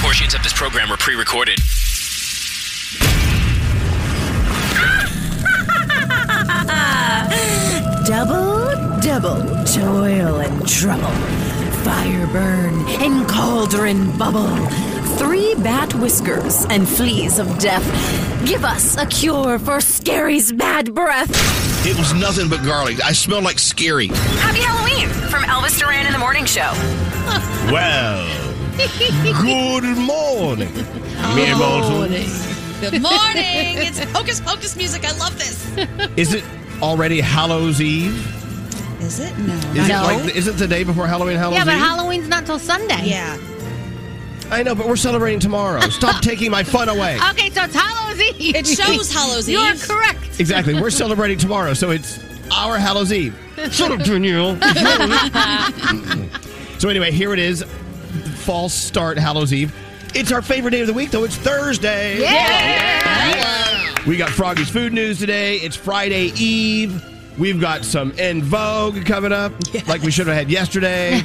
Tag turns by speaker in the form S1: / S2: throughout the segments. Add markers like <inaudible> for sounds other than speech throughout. S1: Portions of this program are pre recorded.
S2: Double, double, toil and trouble. Fire burn and cauldron bubble. Three bat whiskers and fleas of death. Give us a cure for Scary's bad breath.
S3: It was nothing but garlic. I smelled like scary.
S4: Happy Halloween from Elvis Duran in the Morning Show.
S3: Well, good morning, Mayor Bolton.
S5: Good morning. it's Hocus Pocus music. I love this.
S3: Is it already Hallows Eve?
S5: Is it? No.
S3: Is
S6: No.
S3: it like is it the day before Halloween? Hallows
S6: Yeah, but
S3: Eve.
S6: Halloween's not till Sunday.
S5: Yeah.
S3: I know, but we're celebrating tomorrow. <laughs> Stop taking my fun away.
S6: Okay, so it's Hallow's Eve.
S5: It shows
S6: <laughs>
S5: Hallows
S6: You are
S5: Eve.
S6: correct.
S3: Exactly. We're celebrating tomorrow, so it's our Hallows Eve. Shut up, Danielle. <laughs> so anyway, here it is. False start Hallows Eve. It's our favorite day of the week, though. It's Thursday. We got Froggy's food news today. It's Friday Eve. We've got some En Vogue coming up, like we should have had
S7: <laughs>
S3: yesterday.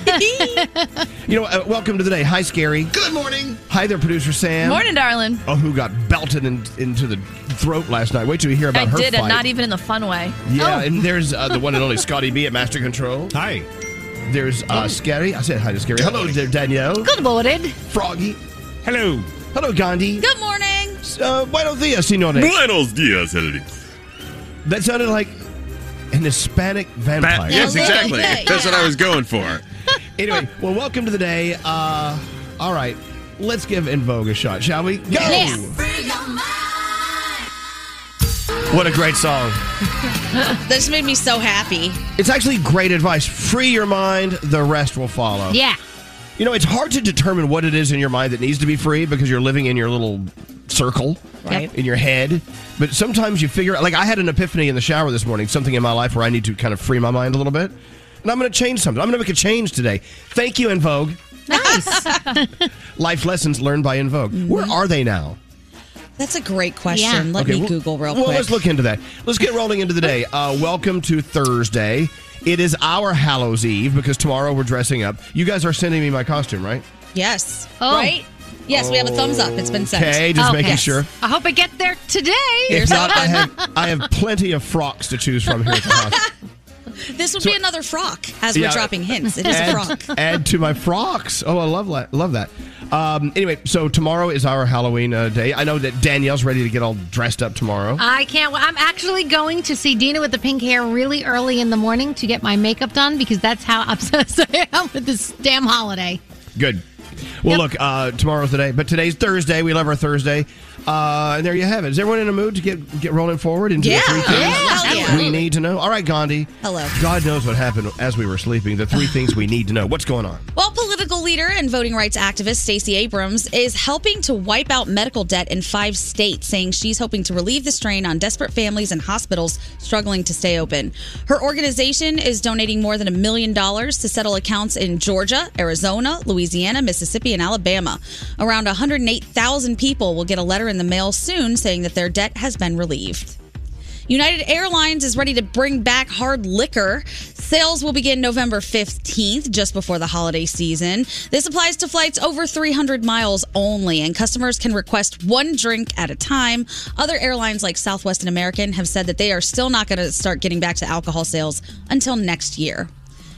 S3: you know, uh, welcome to the day. Hi, Scary.
S8: Good morning.
S3: Hi there, producer Sam.
S7: Morning, darling.
S3: Oh, who got belted in, into the throat last night? Wait till you hear about
S7: I
S3: her
S7: did,
S3: fight.
S7: and not Oh. even in the fun way.
S3: Yeah,
S9: Oh,
S3: and there's uh, the one and only Scotty B at Master Control.
S8: Hi.
S3: There's
S7: Oh.
S3: uh, Scary. I said hi to Scary. Hello there, Danielle.
S6: Good morning.
S3: Froggy.
S8: Hello.
S3: Hello, Gandhi.
S5: Good morning.
S3: Uh, buenos dias, senores.
S8: Buenos dias, Elvis.
S3: That sounded like an Hispanic vampire.
S8: yes, exactly.
S5: bit,
S8: That's what I was going for.
S3: <laughs> Anyway, well, welcome to the day. Uh, all right, let's give In Vogue a shot, shall we? Go! What a great song.
S5: This made me so happy.
S3: It's actually great advice. Free your mind, the rest will follow.
S6: Yeah.
S3: You know, it's hard to determine what it is in your mind that needs to be free because you're living in your little circle
S5: Right.
S3: in your head. But sometimes you figure out, like, I had an epiphany in the shower this morning, something in my life where I need to kind of free my mind a little bit. And I'm going to change something. I'm going to make a change today. Thank you, In Vogue.
S5: <laughs>
S6: Nice.
S3: Life lessons learned by In Vogue. Where are they now?
S5: That's a great Mm-hmm. question.
S6: Yeah.
S5: Let me
S3: well-
S5: Google real
S3: well,
S5: quick.
S3: let's look into that. Let's get rolling into the day. Uh, welcome to Thursday. It is our Hallows Eve because tomorrow we're dressing up. You guys are sending me my costume, right?
S5: <laughs> Yes.
S6: Oh.
S5: Right? Yes, we have a thumbs up. It's been sent.
S3: Okay, just
S6: Okay.
S3: making sure.
S6: I hope I get there today.
S3: If not, I have, I have plenty of frocks to choose from here at
S5: <laughs>
S3: the house.
S5: This would be another frock as
S3: Yeah.
S5: we're dropping hints. It is a frock.
S3: add, add to my frocks. Oh, I love that. Love that. Um, anyway, so tomorrow is our Halloween uh, day. I know that Danielle's ready to get all dressed up tomorrow.
S5: Uh,
S6: I can't. wa- I'm actually going to see Dina with the pink hair really early in the morning to get my makeup done because that's how <laughs> obsessed I am with this damn holiday.
S3: Good. Well,
S6: Yep.
S3: look, uh, tomorrow's the day, but today's Thursday. We love our Thursday. Uh, and there you have it. Is everyone in a mood to get get rolling forward into
S5: Yeah.
S3: the three
S5: Yeah,
S3: things
S5: hell
S3: we
S5: yeah.
S3: need to know? All right, Gandhi.
S5: Hello.
S3: God knows what happened as we were sleeping. The three things we need to know. What's going on?
S5: Well, political leader and voting rights activist Stacey Abrams is helping to wipe out medical debt in five states, saying she's hoping to relieve the strain on desperate families and hospitals struggling to stay open. Her organization is donating more than a million dollars to settle accounts in Georgia, Arizona, Louisiana, Mississippi, and Alabama. Around 108,000 people will get a letter in the mail soon saying that their debt has been relieved. United Airlines is ready to bring back hard liquor. Sales will begin November 15th, just before the holiday season. This applies to flights over 300 miles only, and customers can request one drink at a time. Other airlines like Southwest and American have said that they are still not going to start getting back to alcohol sales until next year.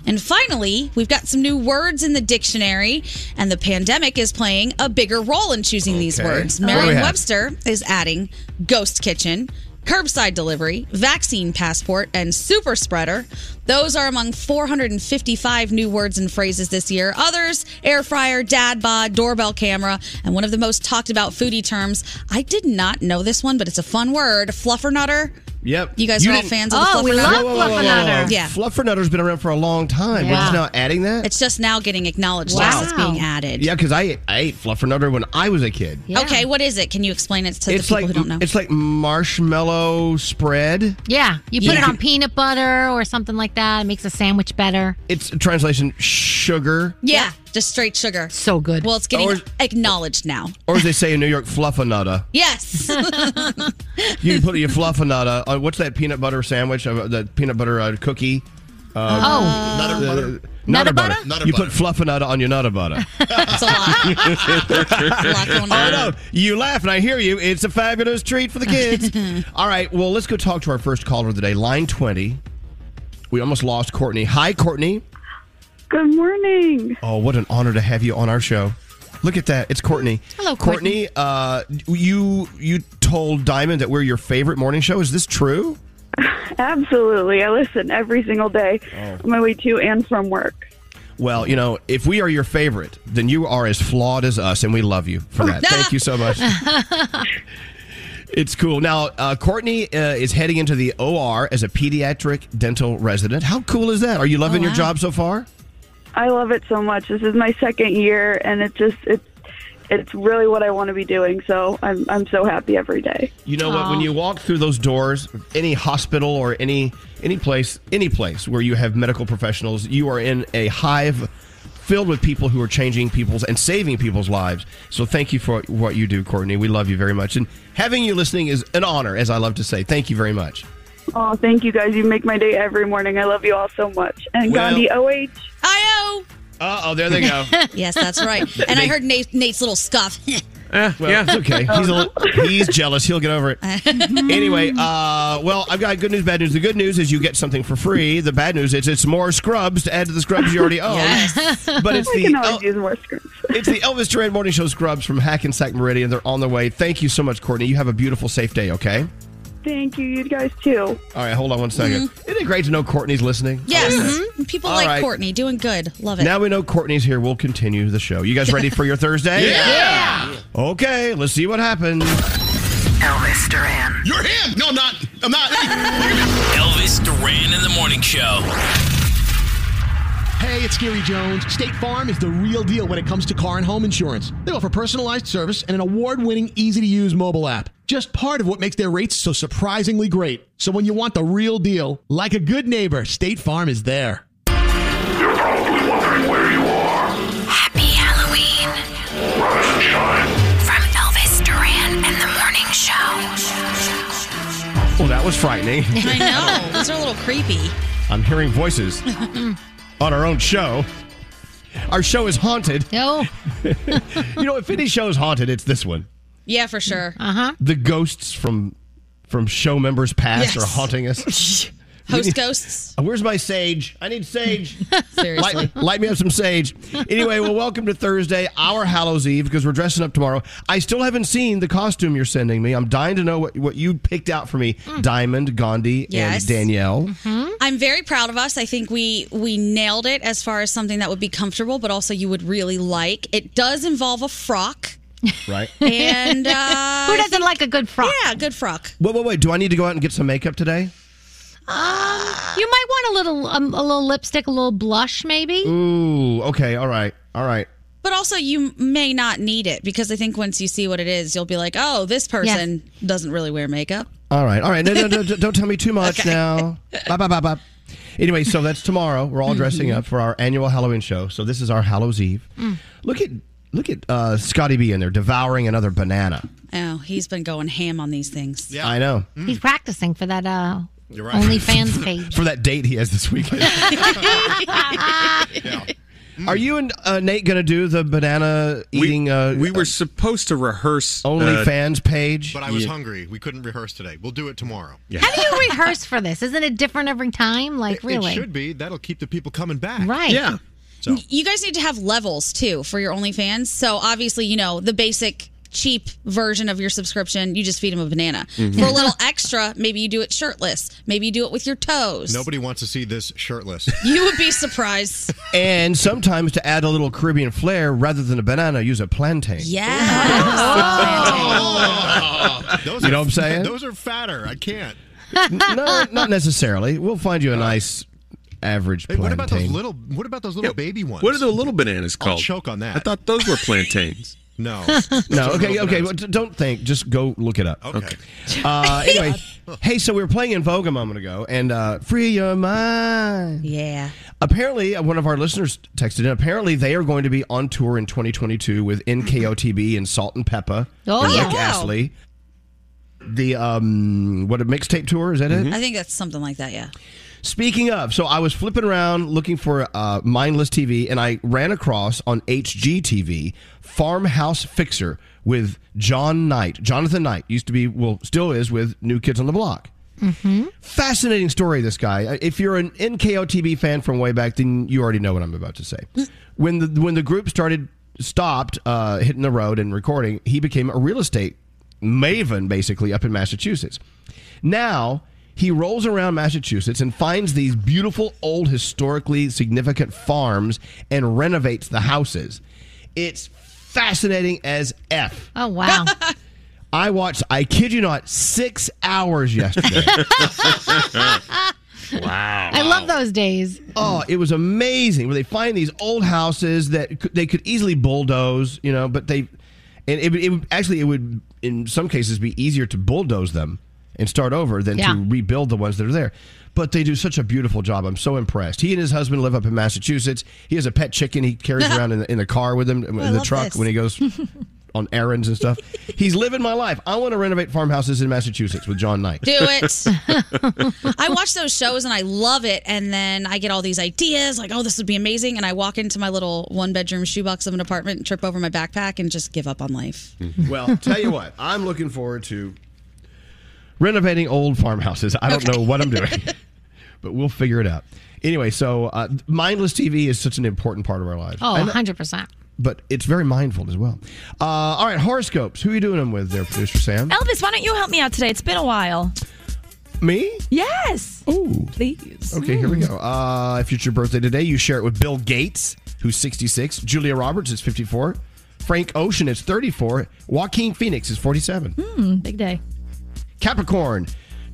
S5: And finally, we've got some new words in the dictionary, and the pandemic is playing a bigger role in choosing these
S3: Okay.
S5: words.
S3: What do we have?
S5: Merriam Webster. Webster is adding ghost kitchen, curbside delivery, vaccine passport, and super spreader. Those are among 455 new words and phrases this year. Others, air fryer, dad bod, doorbell camera, and one of the most talked about foodie terms. I did not know this one, but it's a fun word, fluffernutter.
S3: Yep.
S5: You guys are all
S3: didn't-
S5: fans of the
S6: Oh, we
S5: fluffernutter?
S6: love Fluffernutter.
S5: Yeah.
S3: Fluffernutter's been around for a long time. We're just
S6: Yeah.
S3: now adding that.
S5: It's just now getting acknowledged
S6: Wow.
S5: as it's being added.
S3: yeah, because I I ate Fluffernutter when I was a kid.
S6: Yeah.
S5: Okay, what is it? Can you explain it to the
S3: It's
S5: people
S3: like
S5: who don't know?
S3: it's like marshmallow spread.
S6: Yeah, you put
S5: Yeah.
S6: it on peanut butter or something like that. It makes a sandwich better.
S3: It's translation sugar,
S5: yeah, just straight sugar.
S6: So good.
S5: Well, it's getting
S3: Or-
S5: acknowledged now.
S3: or as they say in New York, fluffernutter.
S6: <laughs>
S5: Yes. <laughs>
S3: You put your fluffernutter. Uh, what's that peanut butter sandwich? Uh, the peanut butter uh, cookie.
S6: oh,
S7: Nutter butter.
S3: Nutter
S6: Nutter
S3: butter.
S6: butter?
S7: Nutter
S3: you
S7: butter.
S3: put fluffinutta on your nutter butter.
S5: It's a lot.
S3: <laughs>
S5: It's a lot going
S3: I
S5: on.
S3: know. You laugh, and I hear you. It's a fabulous treat for
S5: <laughs>
S3: the kids. All right. Well, let's go talk to our first caller of the day, line 20. We almost lost Courtney. Hi, Courtney.
S10: Good morning.
S3: Oh, what an honor to have you on our show. Look at that. It's Courtney.
S6: Hello,
S3: Courtney. Uh, you you told Diamond that we're your favorite morning show. Is this true?
S10: <laughs> Absolutely. I listen every single day
S3: Oh.
S10: on my way to and from work.
S3: Well, you know, if we are your favorite, then you are as flawed as us, and we love you for that. Thank you
S5: <laughs>
S3: so much. it's cool. Now, uh, Courtney uh, is heading into the OR as a pediatric dental resident. How cool is that? Are you loving
S5: Oh,
S3: your
S5: wow.
S3: job so far?
S10: I love it so much. This is my second year and it just it's it's really what I want to be doing, so I'm I'm so happy every day.
S3: You know what? When you walk through those doors, any hospital or any any place, any place where you have medical professionals, you are in a hive filled with people who are changing people's and saving people's lives. So thank you for what you do, Courtney. We love you very much, and having you listening is an honor, as I love to say. Thank you very much.
S10: Oh, thank you guys. You make my day every morning. I love you all so much. And
S3: Well-
S10: Gandhi OH.
S5: I
S3: Uh oh, there they <laughs> go.
S5: Yes, that's
S3: <laughs>
S5: right. And I heard Nate, Nate's little scuff. <laughs>
S3: Well, it's okay. He's a little, he's jealous. He'll get over it. anyway, uh, well, I've got good news, bad news. The good news is you get something for free. The bad news is it's more scrubs to add to the scrubs
S10: <laughs>
S3: you already own.
S5: Yes.
S3: But it's
S10: I
S3: the Oh.
S10: can always
S3: El-
S10: use more screens.
S3: it's the Elvis Duran Morning Show scrubs from Hackensack Meridian. They're on their way. Thank you so much, Courtney. You have a beautiful, safe day. Okay.
S10: Thank you, you guys too.
S3: All right. Hold on one second.
S5: Mm-hmm.
S3: Isn't it great to know Courtney's listening?
S5: Yes. Mm-hmm. People
S3: All
S5: like
S3: right.
S5: Courtney. Doing good. Love it.
S3: Now we know Courtney's here. We'll continue the show. You guys ready for
S5: <laughs>
S3: your Thursday?
S7: Yeah.
S3: Okay. Let's see what happens.
S4: Elvis Duran.
S7: You're him. No, I'm not. I'm not.
S1: Elvis Duran in the morning show.
S11: Hey, it's Gary Jones. State Farm is the real deal when it comes to car and home insurance. They offer personalized service and an award winning, easy to use mobile app. Just part of what makes their rates so surprisingly great. So when you want the real deal, like a good neighbor, State Farm is there.
S12: You're probably wondering where you are.
S4: Happy Halloween
S12: Rise and shine.
S4: from Elvis Duran and the Morning Show.
S3: Well, that was frightening.
S5: <laughs> I know. Those are a little creepy.
S3: <laughs> I'm
S5: <laughs>
S3: hearing voices on our own show. Our show is haunted.
S6: no.
S3: <laughs> You know, if any show is haunted, it's this one.
S5: Yeah, for sure.
S6: Uh-huh.
S3: The ghosts from from show members past
S5: Yes.
S3: are haunting us.
S5: <laughs> Host ghosts.
S3: Where's my sage? I need sage.
S5: <laughs> Seriously.
S3: light, light me up some sage. Anyway, well, welcome to Thursday, our Hallows Eve, because we're dressing up tomorrow. I still haven't seen the costume you're sending me. I'm dying to know what, what you picked out for me Diamond, Gandhi,
S5: Mm. Yes.
S3: and Danielle.
S5: <laughs>
S6: Mm-hmm.
S5: I'm very proud of us. I think we we nailed it as far as something that would be comfortable, but also you would really like. It does involve
S6: <laughs>
S5: a frock,
S3: Right?
S5: and uh,
S6: Who doesn't like a good frog?
S5: yeah, good frock.
S3: Wait, wait, wait. Do I need to go out and get some makeup today?
S6: You might want a little, um, a little lipstick, a little blush,
S5: Mm.
S6: maybe.
S3: Ooh, okay. All right. All right.
S5: But also, you may not need it because I think once you see what it is, you'll be like, oh, this person doesn't really wear makeup.
S3: All right, all right. No, no, no, don't don't tell me too much now. Bye, bye, bye, bye. Anyway, so that's tomorrow. We're all dressing up for our annual Halloween show. So this is our Hallows Eve.
S7: Mm.
S3: Look at look at uh, Scotty B in there devouring another banana.
S5: Oh, he's been going ham on these things.
S3: I know
S6: He's practicing for that uh,
S7: Mm. You're right. <laughs>
S6: OnlyFans page.
S3: for that date he has this weekend. Are you and uh, Nate going to do the banana eating? uh,
S8: we were supposed to rehearse. uh,
S3: OnlyFans page.
S7: But I was hungry. We couldn't rehearse today. We'll do it tomorrow. Yeah.
S6: How do you rehearse for this? Isn't it different every time? Like, really?
S7: It should be. That'll keep the people coming back.
S6: Right.
S8: yeah.
S7: So
S5: You guys need to have levels too for your OnlyFans. So obviously, you know, the basic cheap version of your subscription, you just feed him a banana.
S7: Mm-hmm.
S5: For a little extra, maybe you do it shirtless. Maybe you do it with your toes.
S7: nobody wants to see this shirtless.
S5: You would
S7: <laughs>
S5: be surprised.
S3: and sometimes to add a little Caribbean flair, rather than a banana, use a plantain.
S5: Yeah.
S7: Those
S3: Oh. You
S7: are-
S3: know what I'm saying?
S7: Those are fatter. I can't.
S3: no, not necessarily. We'll find you a nice average
S7: Hey,
S3: plantain.
S7: what about those little? What about those little baby ones?
S8: What are the little bananas
S7: I'll
S8: called?
S7: choke on that.
S8: I
S7: Oh.
S8: thought those were plantains.
S7: <laughs> No.
S3: <laughs> No,
S7: Those
S3: okay,
S7: little
S3: okay.
S7: bananas.
S3: Well, d- don't think. Just go look it up.
S7: Okay.
S8: <laughs>
S3: Uh, anyway, hey, so we were playing in Vogue a moment ago, and uh, free your mind.
S5: yeah.
S3: Apparently, uh, one of our listeners texted in. Apparently, they are going to be on tour in 2022 with NKOTB and Salt and Peppa
S6: Oh,
S3: and
S6: yeah.
S3: Rick
S5: Wow.
S3: Astley. The um, what a mixtape tour is that it?
S5: I think that's something like that, yeah.
S3: Speaking of, so I was flipping around looking for uh, mindless TV, and I ran across on HGTV Farmhouse Fixer with John Knight. Jonathan Knight used to be, well, still is with New Kids on the Block.
S13: Mm-hmm.
S3: Fascinating story, this guy. Uh, If you're an NKOTB fan from way back, then you already know what I'm about to say. When the when the group started stopped uh, hitting the road and recording, he became a real estate maven basically up in Massachusetts. Now he rolls around Massachusetts and finds these beautiful old historically significant farms and renovates the houses. It's fascinating as f.
S6: Oh wow.
S3: <laughs> I watched, I kid you not, six hours yesterday. wow.
S6: I love those days.
S3: Oh, it was amazing where they find these old houses that c- they could easily bulldoze, you know, but they, and it, would- it would- actually, it would in some cases be easier to bulldoze them and start over than
S14: Yeah.
S3: to rebuild the ones that are there. But they do such a beautiful job. I'm so impressed. He and his husband live up in Massachusetts. He has a pet chicken he
S14: <laughs>
S3: carries around in the, in the car with him, in
S14: Oh, I
S3: the
S14: love
S3: truck
S14: this.
S3: when he
S14: <laughs>
S3: goes on errands and stuff. He's living my life. I want to renovate farmhouses in Massachusetts with John Knight.
S5: Do it.
S3: <laughs>
S5: I watch those shows and I love it. And then I get all these ideas like, oh, this would be amazing. And I walk into my little one bedroom shoebox of an apartment, trip over my backpack, and just give up on life.
S9: Mm-hmm.
S3: Well, tell you what, I'm looking forward to renovating old farmhouses. I don't know what I'm doing,
S9: <laughs>
S3: <laughs> but we'll figure it out. Anyway, so uh, mindless TV is such an important part of our lives.
S6: Oh,
S3: And- uh,
S6: 100%.
S3: but it's very mindful as well. Uh, all right, horoscopes. Who are you doing them with there, producer Sam?
S9: Elvis, why don't you help me out today? It's been a while.
S3: Me?
S9: Yes.
S3: Ooh.
S9: Please.
S3: Okay, here we go. Uh, if it's your birthday today, you share it with Bill Gates, who's 66. Julia Roberts is 54. Frank Ocean is 34. Joaquin Phoenix is 47.
S9: Hmm, big day.
S3: Capricorn,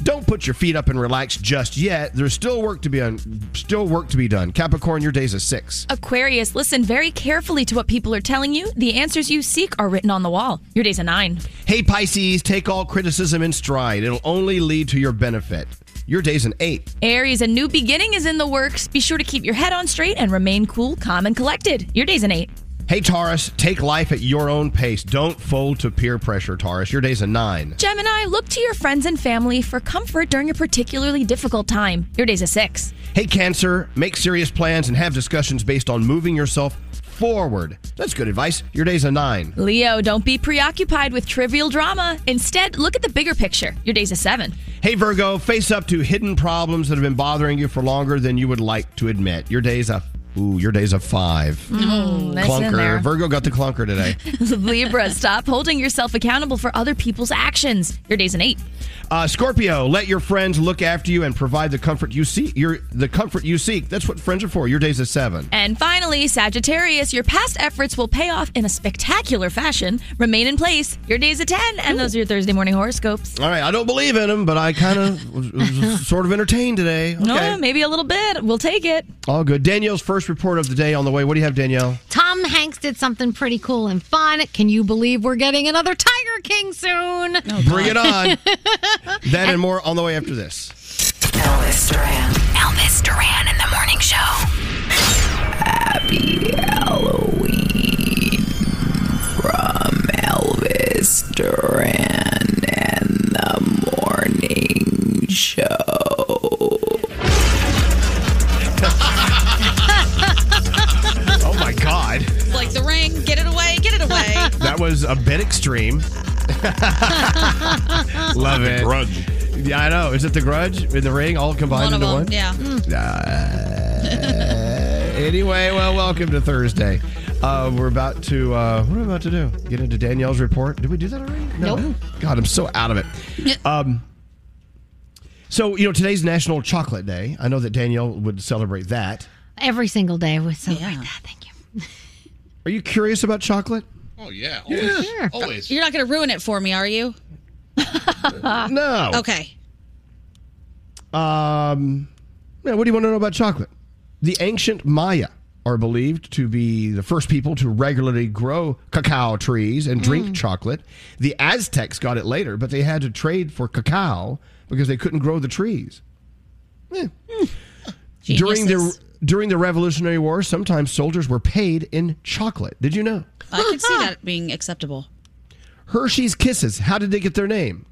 S3: don't put your feet up and relax just yet. There's still work to be on, still work to be done. Capricorn, your day's a six.
S9: Aquarius, listen very carefully to what people are telling you. The answers you seek are written on the wall. Your day's a nine.
S3: Hey Pisces, take all criticism in stride. It'll only lead to your benefit. Your day's an eight.
S9: Aries, a new beginning is in the works. Be sure to keep your head on straight and remain cool, calm, and collected. Your day's an eight.
S3: Hey Taurus, take life at your own pace. Don't fold to peer pressure, Taurus. Your day's a nine.
S9: Gemini, look to your friends and family for comfort during a particularly difficult time. Your day's a six.
S3: Hey Cancer, make serious plans and have discussions based on moving yourself forward. That's good advice. Your day's a nine.
S9: Leo, don't be preoccupied with trivial drama. Instead, look at the bigger picture. Your day's a seven.
S3: Hey Virgo, face up to hidden problems that have been bothering you for longer than you would like to admit. Your day's a ooh, your day's a five.
S9: Mm, that's in
S3: Oh, clunker.
S9: there. <laughs>
S3: Virgo got the clunker today.
S9: Libra, stop holding yourself accountable for other people's actions. Your day's an eight.
S3: Uh, Scorpio, let your friends look after you and provide the comfort you seek. Your the comfort you seek. That's what friends are for. Your day's a seven.
S9: And finally, Sagittarius, your past efforts will pay off in a spectacular fashion. Remain in place. Your day's a 10. And those are your Thursday morning horoscopes.
S3: All right, I don't believe in them, but I
S9: <laughs>
S3: kind of was, was sort of entertained today. Okay,
S9: No, maybe a little bit. We'll take it.
S3: all good. Danielle's first report of the day on the way. What do you
S9: <laughs>
S3: have, Danielle?
S6: Tom Hanks did something pretty cool and fun. Can you believe we're getting another Tiger King soon?
S3: Bring it on. that and more on the way after this.
S4: Elvis Duran. Elvis Duran in the morning show. Happy Halloween from Elvis Duran and the morning show.
S3: Oh my God,
S5: Like the ring, get it away, get it away.
S3: that was a bit extreme. <laughs> Love it. Grudge. Yeah, I know. Is it the grudge in the ring all combined
S5: one of
S3: into
S5: them,
S3: one?
S5: yeah.
S4: Hmm.
S3: Uh, anyway, well, welcome to Thursday. Uh, we're about to, uh, what are we about to do? Get into Danielle's report. Did we do that already?
S14: Nope.
S3: God, I'm so out of it. Um, so, you know, today's National Chocolate Day. I know that Danielle would celebrate that.
S6: <laughs> Every single day we celebrate that. Thank
S3: Are you curious about chocolate?
S5: Oh, yeah.
S3: always.
S5: Sure.
S3: Always.
S5: You're not going to ruin it for me, are you?
S3: no.
S5: Okay.
S3: Um, yeah, what do you want to know about chocolate? The ancient Maya are believed to be the first people to regularly grow cacao trees and drink chocolate. The Aztecs got it later, but they had to trade for cacao because they couldn't grow the trees. Eh. During the during the Revolutionary War, sometimes soldiers were paid in chocolate. Did you know?
S5: I could see that being acceptable.
S3: Hershey's Kisses. How did they get their name?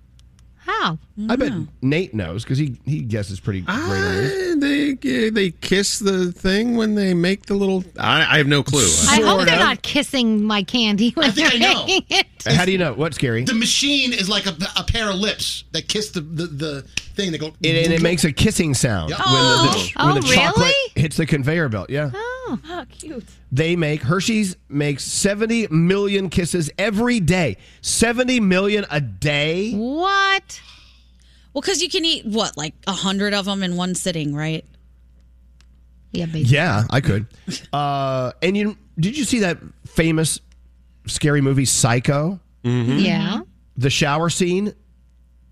S6: How?
S3: I bet Nate knows because he he guesses pretty great. on these.
S8: Eh, They they kiss the thing when they make the little. I, I have no clue.
S6: I hope they're not kissing my candy when
S13: think I
S6: they're
S13: know.
S6: making it.
S3: How do you know? What's scary?
S13: The machine is like a, a pair of lips that kiss the, the, the thing. They go.
S3: It, and it makes a kissing sound
S13: Yep.
S3: when the, the-
S13: Oh.
S3: when the
S13: Oh, really?
S3: chocolate hits the conveyor belt. Yeah.
S6: Oh,
S9: how cute.
S3: They make Hershey's makes 70 million kisses every day. 70 million a day?
S6: What?
S5: Well, because you can eat what, like a hundred of them in one sitting, right?
S6: Yeah, baby.
S3: Yeah, I could. <laughs> Uh, and you did you see that famous scary movie Psycho? Mm-hmm.
S6: Yeah.
S3: The shower scene,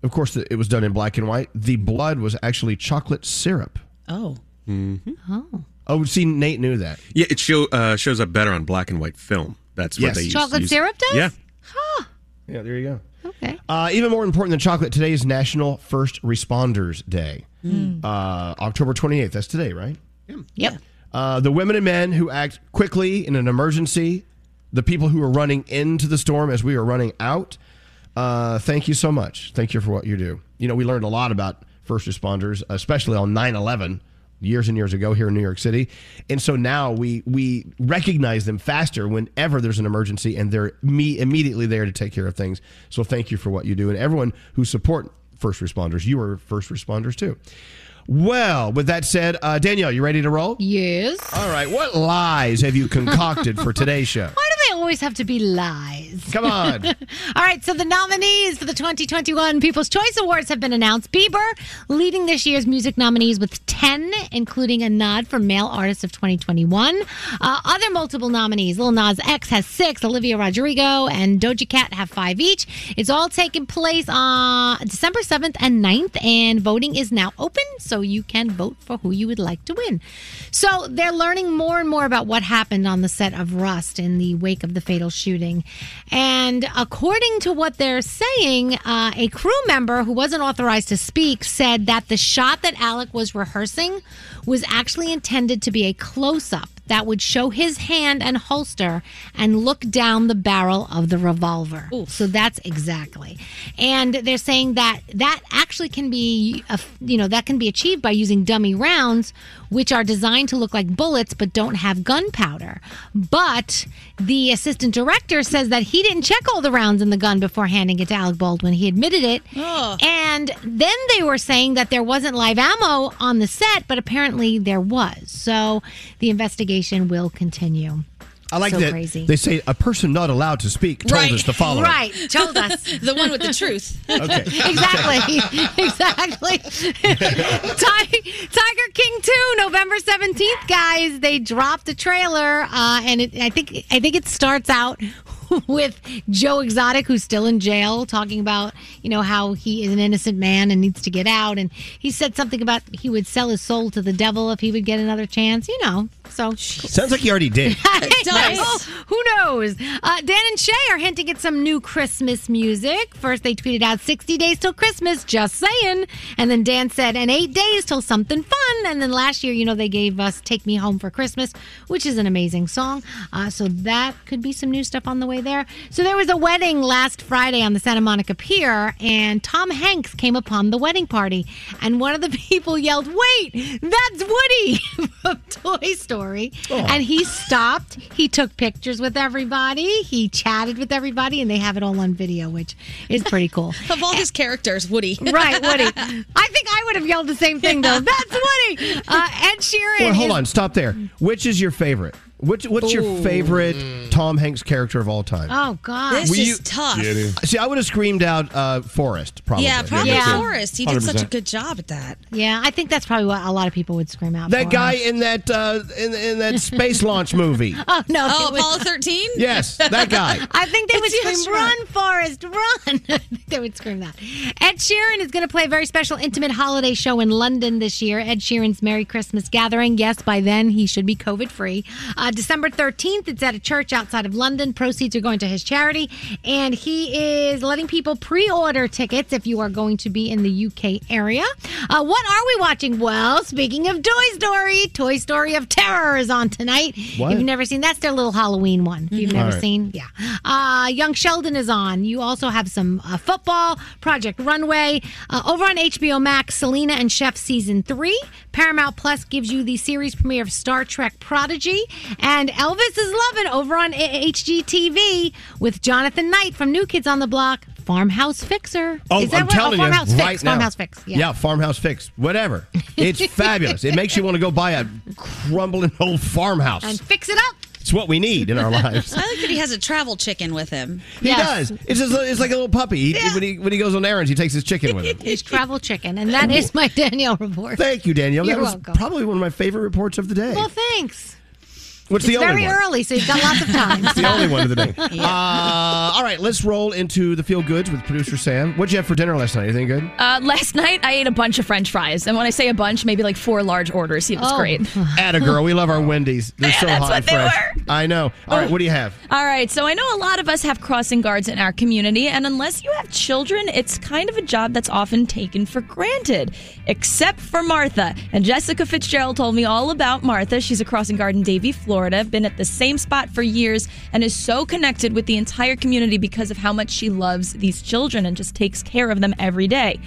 S3: of course, it was done in black and white. The blood was actually chocolate syrup.
S5: Oh.
S8: Mm-hmm.
S6: Oh.
S3: Oh, see, Nate knew that.
S8: Yeah, it show uh, shows up better on black and white film. That's
S3: Yes.
S8: what they use.
S6: Chocolate
S8: use-
S6: syrup does?
S8: Yeah.
S3: Yeah, there you
S6: go. Okay.
S3: Uh, even more important than chocolate, today is National First Responders Day.
S6: Mm.
S3: Uh, October 28th. That's today, right?
S6: Yep.
S3: Uh, the women and men who act quickly in an emergency, the people who are running into the storm as we are running out. Uh, thank you so much. Thank you for what you do. You know, we learned a lot about first responders, especially on 9 11 years and years ago here in New York City. And so now we we recognize them faster whenever there's an emergency and they're me immediately there to take care of things. So thank you for what you do and everyone who support first responders. You are first responders too. Well, with that said, uh, Danielle, you ready to roll?
S6: Yes.
S3: All right. What lies have you concocted for
S5: <laughs>
S3: today's show?
S6: Why do they always have to be lies?
S3: Come on.
S6: <laughs> All right, so the nominees for the 2021 People's Choice Awards have been announced. Bieber leading this year's music nominees with 10, including a nod for Male Artist of 2021. Uh, other multiple nominees Lil Nas X has six, Olivia Rodrigo and Doja Cat have five each. It's all taking place on December 7th and 9th, and voting is now open, so you can vote for who you would like to win. So they're learning more and more about what happened on the set of Rust in the wake of the fatal shooting. And according to what they're saying, uh, a crew member who wasn't authorized to speak said that the shot that Alec was rehearsing was actually intended to be a close up that would show his hand and holster and look down the barrel of the revolver. So that's exactly. And they're saying that that actually can be, a- you know, that can be achieved by using dummy rounds, which are designed to look like bullets but don't have gunpowder. But the assistant director says that he didn't check all the rounds in the gun before handing it to Alec Baldwin. He admitted it. And then they were saying that there wasn't live ammo on the set, but apparently there was. So the investigation will continue.
S3: I like
S6: so
S3: that
S6: Crazy.
S3: they say a person not allowed to speak told us the following.
S6: Right. Told us.
S5: <laughs> the one with the truth.
S3: Okay.
S6: exactly. exactly. Ti- Tiger King 2, November 17th, guys. They dropped the trailer uh, and it, I think I think it starts out <laughs> with Joe Exotic who's still in jail talking about, you know, how he is an innocent man and needs to get out and he said something about he would sell his soul to the devil if he would get another chance, you know. So
S3: Sounds like you
S5: <laughs>
S3: already did.
S6: It does. Oh, Who knows? Uh, Dan and Shay are hinting at some new Christmas music. First, they tweeted out 60 days till Christmas, just saying. And then Dan said, and eight days till something fun. And then last year, you know, they gave us Take Me Home for Christmas, which is an amazing song. Uh, so that could be some new stuff on the way there. So there was a wedding last Friday on the Santa Monica Pier, and Tom Hanks came upon the wedding party. And one of the <laughs> people yelled, Wait, that's Woody <laughs> from Toy Story.
S5: Oh.
S6: And he stopped. He took pictures with everybody. He chatted with everybody, and they have it all on video, which is pretty cool.
S5: <laughs>
S6: <laughs>
S5: Of all his characters, Woody.
S6: right, Woody. I think I would have yelled the same thing, though. That's Woody. Uh, Ed Sheeran.
S3: Well, hold
S6: is-
S3: on. Stop there. Which is your favorite? Which, what's your
S6: Ooh.
S3: favorite Tom Hanks character of all time?
S6: Oh, God.
S5: This is tough.
S3: See, I would have screamed out uh, Forrest, probably.
S5: Yeah, probably
S6: Yeah.
S5: Forrest. He did such a
S3: 100%.
S5: good job at that.
S6: Yeah, I think that's probably what a lot of people would scream out.
S3: That
S6: for
S3: guy
S6: us.
S3: in that uh, in, in that space
S5: <laughs>
S3: launch movie.
S6: <laughs> Oh no!
S5: Oh,
S6: it was-
S5: Apollo 13?
S3: Yes, that guy.
S6: <laughs> I think they would
S5: It's- yes,
S6: scream,
S5: right.
S6: "Run, Forrest, run!" <laughs> I think they would scream that. Ed Sheeran is going to play a very special, intimate holiday show in London this year. Ed Sheeran's Merry Christmas Gathering. Yes, by then he should be COVID-free. Uh, December 13th. It's at a church outside of London. Proceeds are going to his charity. And he is letting people pre order tickets if you are going to be in the UK area. Uh, what are we watching? Well, speaking of Toy Story, Toy Story of Terror is on tonight.
S14: What?
S6: If you've never seen that's their little Halloween one. If you've
S14: Mhm.
S6: never
S14: All right.
S6: seen, yeah. Uh, Young Sheldon is on. You also have some uh, football, Project Runway. Uh, over on HBO Max, Selena and Chef Season 3. Paramount Plus gives you the series premiere of Star Trek Prodigy. And Elvis is Lovin' over on A- HGTV with Jonathan Knight from New Kids on the Block. Farmhouse Fixer.
S3: Oh,
S6: is that
S3: I'm
S6: right?
S3: telling
S6: oh, Farmhouse
S3: you,
S6: Fix.
S3: right now.
S6: Farmhouse Fix. Yeah.
S3: farmhouse fix. Whatever.
S6: <laughs>
S3: It's fabulous. It makes you want to go buy a crumbling old farmhouse.
S5: And
S6: fix it up.
S3: it's what we need in
S6: <laughs>
S3: our lives.
S5: I like that he has a travel chicken with him.
S3: He does. It's just, it's like a little puppy. He, when he when he goes on errands, he takes his chicken
S6: <laughs>
S3: with him.
S6: He's travel chicken, and that is my <laughs> Danielle report.
S3: Thank you, Danielle.
S6: You're
S3: that was
S6: welcome.
S3: probably one of my favorite reports of the day.
S6: Well, thanks.
S3: What's the
S6: it's
S3: only
S6: very
S3: one?
S6: early, so you've got lots of time.
S3: It's the only
S6: <laughs>
S3: one of the day. Uh, all right, let's roll into the feel goods with producer Sam. What'd you have for dinner last night? Anything good?
S9: Uh, last <laughs> night, I ate a bunch of French fries, and when I say a bunch, maybe like four large orders. It was
S3: <laughs>
S9: great.
S3: Atta Oh. girl, we love our Wendy's.
S6: <laughs>
S3: They're so
S9: that's
S3: hot
S9: what
S3: and
S9: they
S3: fresh. I know.
S6: Oh.
S3: All right, what do you have?
S9: All right, so I know a lot of us have crossing guards in our community, and unless you have children, it's kind of a job that's often taken for granted, except for Martha. And Jessica Fitzgerald told me all about Martha. She's a crossing guard in Davie, Florida, been at the same spot for years, and is so connected with the entire community because of how much she loves these children and just takes care of them every day.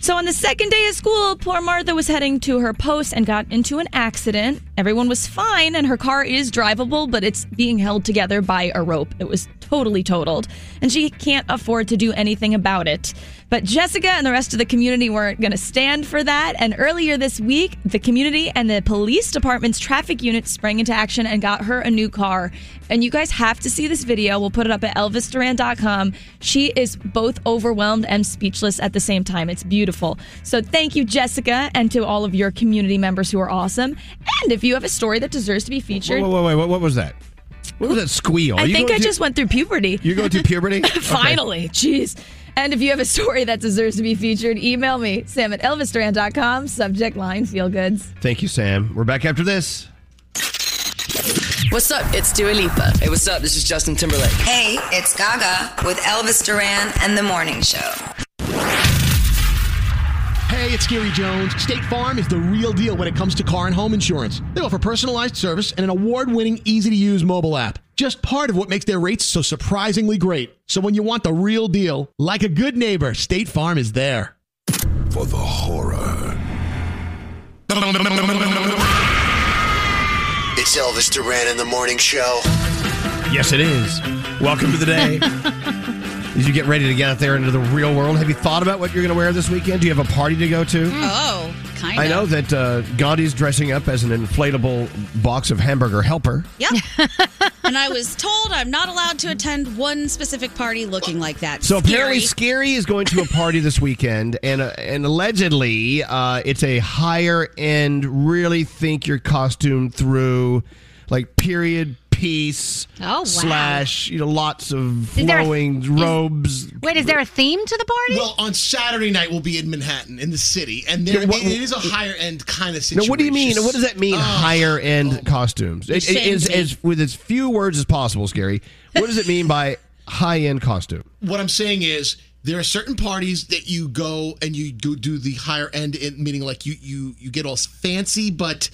S9: So on the second day of school, poor Martha was heading to her post and got into an accident. Everyone was fine, and her car is drivable, but it's being held together by a rope. It was totally totaled, and she can't afford to do anything about it. But Jessica and the rest of the community weren't going to stand for that. And earlier this week, the community and the police department's traffic unit sprang into action and got her a new car. And you guys have to see this video. We'll put it up at elvisduran.com. She is both overwhelmed and speechless at the same time. It's beautiful. So thank you, Jessica, and to all of your community members who are awesome. And if you have a story that deserves to be featured,
S3: Whoa, whoa, whoa, whoa, what was that? What was that squeal?
S9: I
S3: You
S9: think
S3: going
S9: I
S3: through-
S9: just went through puberty.
S3: You're going through
S9: <laughs>
S3: puberty? Okay.
S9: Finally, jeez. And if you have a story that deserves to be featured, email me, sam at elvisduran.com, subject line feel goods.
S3: Thank you, Sam. We're back after this.
S15: What's up? It's Dua Lipa. Hey, what's up? This is Justin Timberlake.
S16: Hey, it's Gaga with Elvis Duran and the Morning Show.
S11: Hey, it's Gary Jones. State Farm is the real deal when it comes to car and home insurance. They offer personalized service and an award winning, easy to use mobile app. Just part of what makes their rates so surprisingly great. So when you want the real deal, like a good neighbor, State Farm is there.
S12: For the horror.
S17: <laughs> It's Elvis Duran in the morning show.
S3: Yes, it is. Welcome to the
S9: <laughs>
S3: day. As you get ready to get out there into the real world, have you thought about what you're going to wear this weekend? Do you have a party to go to?
S9: Mm,
S5: Oh, kind of.
S3: I know that uh, Gandhi's dressing up as an inflatable box of hamburger helper.
S5: Yep. <laughs> and I was told I'm not allowed to attend one specific party looking like that.
S3: So
S5: Scary.
S3: apparently, Scary is going to a party this weekend, and uh, and allegedly, uh, it's a higher end. Really think your costume through, like period piece.
S6: Oh, wow.
S3: Slash, you know, lots of
S6: Is there a-
S3: flowing robes.
S6: Wait, is there a theme to the party?
S13: Well, on Saturday night we'll be in Manhattan in the city, and there
S3: Yeah, what-
S13: it is a higher end kind of
S3: Now,
S13: situation. Oh,
S3: what do you mean? What does that mean? higher end costumes. It, it is
S13: Shame.
S3: as with as few words as possible, Scary. What does it mean by high end costume?
S13: What I'm saying is there are certain parties that you go and you go do the higher end, in, meaning like you you you get all fancy but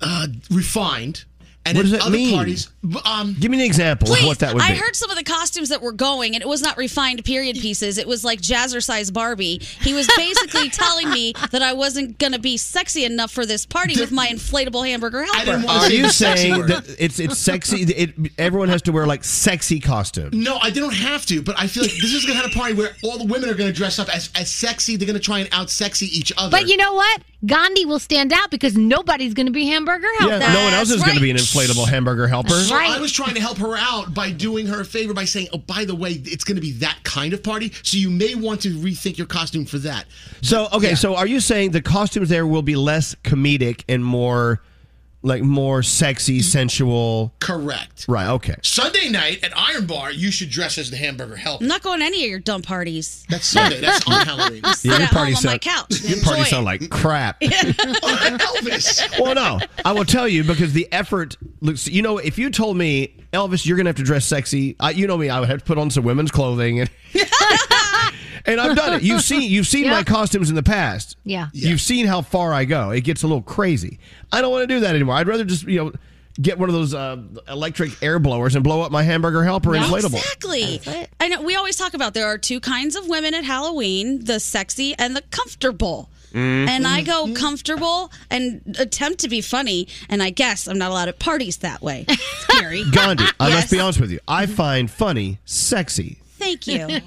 S13: uh, refined. And
S3: What
S13: then
S3: does that
S13: other
S3: mean?
S13: parties, um,
S3: Give me an example of what that would
S5: I
S3: be.
S5: heard some of the costumes that were going, and it was not refined period pieces. It was like jazzercise Barbie. He was
S3: <laughs>
S5: basically telling me that I wasn't going to be sexy enough for this party with my inflatable hamburger helper.
S3: Are you saying that it's it's sexy? It, everyone has to wear like sexy costumes.
S13: No, I don't have to, but I feel like this is the kind of party where all the women are going to dress up as, as sexy. They're going to try and out sexy each other.
S6: But you know what? Gandhi will stand out because nobody's going to be hamburger helper.
S3: Yeah, no one else is going to be an inflatable hamburger helper.
S13: So I was trying to help her out by doing her a favor by saying, "Oh, by the way, it's going to be that kind of party, so you may want to rethink your costume for that."
S3: So okay, so are you saying the costumes there will be less comedic and more like more sexy, sensual.
S13: Mm-hmm. Correct.
S3: Right. Okay.
S13: Sunday night at Iron Bar, you should dress as the hamburger helper.
S5: I'm not going to any of your dumb parties.
S13: That's Sunday. That's on Halloween.
S5: I'll sit
S3: your
S5: at home on
S3: party
S5: my
S3: sound-
S5: couch.
S3: Your party sound like crap.
S13: Elvis.
S3: well, Oh, no, I will tell you because the effort looks. You know, if you told me Elvis, you're gonna have to dress sexy. I, you know me, I would have to put on some women's
S5: <laughs>
S3: clothing, and <laughs> and I've done it. You've seen you've seen my costumes in the past.
S6: Yeah.
S3: You've seen how far I go. It gets a little crazy. I don't want to do that anymore. I'd rather just you know get one of those uh, electric air blowers and blow up my hamburger helper
S5: Yeah,
S3: inflatable.
S5: Exactly. I know we always talk about there are two kinds of women at Halloween, the sexy and the comfortable.
S3: Mhm.
S5: And I go comfortable and attempt to be funny, and I guess I'm not allowed at parties that way. Scary. <laughs>
S3: Gandhi,
S5: Yes.
S3: I
S5: Mm-hmm.
S3: must be honest with you. I find funny sexy.
S5: Thank you.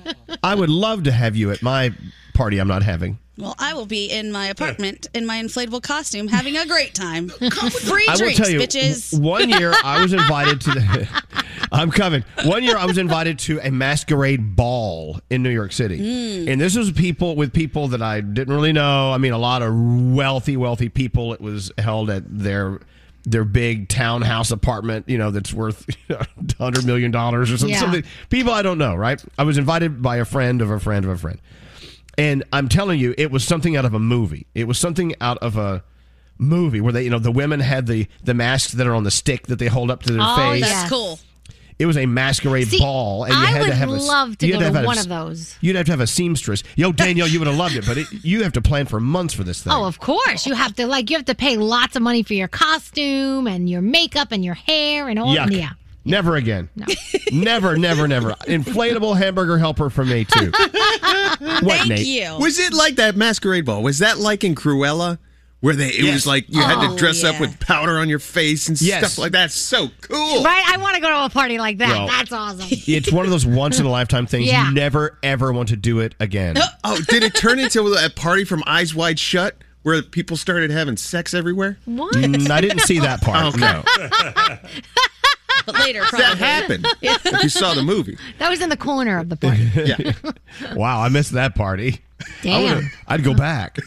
S3: I would love to have you at my party. I'm not having.
S5: Well, I will be in my apartment in my inflatable costume having a great time. Free
S3: I will
S5: drinks,
S3: tell you,
S5: bitches.
S3: w-
S5: <laughs>
S3: one year I was invited to the. <laughs> I'm coming. One year I was invited to a masquerade ball in New York City,
S5: Hmm.
S18: Mm.
S3: and this was people with people that I didn't really know. I mean, a lot of wealthy, wealthy people. It was held at their their big townhouse apartment, you know, that's worth <laughs> hundred million dollars or something,
S18: Yeah.
S3: something. People I don't know, right? I was invited by a friend of a friend of a friend, and I'm telling you, it was something out of a movie. It was something out of a movie where they, you know, the women had the the masks that are on the stick that they hold up to their
S6: Oh,
S3: face.
S6: that's Yes. cool.
S3: It was a masquerade
S6: See,
S3: ball, and you
S6: I
S3: had
S6: would
S3: to have a.
S6: love to
S3: you
S6: go
S3: had
S6: to
S3: have had a
S6: one
S3: s-
S6: of those.
S3: You'd have to have a seamstress. Yo, Danielle, you would have loved it, but it, you have to plan for months for this thing.
S6: Oh, of course. You have to like you have to pay lots of money for your costume and your makeup and your hair and all
S3: Yuck.
S6: yeah.
S3: Never again. <laughs> never, never, never. <laughs> Inflatable hamburger helper for
S6: <laughs>
S3: me too. <laughs> What, Nate?
S14: Was it like that masquerade ball? Was that like in Cruella? Where they, it was like you had
S6: Oh,
S14: to dress up
S6: yeah.
S14: with powder on your face and
S3: Yes.
S14: stuff like that. So cool.
S6: Right? I want to go to a party like that.
S3: Well,
S6: That's awesome.
S3: It's one of those once in a lifetime things.
S6: Yeah.
S3: You never ever want to do it again.
S14: Oh, did it turn into a party from Eyes Wide Shut where people started having sex everywhere? Oh,
S6: What?
S3: <laughs> Mm, I didn't see that part.
S14: Okay. <laughs>
S3: No.
S5: But later, probably.
S6: <laughs>
S14: That happened.
S5: Yeah.
S14: If you saw
S3: <laughs>
S14: the movie.
S6: That was in the corner of the party.
S14: Yeah.
S3: wow, I missed that party. I
S6: Damn.
S3: would've- I'd go back.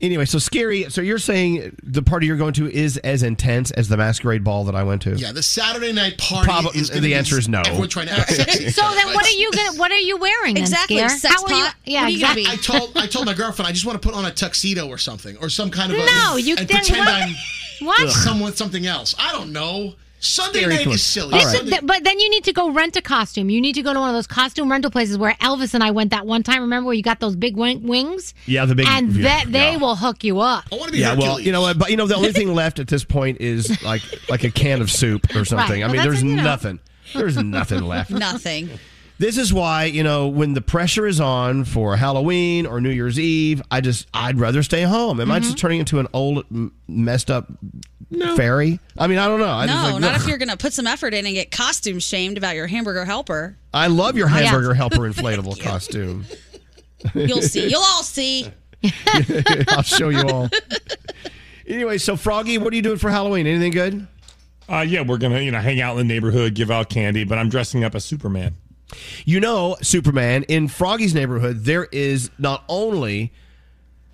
S3: anyway, so scary. So you're saying the party you're going to is as intense as the masquerade ball that I went to?
S13: Yeah, the Saturday night party
S3: Probably-
S13: is gonna
S3: the
S13: be
S3: answer is no.
S13: Everyone trying
S5: <laughs>
S13: to act <laughs> sexy.
S6: So then what are you gonna what are you wearing? then,
S5: Exactly,
S6: Scare?
S5: sex
S6: How are you-
S5: pot.
S6: Yeah,
S5: What are you gonna
S6: exactly.
S5: be?
S13: I told I told my girlfriend I just want to put on a tuxedo or something or some kind of a
S6: No, you
S13: and
S6: then
S13: pretend
S6: what-
S13: I'm
S6: what?
S13: <laughs> someone something else. I don't know. Sunday
S6: Very
S13: night
S6: cool.
S13: is silly.
S6: This is-
S13: Sunday-
S6: th- but then you need to go rent a costume. You need to go to one of those costume rental places where Elvis and I went that one time. Remember where you got those big wing- wings?
S3: Yeah, the big-
S6: and
S3: yeah,
S6: that they will hook you up. I want
S3: yeah, well, you know what? But you know, the only thing left at this point is like like a can of soup or something.
S5: Well,
S3: I mean,
S5: that's
S3: there's
S5: what, you know.
S3: nothing. There's <laughs>
S5: <laughs>
S3: nothing left.
S5: Nothing.
S3: This is why, you know, when the pressure is on for Halloween or New Year's Eve, I just, I'd rather stay home. Am I
S5: Mm-hmm.
S3: just turning into an old, m- messed up fairy? I mean, I don't know. I just
S5: no,
S3: like,
S5: Oh, not if you're going to put some effort in and get costume shamed about your hamburger helper.
S3: I love your
S5: Oh, Yeah.
S3: hamburger helper
S5: <laughs>
S3: inflatable costume.
S5: You'll
S3: <laughs>
S5: see. You'll <laughs> all see.
S3: I'll show you all. Anyway, so Froggy, what are you doing for Halloween? Anything good?
S8: Uh, yeah, we're gonna you know hang out in the neighborhood, give out candy, but I'm dressing up as Superman.
S3: You know, Superman, in Froggy's neighborhood, there is not only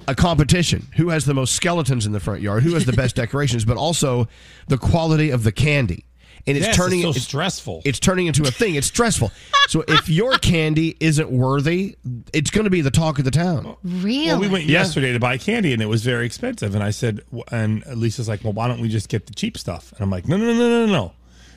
S3: a competition who has the most skeletons in the front yard, who has
S5: <laughs>
S3: the best decorations, but also the quality of the candy. And it's
S8: Yes, it's
S3: turning
S8: so stressful.
S3: It's turning into a thing. It's stressful. so
S8: <laughs>
S3: if your candy isn't worthy, it's going to be the talk of the
S8: Oh.
S3: town.
S6: Really?
S8: Well, we went
S3: Yeah.
S8: yesterday to buy candy and it was very expensive. And I said, w- and Lisa's like, well, why don't we just get the cheap stuff? And I'm like, no, no, no, no, no, no.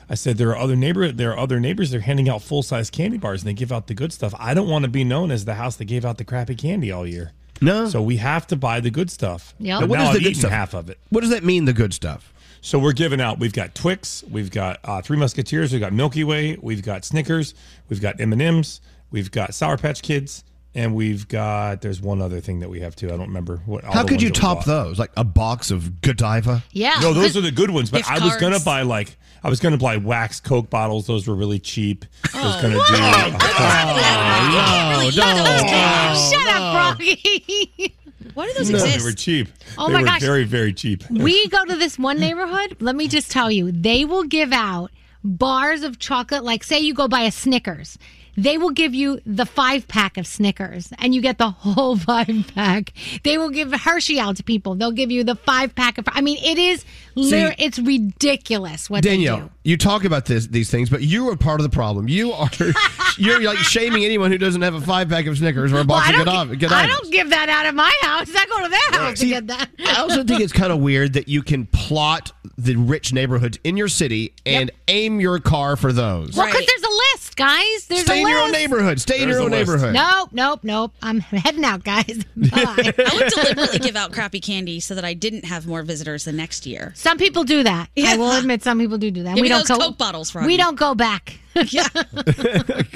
S8: I said there are other neighbor there are other neighbors they're handing out full size candy bars and they give out the good stuff. I don't want to be known as the house that gave out the crappy candy all year.
S3: No.
S8: So we have to buy the good stuff.
S3: Yep.
S8: But
S3: What
S8: now
S3: is the
S8: I've
S3: good
S8: eaten
S3: stuff?
S8: half of it.
S3: What does that mean, the good stuff?
S8: So we're giving out. We've got Twix. We've got uh, Three Musketeers. We've got Milky Way. We've got Snickers. We've got M and M's. We've got Sour Patch Kids. And we've got. There's one other thing that we have too. I don't remember what. all
S3: How
S8: the
S3: could
S8: ones
S3: you
S8: that we
S3: top
S8: bought.
S3: those? Like a box of Godiva?
S8: No, those are the good ones. But
S3: Gift
S8: I was gonna
S3: cards.
S8: buy like I was gonna buy wax Coke bottles. Those were really cheap. I was gonna do. uh, <laughs>
S3: Oh, no, no.
S6: Shut up, Froggy. <laughs>
S5: What are
S8: No,
S5: those
S8: They
S5: exist?
S8: were cheap.
S6: Oh
S8: they
S6: my
S8: were
S6: gosh.
S8: very very cheap.
S6: we go to this one neighborhood. Let me just tell you, they will give out bars of chocolate. Like, say you go buy a Snickers, They will give you the five pack of Snickers and you get the whole <laughs> five pack. They will give Hershey out to people. They'll give you the five pack of, I mean, it is, lir- it's ridiculous what they do.
S3: Danielle, you talk about this, these things, but you are part of the problem. You are <laughs> you're like shaming anyone who doesn't have a five pack of Snickers or a
S6: Well,
S3: box
S6: I
S3: of
S6: don't,
S3: good
S6: gi-
S3: Ob- good
S6: I
S3: Ob-
S6: don't give that out of my house. I go to their house to get
S3: <laughs>
S6: that.
S3: I also think it's kind of weird that you can plot the rich neighborhoods in your city and aim your car for those.
S6: Well, because there's a list, guys. There's
S3: Stay
S6: a
S3: in your own
S6: list.
S3: neighborhood. Stay in your own neighborhood.
S6: Nope, nope, nope. I'm <laughs> heading out, guys.
S5: I would deliberately give out crappy candy so that I didn't have more visitors the next year.
S6: Some people do that. I will admit, some people do do that.
S5: Give
S6: we
S5: me
S6: don't
S5: those
S6: go
S5: Coke bottles,
S6: We
S3: <laughs>
S5: Froggy.
S6: don't go back. <laughs>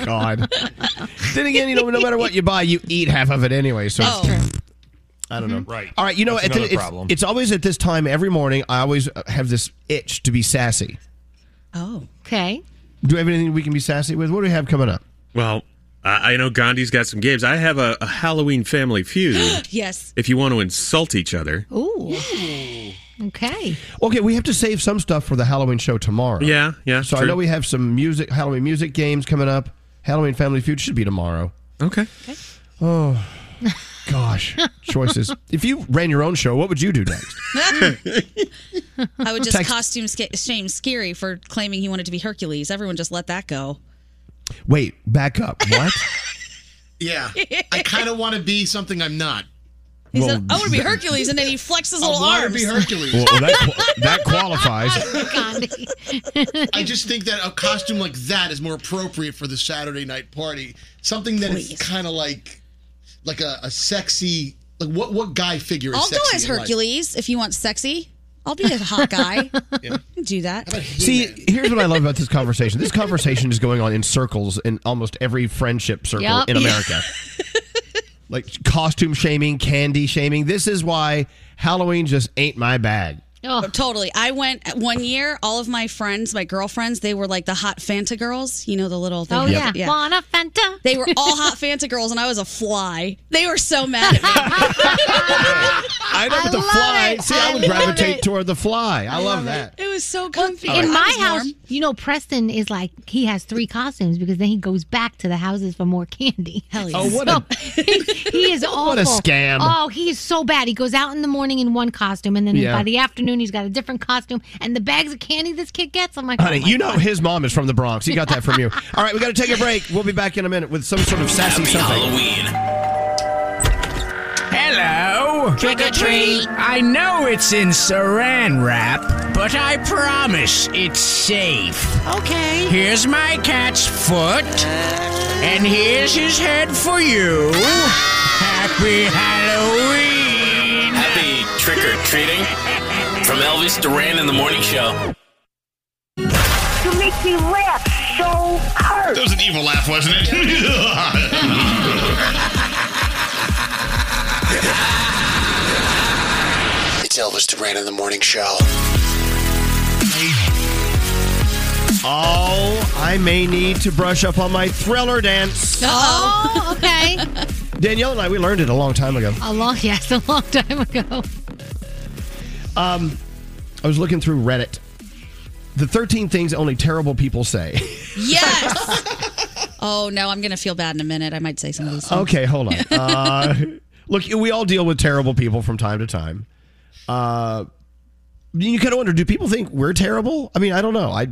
S3: God. then again, you know, no matter what you buy, you eat half of it anyway. So
S6: Oh.
S3: it's-
S6: Mm-hmm.
S3: I don't know.
S19: Right.
S3: All right, you know,
S19: That's
S3: at the-
S19: another
S3: it's,
S19: problem.
S3: it's always at this time every morning. I always uh, have this itch to be sassy.
S5: Oh,
S6: okay.
S3: Do we have anything we can be sassy with? What do we have coming up?
S14: Well, I I know Gandhi's got some games. I have a, a Halloween family
S20: <gasps>
S14: feud.
S5: Yes.
S14: If you want to insult each other.
S6: Ooh. Okay.
S3: Okay, we have to save some stuff for the Halloween show tomorrow.
S14: Yeah, yeah,
S3: So I
S14: true.
S3: know we have some music, Halloween music games coming up. Halloween Family Feud should be tomorrow.
S14: Okay.
S3: Oh,
S5: <laughs>
S3: gosh. Choices. If you ran your own show, what would you do next?
S5: <laughs> I would just
S3: Text-
S5: costume sca- shame Scary for claiming he wanted to be Hercules. Everyone just let that go.
S3: Wait, back up. What?
S5: <laughs>
S13: Yeah. I kind of want to be something I'm not.
S5: He
S3: Well,
S5: said, "I want
S13: <laughs>
S5: to be Hercules," and then he flexed his
S13: I
S5: little
S13: wanna
S5: arms.
S13: be Hercules.
S3: Well, that, qua- that qualifies.
S5: <laughs>
S3: <laughs>
S13: <laughs> I just think that a costume like that is more appropriate for the Saturday night party. Something that is kind of like like a, a sexy like what what guy figure is
S5: I'll go
S13: sexy
S5: as
S13: in life?
S5: Hercules if you want sexy. I'll be a hot
S13: <laughs>
S5: guy. Do that.
S3: See, here's what I love about <laughs> this conversation. This conversation is going on in circles in almost every friendship circle
S5: Yup.
S3: in <laughs> America. like costume shaming, candy shaming. This is why Halloween just ain't my bag.
S6: Oh.
S5: Totally. I went one year, all of my friends, my girlfriends, they were like the hot Fanta girls. You know, the little.
S6: Oh,
S5: they-
S6: yeah. Wanna Fanta?
S5: They were all hot Fanta girls, and I was a fly. They were so
S6: <laughs>
S5: mad at me.
S3: I know but the fly. See, I would gravitate toward the fly. I, love, that.
S5: It was so comfy.
S3: All
S6: In my
S3: right. I was
S6: house,
S3: warm.
S6: you know, Preston is like he has three costumes because then he goes back to the houses for more candy. Hell <laughs>
S3: Oh, what a-
S6: he is awful.
S3: <laughs> What a scam.
S6: Oh, he is so bad. He goes out in the morning in one costume, and then
S3: Yeah.
S6: by the afternoon he's got a different costume. And the bags of candy this kid gets, I'm like,
S3: Honey,
S6: oh my
S3: you know his mom is from the Bronx. He got that from <laughs> you. All right, we got to take a break. We'll be back in a minute with some sort of sassy
S1: Happy
S3: something.
S1: Halloween.
S21: Hello. Trick or treat. I know it's in saran wrap, but I promise it's safe. Okay. Here's my cat's foot, and here's his head for you. Happy Halloween.
S1: Happy trick or treating from Elvis Duran in the Morning Show.
S4: You make me laugh so hard.
S1: That was an evil laugh, wasn't it?
S17: <laughs> It's Elvis Duran in the morning show.
S3: Oh, I may need to brush up on my thriller dance.
S6: <laughs> Oh, okay.
S3: Danielle and I, we learned it a long time ago.
S6: a long, <laughs> yes, a long time ago.
S3: Um, I was looking through Reddit. The 13 things only terrible people say. <laughs>
S5: Yes. oh no, I'm gonna feel bad in a minute. I might say some of these. things.
S3: okay, hold on. Uh, look, we all deal with terrible people from time to time. Uh, you kind of wonder, do people think we're terrible? I mean, I don't know. I,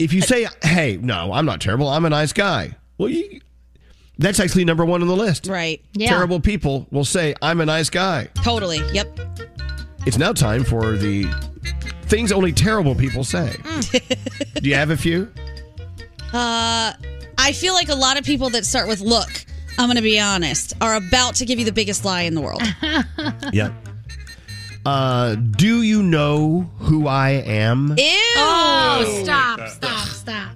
S3: if you say, "Hey, no, I'm not terrible. I'm a nice guy," well, you, that's actually number one on the list.
S5: Right.
S6: Yeah.
S3: Terrible people will say, "I'm a nice guy."
S5: Totally. Yep.
S3: It's now time for the things only terrible people say. do you have a few?
S5: Uh, I feel like a lot of people that start with "look," I'm gonna be honest, are about to give you the biggest lie in
S6: <laughs>
S5: the world.
S3: Yeah. Uh, do you know who I am?
S5: Ew.
S6: <laughs> Oh, stop, stop, stop.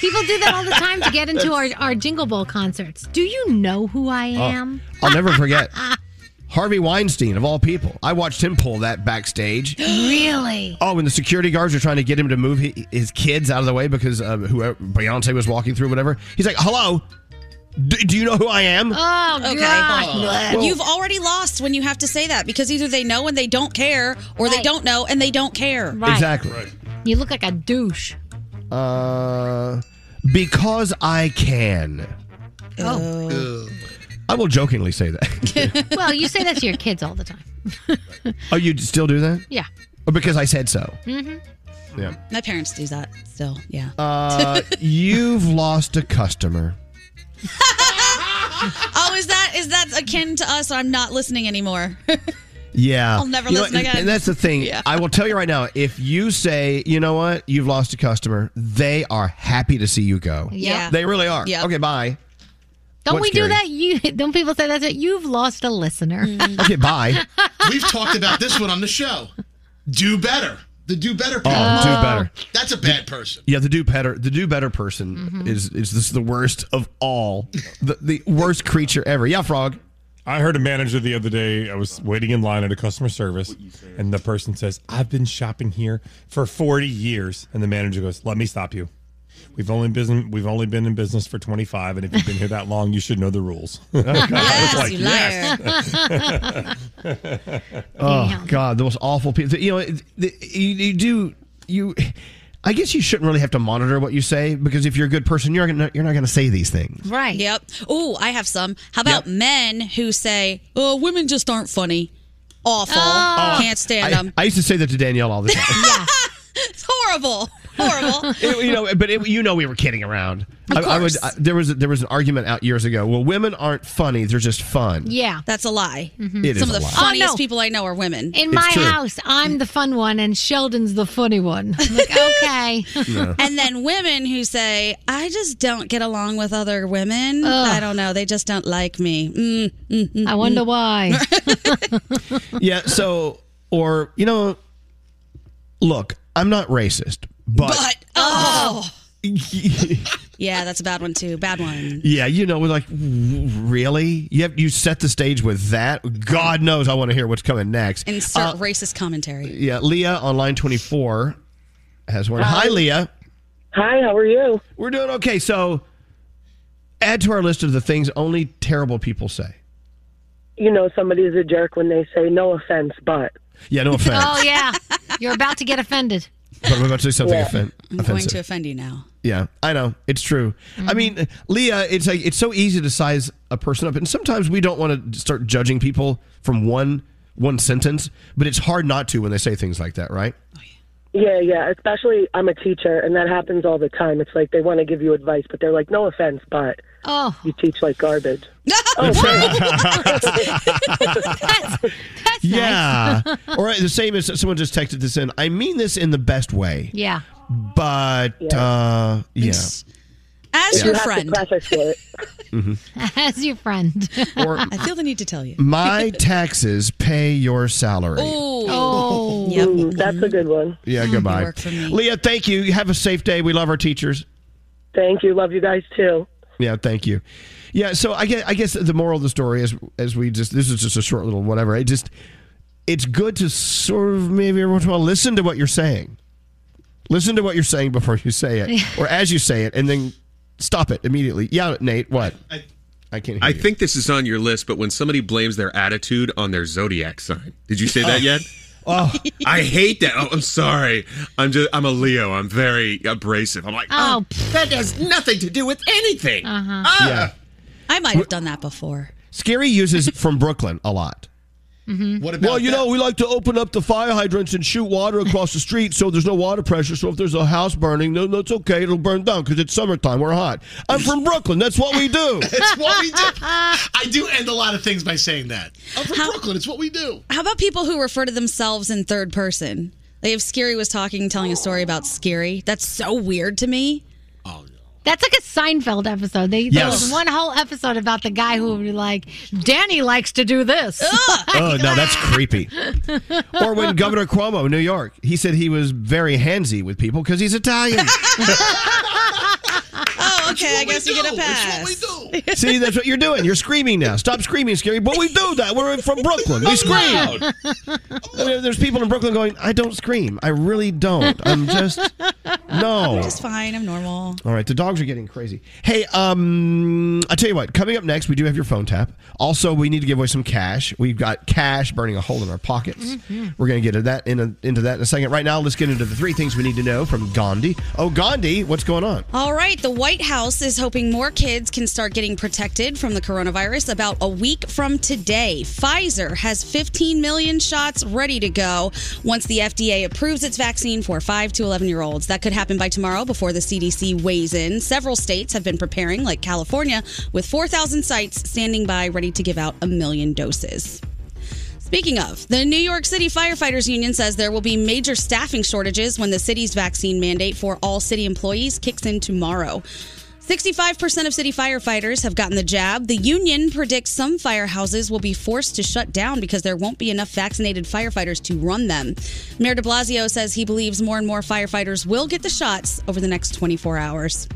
S6: People do that all the time
S3: <laughs>
S6: to get into our, our Jingle Bowl concerts. Do you know who I
S3: Oh,
S6: am?
S3: I'll never forget. Harvey Weinstein, of all people. I watched him pull that
S6: <gasps> <gasps>
S3: backstage.
S6: Really?
S3: Oh, when the security guards are trying to get him to move hi- his kids out of the way because uh, whoever Beyonce was walking through, whatever. He's like, "Hello, do, do you know who I am?"
S6: Oh,
S5: okay.
S3: God. Well-
S5: You've already lost when you have to say that because either they know and they don't care, or they don't know and they don't care.
S3: Exactly.
S6: You look like a douche.
S3: Uh, Because I can.
S6: Oh.
S3: I will jokingly say that.
S6: <laughs> well, you say that to your kids all the time.
S3: Oh, you still do that?
S6: Yeah.
S3: Or because I said so.
S6: hmm
S3: Yeah.
S5: My parents do that still. Yeah.
S6: <laughs>
S3: Uh, you've lost a customer.
S5: oh, is that is that akin to us? I'm not listening anymore.
S3: Yeah.
S5: I'll never
S3: You know
S5: listen
S3: what,
S5: again.
S3: And that's the thing. I will tell you right now if you say, you know what, you've lost a customer, they are happy to see you go.
S6: Yeah.
S3: They really are.
S6: Yeah.
S3: Okay, bye.
S6: Don't
S3: What's
S6: we do that?
S3: scary?
S6: You don't people say that? You've lost a listener.
S5: Mm.
S6: <laughs>
S5: <laughs>
S3: Okay, bye.
S13: We've talked about this one on the show. Do better. The do better.
S3: Oh,
S13: People.
S3: do better.
S13: That's a bad person. <laughs>
S3: Yeah, the do better, the do better person
S5: Mm-hmm.
S13: Mhm.
S3: is is this the worst
S5: <laughs>
S3: of all, the the worst creature ever. Yeah, frog.
S19: I heard a manager the other day. I was waiting in line at a customer service, and the person says, "I've been shopping here for 40 years," and the manager goes, "Let me stop you. We've only been we've only been in business for 25, and if you've been here that long, you should know the rules." <laughs>
S3: <laughs> Yes,
S19: like,
S3: you
S19: "Yes."
S3: <laughs>
S5: <laughs>
S3: Oh God, the most awful people. You know, it- the- you, you do you. I guess you shouldn't really have to monitor what you say because if you're a good person, you're not, you're not going to say these things.
S5: Right. Yep. Oh, I have some. How about men who say, "Oh, women just aren't funny." Awful.
S6: Ah.
S5: Can't stand them.
S3: Ah, I used to say that to Danielle all the time.
S5: It's horrible. Horrible.
S3: <laughs> It- you know, but it, you know we were kidding around.
S5: Of
S3: I, I would.
S5: course.
S3: I, there was there was an argument out years ago. Well, women aren't funny; they're just fun.
S6: Yeah. Mm-hmm.
S5: That's a lie.
S3: It
S5: Some of
S3: is a
S5: the
S3: lie.
S5: funniest
S6: Oh, no.
S5: people I know are women.
S6: In my house, I'm the fun one and Sheldon's the funny one. I'm like,
S5: oh.
S6: okay.
S3: No.
S5: <laughs> And then women who say, I just don't get along with other women.
S6: Ugh.
S5: I don't know. They just don't like me. Mm, mm, mm,
S6: I wonder
S5: mm. <laughs>
S6: why.
S3: <laughs> yeah. So, or you know, look, I'm not racist, but,
S14: <laughs>
S5: Oh. yeah, that's a bad one, too. Bad one.
S3: yeah, you know, we're like, w- really? You have you set the stage with that? God knows, I want to hear what's coming next.
S5: Insert
S3: Uh,
S5: racist commentary.
S3: yeah, Leah on line 24 has one. Hi,
S5: Hi.
S3: Leah. Hi, how are you? We're doing okay. So, add to our list of the things only terrible people say.
S20: <laughs> You know, somebody's a jerk when they say, no offense, but.
S3: Yeah, <laughs> no offense,
S6: Oh yeah. You're about to get offended.
S3: but I'm about to say something
S6: Yeah.
S3: offen-
S5: I'm going
S3: offensive.
S5: to offend you now.
S3: Yeah, I know. It's true. I mean, Leah, it's like it's so easy to size a person up and sometimes we don't want to start judging people from one one sentence, but it's hard not to when they say things like that, right?
S20: Yeah, yeah. Especially, I'm a teacher, and that happens all the time. It's like they want to give you advice, but they're like, no offense, but.
S6: Oh.
S20: You teach
S5: <laughs>
S20: like garbage.
S3: yeah. or the same as someone just texted this in. I mean this in the best way,
S6: <laughs> Yeah.
S3: but uh yeah.
S5: As
S3: Yeah.
S5: your
S3: You have to
S5: friend. <laughs>
S3: Mhm.
S6: As your
S3: <laughs>
S6: friend.
S5: I feel the need to tell you.
S3: My taxes pay your salary.
S5: Oh.
S20: Mm-hmm. That's a good one.
S3: Yeah, goodbye.
S20: work for me.
S3: Leah, thank you. You Have a safe day. We love our teachers.
S20: Thank you. Love you guys too.
S3: Yeah, thank you. Yeah, so I guess I guess the moral of the story is as we just this is just a short little whatever. It just it's good to sort of maybe every once in a while listen to what you're saying. Listen to what you're saying before you say it, or as you say it, and then stop it immediately. Yeah, Nate, what? I, can't. Hear
S14: I
S3: you.
S14: think this is on your list, but when somebody blames their attitude on their zodiac sign, did you say that
S3: Oh.
S20: <laughs>
S14: yet?
S3: Oh,
S14: I hate that. Oh, I'm sorry. I'm just I'm a Leo. I'm very abrasive. I'm like
S6: Oh,
S14: Um, that has nothing to do with anything. Uh,
S5: Uh-huh.
S3: <laughs> Yeah.
S5: I might have done that before.
S3: Scary uses from Brooklyn a lot.
S6: Mm-hmm.
S13: What
S3: well, you know, we like to open up the fire hydrants and shoot water across the street so there's no water pressure. So if there's a house burning, no, no, it's okay. It'll burn down because it's summertime. We're hot. I'm from Brooklyn. That's what we do.
S13: It's what we do. I do end a lot of things by saying that. I'm from
S5: How-
S13: Brooklyn. It's what we do.
S5: How about people who refer to themselves in third person? Like if Scary was talking, telling a story about Scary, that's so weird to me.
S13: Oh,
S6: That's like a Seinfeld episode. They there
S5: Yes.
S6: was one whole episode about the guy who would be like, Danny likes to do this.
S3: <laughs>
S6: <laughs>
S3: oh, no, that's creepy. Or when Governor Cuomo in New York, he <laughs> said he was very handsy with people because he's Italian.
S5: Oh, okay, I guess you get a pass.
S3: See, that's what you're doing. You're screaming now. Stop screaming, Scary. But we do that. We're from Brooklyn. We scream. <laughs> I mean, there's people in Brooklyn going, I don't scream. I really don't.
S6: <laughs>
S3: I'm just, no.
S5: I'm just fine. I'm normal.
S3: All right, the dogs are getting crazy. Hey, um, I tell you what. Coming up next, we do have your phone tap. Also, we need to give away some cash. We've got cash burning a hole in our pockets.
S22: Mhm.
S3: We're going to get into that in a, into that in a second. Right now, let's get into the three things we need to know from Gandhi. Oh, Gandhi, what's going on?
S5: All right, the White House is hoping more kids can start getting protected from the coronavirus about a week from today. Pfizer has 15 million shots ready to go once the FDA approves its vaccine for 5 to 11 year olds. That could happen by tomorrow before the CDC weighs in. Several states have been preparing, like California, with 4,000 sites standing by ready to give out a million doses. Speaking of, the New York City Firefighters Union says there will be major staffing shortages when the city's vaccine mandate for all city employees kicks in tomorrow. 65% of city firefighters have gotten the jab. The union predicts some firehouses will be forced to shut down because there won't be enough vaccinated firefighters to run them. Mayor de Blasio says he believes more and more firefighters will get the shots over the next 24 hours.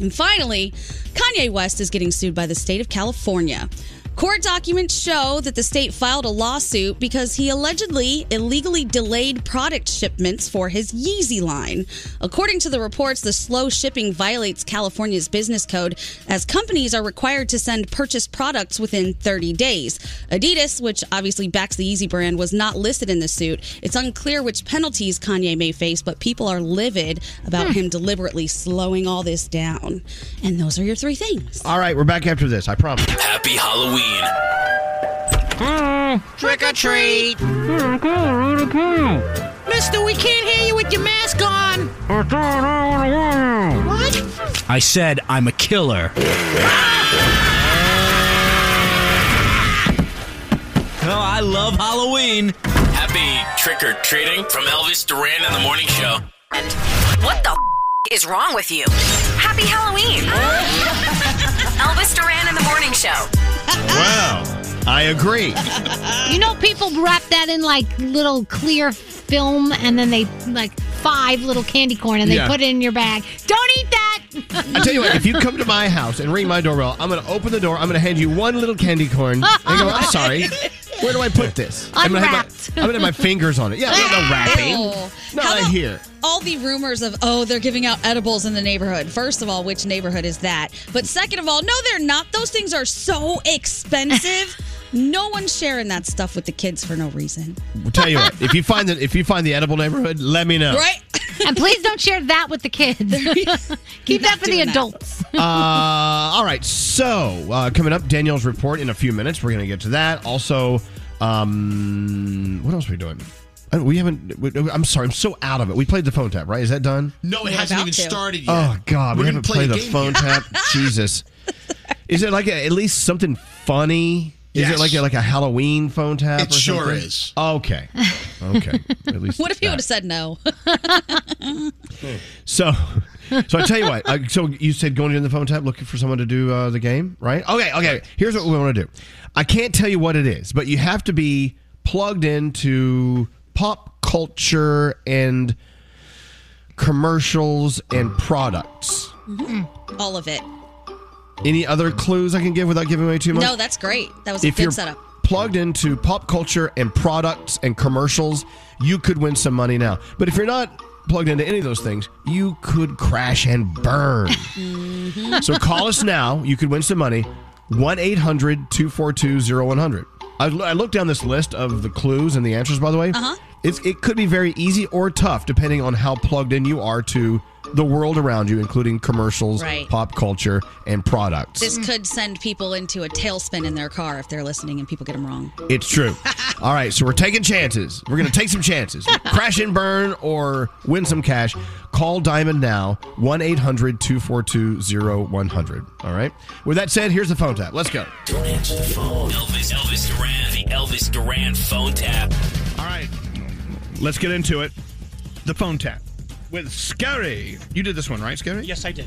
S5: And finally, Kanye West is getting sued by the state of California. Court documents show that the state filed a lawsuit because he allegedly illegally delayed product shipments for his Yeezy line. According to the reports, the slow shipping violates California's business code as companies are required to send purchased products within 30 days. Adidas, which obviously backs the Yeezy brand, was not listed in the suit. It's unclear which penalties Kanye may face, but people are livid about
S3: Hmm.
S5: him deliberately slowing all this down. And those are your three things.
S3: All right, we're back after this. I promise.
S1: Happy Halloween.
S21: Hmm, Trick or treat. Hmm, Mister, we can't hear you with your mask on. What?
S23: I said I'm a killer.
S1: Oh, I love Halloween. Happy trick or treating from Elvis Duran and the Morning Show.
S4: What the f- is wrong with you? Happy <laughs> Halloween. Elvis Duran and the Morning Show.
S3: <laughs> Wow. I agree.
S6: You know, people wrap that in like little clear film, and then they like five little candy corn, and they
S3: Yeah.
S6: put it in your bag. Don't eat that.
S3: I tell
S6: <laughs>
S3: you what, if you come to my house and ring my doorbell, I'm going to open the door. I'm going to hand you one little candy <laughs> corn and go, I'm sorry. Where do I put this? <laughs> I'm gonna have
S5: Unwrapped.
S3: my, I'm gonna have my fingers on
S5: <laughs>
S3: it. Yeah, no, <laughs> no wrapping.
S5: Ew.
S3: Not in here.
S5: all the rumors of oh they're giving out edibles in the neighborhood first of all which neighborhood is that but second of all no they're not those things are so expensive no one's sharing that stuff with the kids for no reason
S3: I'll tell you what, if you find the if you find the edible neighborhood, let me know.
S5: right
S6: and please don't share that with the kids. Keep that for the adults.
S3: <laughs> uh, all right. So uh, coming up, Danielle's report in a few minutes. We're going to get to that. Also, um, what else are we doing? I- We haven't. we- I'm sorry. I'm so out of it. We played the phone tap, right? Is that
S13: <laughs>
S3: done?
S13: No, it hasn't even started yet.
S3: Oh God, we
S13: We're gonna
S3: haven't
S13: play
S3: played
S13: a
S3: the
S13: game
S3: phone
S13: here. <laughs>
S3: tap. Jesus, is it like a, at least something funny? Is it
S13: Yes.
S3: like a, like a Halloween phone tap?
S13: It
S3: or
S13: sure
S3: something?
S13: is.
S3: Okay, okay. At
S13: <laughs>
S3: least
S5: what if you would have said no <laughs>
S3: so. So I tell you what. I, so you said going in the phone tap, looking for someone to do uh, the game, right? Okay, okay. Here's what we want to do. I can't tell you what it is, but you have to be plugged into pop culture and commercials and products.
S5: all of it
S3: Any other clues I can give without giving away too much?
S5: no that's great that was a
S3: if
S5: good
S3: you're
S5: setup
S3: plugged into pop culture and products and commercials, you could win some money now. But if you're not plugged into any of those things, you could crash and
S5: <laughs>
S3: burn.
S5: Mm-hmm.
S3: so call us now. You could win some money. 1 800 242 0100. I I looked down this list of the clues and the answers, by the way. Uh-huh. It's, it could be very easy or tough depending on how plugged in you are to the world around you, including commercials,
S5: Right.
S3: pop culture, and products.
S5: this could send people into a tailspin in their car if they're listening and people get them wrong
S3: It's
S5: <laughs>
S3: true. All right, so we're taking chances. We're going to take some chances. Crash and burn or win some cash. Call Diamond now, 1 800 242 0100. All right? With that said, here's the phone tap. Let's go.
S1: Don't answer the phone. Elvis, Elvis Duran, the Elvis Duran phone tap.
S3: All right. Let's get into it. The phone tap with Scary. You did this one, right, Scary?
S18: Yes, I did.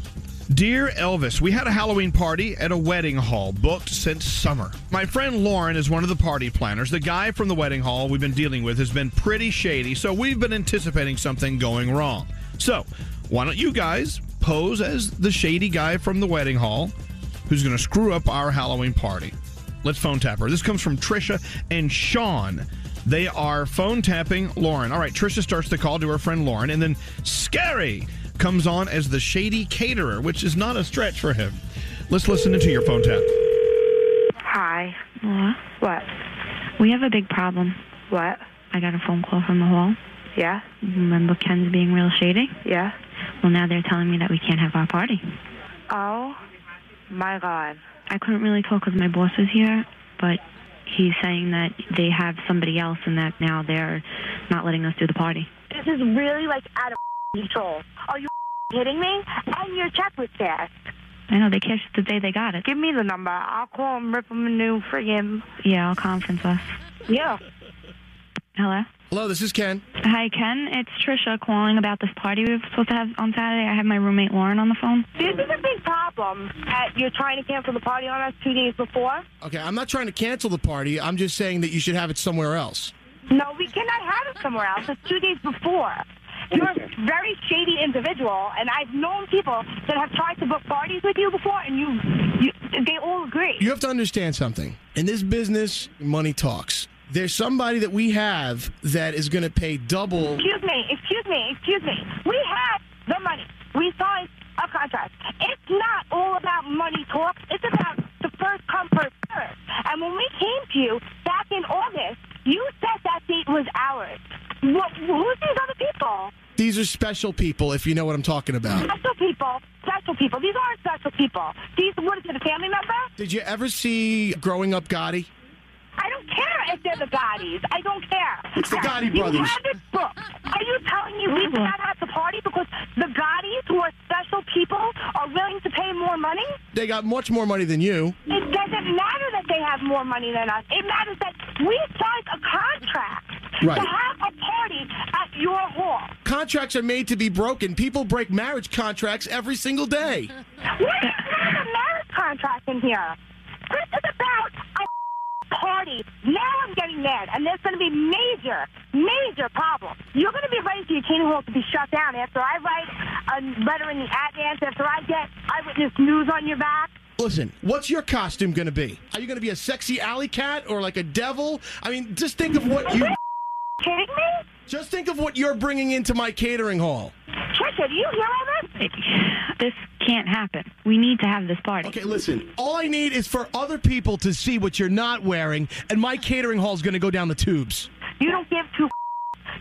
S24: Dear Elvis, we had a Halloween party at a wedding hall booked since summer. My friend Lauren is one of the party planners. The guy from the wedding hall we've been dealing with has been pretty shady, so we've been anticipating something going wrong. So, why don't you guys pose as the shady guy from the wedding hall who's going to screw up our Halloween party. Let's phone tap her. This comes from Trisha and Sean. They are phone tapping Lauren. All right, Trisha starts the call to her friend Lauren, and then Scary comes on as the shady caterer, which is not a stretch for him. Let's listen into your phone tap.
S2: Hi. What? We have a big problem. What? I got a phone call from the hall. Yeah? Remember Ken's being real shady? Yeah. Well, now they're telling me that we can't have our party.
S10: Oh my god.
S2: I couldn't really talk because my boss was here, but he's saying that they have somebody else and that now they're not letting us do the party.
S10: This is really like out of <laughs> control. Are you <laughs> kidding me? And your check was cashed.
S2: I know, they cashed it the day they got it.
S10: Give me the number. I'll call him, rip him a new friggin'.
S2: Yeah, I'll conference us.
S10: Yeah.
S2: Hello?
S13: Hello, this is Ken.
S2: Hi, Ken. It's Trisha calling about this party we were supposed to have on Saturday. I have my roommate Lauren on the phone.
S10: This is a big problem that you're trying to cancel the party on us two days before.
S13: Okay, I'm not trying to cancel the party. I'm just saying that you should have it somewhere else.
S10: No, we cannot have it somewhere else. It's two days before. You're a very shady individual, and I've known people that have tried to book parties with you before, and you, you they all agree.
S13: You have to understand something. In this business, money talks. There's somebody that we have that is going to pay double.
S10: Excuse me, excuse me, excuse me. We have the money. We signed a contract. It's not all about money talk. It's about the first come, first serve. And when we came to you back in August, you said that date was ours. What, who's these other people?
S13: These are special people, if you know what I'm talking about.
S10: Special people, special people. These aren't special people. These, what is it, a family member?
S13: Did you ever see Growing Up Gotti?
S10: I don't care if they're the Gaudis. I don't care.
S13: It's the Gotti
S10: You
S13: brothers.
S10: have this book. Are you telling me we cannot have the party because the Gaudis, who are special people, are willing to pay more money?
S13: They got much more money than you.
S10: It doesn't matter that they have more money than us. It matters that we signed a contract
S13: Right.
S10: to have a party at your hall.
S13: Contracts are made to be broken. People break marriage contracts every single day.
S10: What is not a marriage contract in here? This is about a party. Now I'm getting mad, and there's going to be major, major problems. You're going to be ready for your King Hall to be shut down after I write a letter in the advance, after I get eyewitness news on your back.
S13: Listen, what's your costume going to be? Are you going to be a sexy alley cat or like a devil? I mean, just think of what you.
S10: Kidding me?
S13: Just think of what you're bringing into my catering hall.
S10: Trisha, do you hear all this?
S2: This can't happen. We need to have this party.
S13: Okay, listen. All I need is for other people to see what you're not wearing, and my catering hall's going to go down the tubes.
S10: You <laughs> don't give two.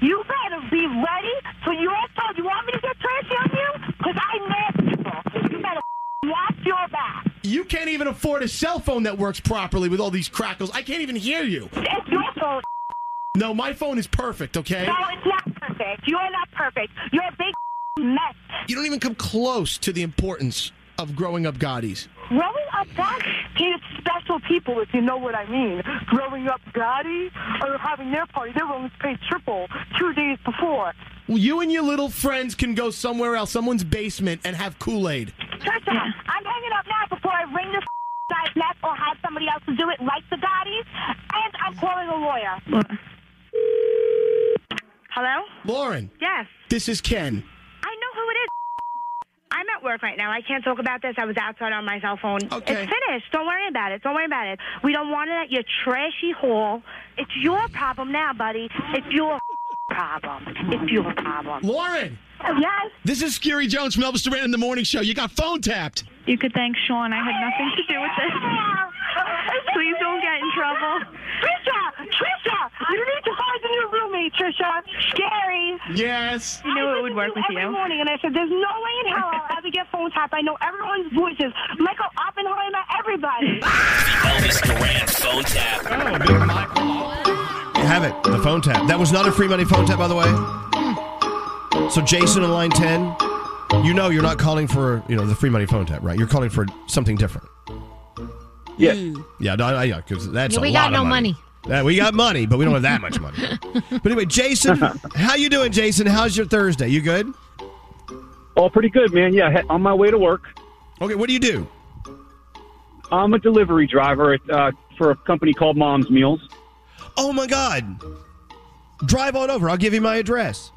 S10: You better be ready for your phone. You want me to get trashy on you? Because I mad people. You better watch your back.
S13: You can't even afford a cell phone that works properly with all these crackles. I can't even hear you.
S10: It's your phone.
S13: No, my phone is perfect, okay?
S10: No, it's not perfect. You are not perfect. You're a big mess.
S13: You don't even come close to the importance of growing up Gaudis.
S10: Growing up that hated special people, if you know what I mean. Growing up Gotti or having their party, they were only paid triple two days before.
S13: Well, you and your little friends can go somewhere else, someone's basement, and have Kool Aid.
S10: Trisha, I'm hanging up now before I ring this <laughs> guy's neck or have somebody else to do it like the Gottis, and I'm calling a lawyer. Hello?
S13: Lauren,
S10: Yes.
S13: this is Ken.
S10: I know who it is. I'm at work right now. I can't talk about this. I was outside on my cell phone.
S13: Okay.
S10: It's finished. Don't worry about it. Don't worry about it. We don't want it at your trashy hall. It's your problem now, buddy. It's your <laughs> problem. It's your
S2: Um,
S10: problem.
S13: Lauren!
S10: Yes?
S11: This is Scary Jones from Elvis Duran in the Morning Show. You got phone tapped.
S2: You could thank Sean. I had nothing to do with
S10: <laughs>
S2: this. Please don't get in trouble.
S10: Trisha! Trisha! You need to find a new roommate, Trisha. Scary.
S11: Yes.
S10: You know it would work with every you. morning, and I said, "There's no way in hell I'll ever get phone tap. I know everyone's voices. Michael Oppenheimer, everybody."
S1: Elvis Duran phone tap.
S3: You have it. The phone tap. That was not a free money phone tap, by the way. So Jason in line ten, you know you're not calling for you know the free money phone tap, right? You're calling for something different.
S6: Yes.
S3: Yeah, no, no, yeah, because that's
S6: Yeah,
S3: a
S6: we got
S3: lot
S6: no
S3: of money.
S6: money.
S3: Yeah, we got money, but we don't have that
S6: <laughs>
S3: much money. But anyway, Jason, how you doing, Jason? How's your Thursday? You good?
S22: Oh, pretty good, man. Yeah, he- on my way to work.
S3: Okay, what do you do?
S22: I'm a delivery driver at, uh, for a company called Mom's Meals.
S3: Oh my God! Drive on over. I'll give you my address.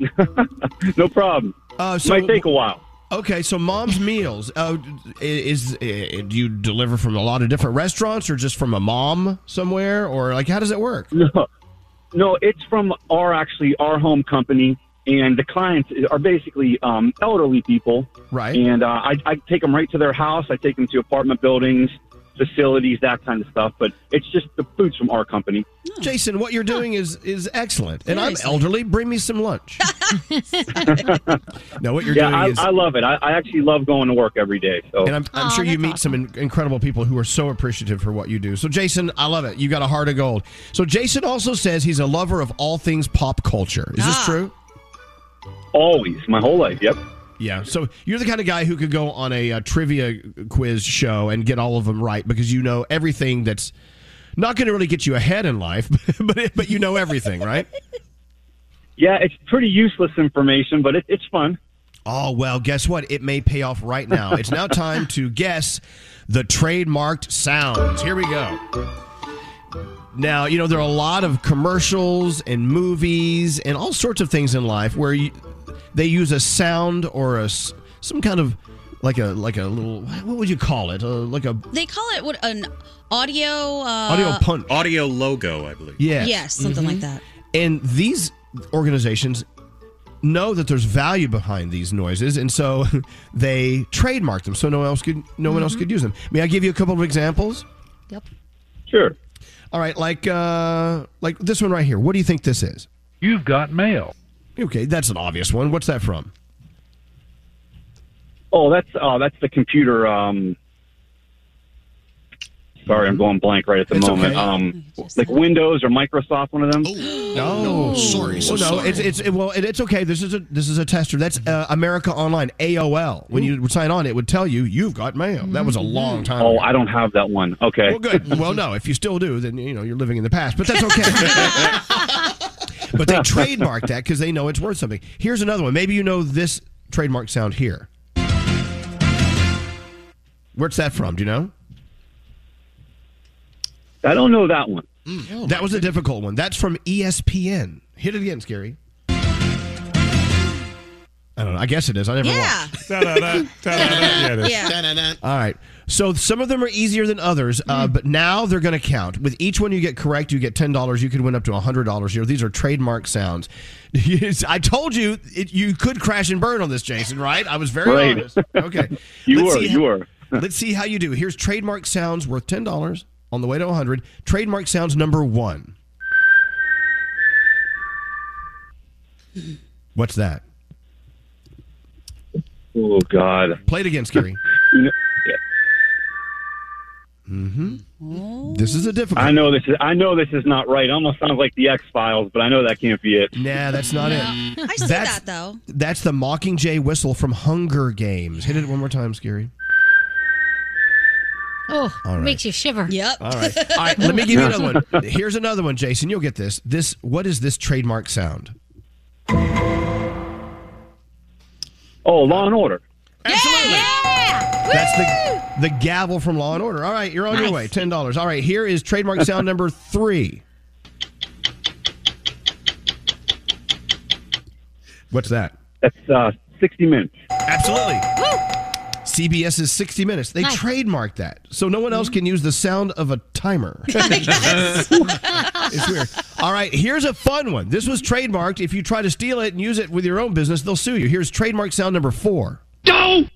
S22: <laughs> No problem.
S3: Uh,
S22: Might take a while.
S3: Okay, so mom's meals uh, is, eh, do you deliver from a lot of different restaurants or just from a mom somewhere or like how does it work?
S22: No, no, it's from our actually our home company, and the clients are basically um, elderly people.
S3: Right.
S22: And uh, I, I take them right to their house. I take them to apartment buildings, facilities, that kind of stuff. But it's just the food's from our company.
S3: Jason, what you're doing is is excellent, and I'm
S22: Seriously.
S3: elderly. Bring me some lunch. <laughs> no, what you're
S22: yeah,
S3: doing
S22: I,
S3: is
S22: I love it. I, I actually love going to work every day. So.
S3: And I'm, I'm sure you meet some in- incredible people who are so appreciative for what you do. So, Jason, I love it. You got a heart of gold. So, Jason also says he's a lover of all things pop culture. Is this true?
S22: Always, my whole life. Yep.
S3: Yeah. So, you're the kind of guy who could go on a, uh trivia quiz show and get all of them right because you know everything that's not going to really get you ahead in life, <laughs> but but you know everything, right?
S22: Yeah, it's pretty useless information, but it, it's fun.
S3: Oh, well, guess what? It may pay off right now. It's now time to guess the trademarked sounds. Here we go. Now, you know, there are a lot of commercials and movies and all sorts of things in life where you, they use a sound or a s- some kind of like a like a little what would you call it? Uh, like a
S5: They call it what an audio uh,
S3: audio punch.
S14: Audio logo, I believe.
S3: Yes. Mm-hmm.
S5: Yes, something like that.
S3: And these organizations know that there's value behind these noises, and so <laughs> they trademark them so no one else could no one else
S7: Mhm.
S3: could use them. May I give you a couple of examples?
S6: Yep.
S22: Sure.
S3: All right, like uh like this one right here. What do you think this is? You've got mail. Okay, that's an obvious one. What's that from?
S22: Oh, that's oh, that's the computer. Um, sorry, I'm going blank right at the
S3: Mm-hmm. It's
S22: moment.
S3: okay.
S22: Um, like Windows or Microsoft, one of them.
S3: <gasps> No,
S22: Oh, sorry, so
S3: well, Oh, no,
S22: sorry.
S3: it's it's it- well, it, it's okay. This is a this is a tester. That's uh, America Online AOL. When you would sign on, it would tell you you've got mail. That was a long time.
S22: Oh,
S3: ago.
S22: I don't have that one. Okay. <laughs>
S3: Well, good. Well, no, if you still do, then you know you're living in the past, but that's okay. but they trademark that because they know it's worth something. Here's another one. Maybe you know this trademark sound here. Where's that from? Do you know?
S22: I don't know that one.
S3: Mm. that was a difficult one. That's from E ESPN. Hit it again, Scary. I don't know. I guess it is. I never
S5: Yeah.
S3: watched.
S5: Yeah.
S3: All right. So some of them are easier than others,
S22: Mm.
S3: uh, but now they're going to count. With each one you get correct, you get ten dollars. You could win up to hundred dollars here. These are trademark sounds. <laughs> Yes, I told you it, you could crash and burn on this, Jason. Right? I was very
S22: Right.
S3: honest. Okay.
S22: <laughs> You
S3: Let's
S22: were,
S3: see
S22: you <laughs>
S3: how-
S22: were.
S3: let's see how you do. Here's trademark sounds worth ten dollars on the way to hundred. Trademark sounds number
S22: <laughs>
S3: one. What's that?
S22: Oh God.
S3: Play it again, Scary.
S22: You know- <laughs> yeah.
S3: Mm-hmm. This is a difficult.
S22: I know this is. I know this is not right. It almost sounds like the X Files, but I know that can't be it.
S3: Nah, that's not it.
S5: I see
S3: That's-
S5: that though.
S3: That's the Mockingjay whistle from Hunger Games. Hit it one more time, Scary.
S6: Oh,
S3: All right.
S6: makes you shiver.
S5: Yep.
S3: <laughs> All
S5: <laughs>
S3: right. All right, let me give you another one. Here's another one, Jason. You'll get this. This what is this trademark sound?
S22: Oh, Law and Order.
S3: That's the the gavel from Law and Order. All right, you're on your way. Ten dollars. All right, here is trademark sound number three. What's that?
S22: That's uh, 60 Minutes.
S3: Absolutely. CBS is 60 Minutes. They
S22: Nice.
S3: trademarked that. So no one else can use the sound of a timer. it's weird. All right, here's a fun one. This was trademarked. If you try to steal it and use it with your own business, they'll sue you. Here's trademark sound number four.
S22: Don't.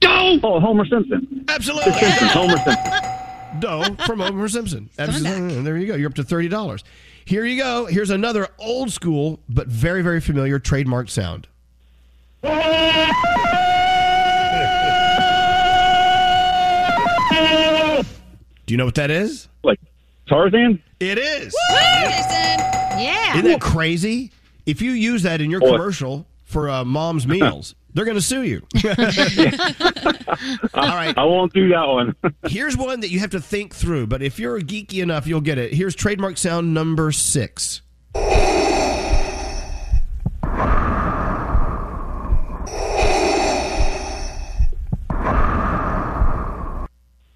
S22: Don't. Oh, Homer Simpson.
S3: Absolutely.
S22: The Simpsons,
S3: <laughs>
S22: Homer Simpson.
S3: Doe from Homer Simpson. Absolutely. Mm, There you go. You're up to $30. Here you go. Here's another old school, but very, very familiar trademark sound. Do you know what that is?
S22: Like Tarzan?
S3: It is.
S6: Yeah.
S3: Isn't that crazy? If you use that in your
S22: Oh, it-
S3: commercial for
S22: <laughs>
S3: uh, mom's meals, they're going to sue you. <laughs> All right.
S22: I won't do that one. <laughs>
S3: Here's one that you have to think through, but if you're geeky enough, you'll get it. Here's trademark sound number six.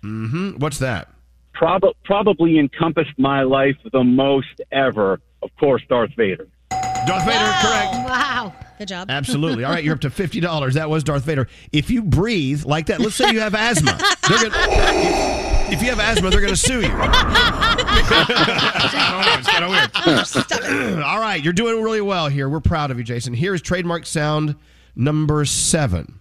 S3: Mm-hmm. What's that?
S22: Prob- probably encompassed my life the most ever. Of course, Darth Vader.
S3: Darth Vader, correct.
S6: Wow.
S5: Good job.
S3: Absolutely. All right,
S5: <laughs>
S3: you're up to fifty dollars. That was Darth Vader. If you breathe like that, let's say you have asthma. They're gonna, <laughs> if you have asthma, they're going to sue you. <clears throat> All right, you're doing really well here. We're proud of you, Jason. Here is trademark sound number seven.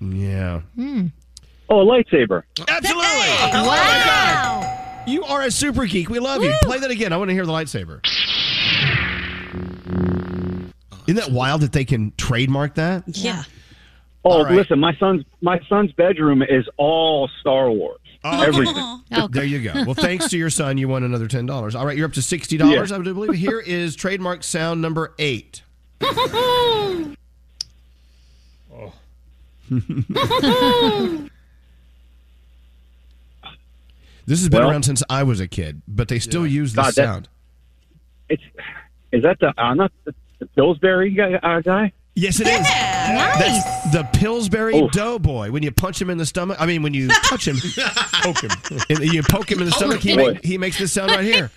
S3: Yeah.
S22: Oh, a lightsaber.
S3: Absolutely. Oh You are a super geek. We love you. Play that again. I want to hear the lightsaber. Isn't that
S13: <laughs>
S3: wild Oh, that they can trademark that?
S5: Yeah.
S22: Oh, listen, my son's my son's bedroom is all Star Wars.
S3: Oh.
S22: Everything.
S3: There you go. Well, thanks to your son, you won another ten dollars. All right, you're up to sixty dollars,
S22: Yeah.
S3: I do believe. Here is trademark sound number eight. <laughs>
S5: <laughs>
S3: This has been
S22: Well-
S3: around since I was a kid, but they still use this
S22: God, that-
S3: sound.
S22: It's is that the uh, not the, the Pillsbury guy? Uh, guy? Oh.
S3: Yes, it is. That's the Pillsbury Doughboy. When you punch him in the stomach, I mean, when you touch
S22: <laughs>
S3: him, poke him, and you poke him in the
S22: Oh,
S3: stomach, he,
S22: boy.
S3: make, he makes this sound right <laughs> here.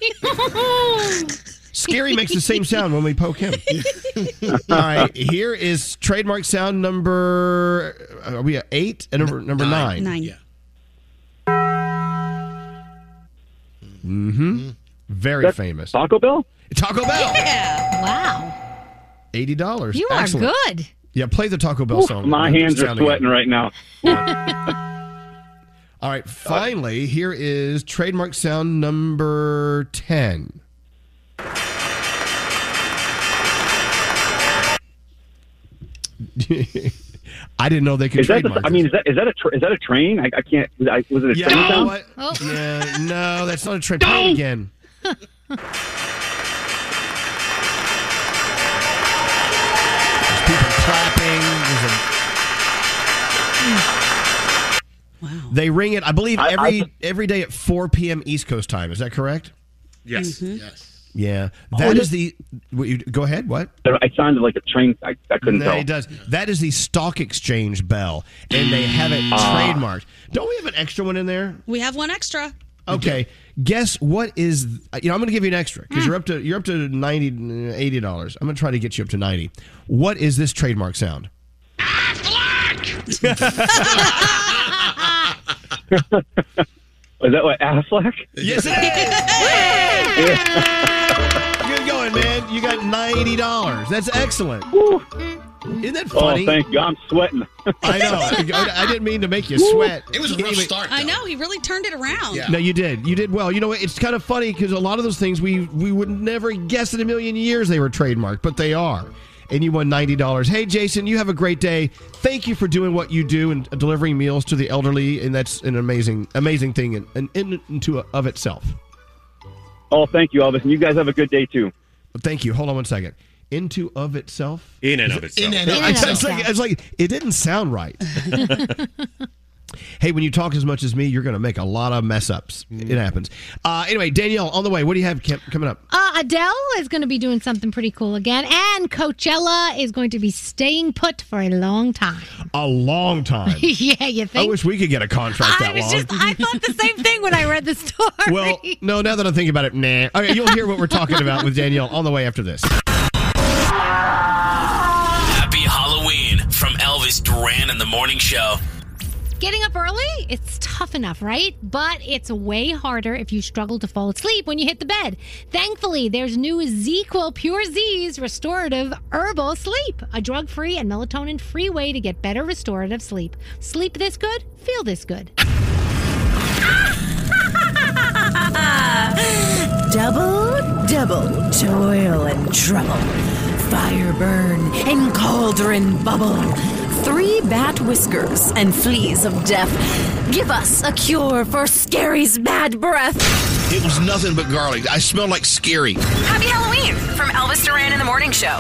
S3: Scary makes the same sound when we
S22: <laughs>
S3: poke him. All right, here is trademark sound number. Are we at eight and number number nine?
S5: Nine. Yeah.
S3: Mm-hmm. Very
S22: That-
S3: famous.
S22: Taco Bell.
S3: Taco Bell.
S6: Wow.
S3: Eighty dollars.
S6: You are
S3: Excellent.
S6: good.
S3: Yeah, play the Taco Bell
S22: Oof,
S3: song.
S22: my
S3: It's
S22: hands are
S3: sounding good.
S22: sweating right now.
S3: All
S22: Uh,
S3: right, finally, here is trademark sound number 10. <laughs> I didn't know they could
S22: Is that? The,
S3: trademark
S22: I mean, is that is that a tra- is that a train? I, I can't. I, was it a
S3: Yeah,
S22: train?
S3: you know
S22: sound?
S3: what? Yeah, no, that's not a train. Play it again. There's people clapping. There's a- They ring it, I believe,
S22: I- I-
S3: every every day at 4 p.m. East Coast time. Is that correct?
S22: Yes.
S3: Yeah,
S22: Oh,
S3: that
S22: it
S3: is the. What you, go ahead. What?
S22: It sounded like a train. I, I couldn't
S3: No,
S22: tell.
S3: it does. That is the stock exchange bell, and they have it
S22: Ah.
S3: trademarked. Don't we have an extra one in there?
S5: We have one extra.
S3: Okay. Guess what is you know I'm going to give you an extra because
S22: Hmm.
S3: you're up to you're up to 90 80 dollars. I'm going to try to get you up to 90. What is this trademark sound? <laughs>
S22: <laughs> Is that what Affleck?
S3: <laughs> Yes,
S22: <laughs>
S3: it is. Good going, man. You got ninety dollars. That's excellent. Isn't that funny?
S22: Oh, thank God, I'm sweating. <laughs>
S3: I know. I didn't mean to make you sweat. Anyway,
S5: I know. He really turned it around.
S3: No, you did. You did well. You know, what? it's kind of funny because a lot of those things we we would never guess in a million years they were trademarked, but they are. And you won ninety dollars. Hey, Jason, you have a great day. Thank you for doing what you do and delivering meals to the elderly, and that's an amazing, amazing thing, and in, in, into of itself.
S22: Oh, thank you, Elvis. And you guys have a good day too.
S3: Thank you. Hold on one second. Into of itself.
S22: In and
S3: Is
S22: of
S3: it-
S22: itself. In and
S3: No,
S22: of
S3: I- it's
S22: itself.
S3: like- it's like it didn't sound right. <laughs> hey, when you talk as much as me, you're going to make a lot of mess ups. It happens. Uh, anyway, Danielle, on the way, what do you have ca- coming up?
S6: Uh, Adele is going to be doing something pretty cool again, and Coachella is going to be staying put for a long time. <laughs>
S3: A
S22: <laughs>
S3: long time.
S6: yeah, you
S3: I
S6: think?
S3: wish we could get a contract
S6: I
S3: that
S6: was
S3: long.
S6: just I thought the same thing when I read the <laughs> story.
S3: well, no, now that I'm thinking about it, nah. Okay, you'll hear what we're talking about with Danielle on the way after this.
S1: Happy Halloween from Elvis Duran and the Morning Show.
S6: Getting up early, it's tough enough, right? But it's way harder if you struggle to fall asleep when you hit the bed. Thankfully, there's new ZQL Pure Z's restorative herbal sleep, a drug free and melatonin free way to get better restorative sleep. Sleep this good, feel this good.
S7: Double, double, toil and trouble. Fire burn and cauldron bubble. Three bat whiskers and fleas of death. Give us a cure for Scary's bad breath.
S3: It was nothing but garlic. I smelled like scary.
S4: Happy Halloween from Elvis Duran in the Morning Show.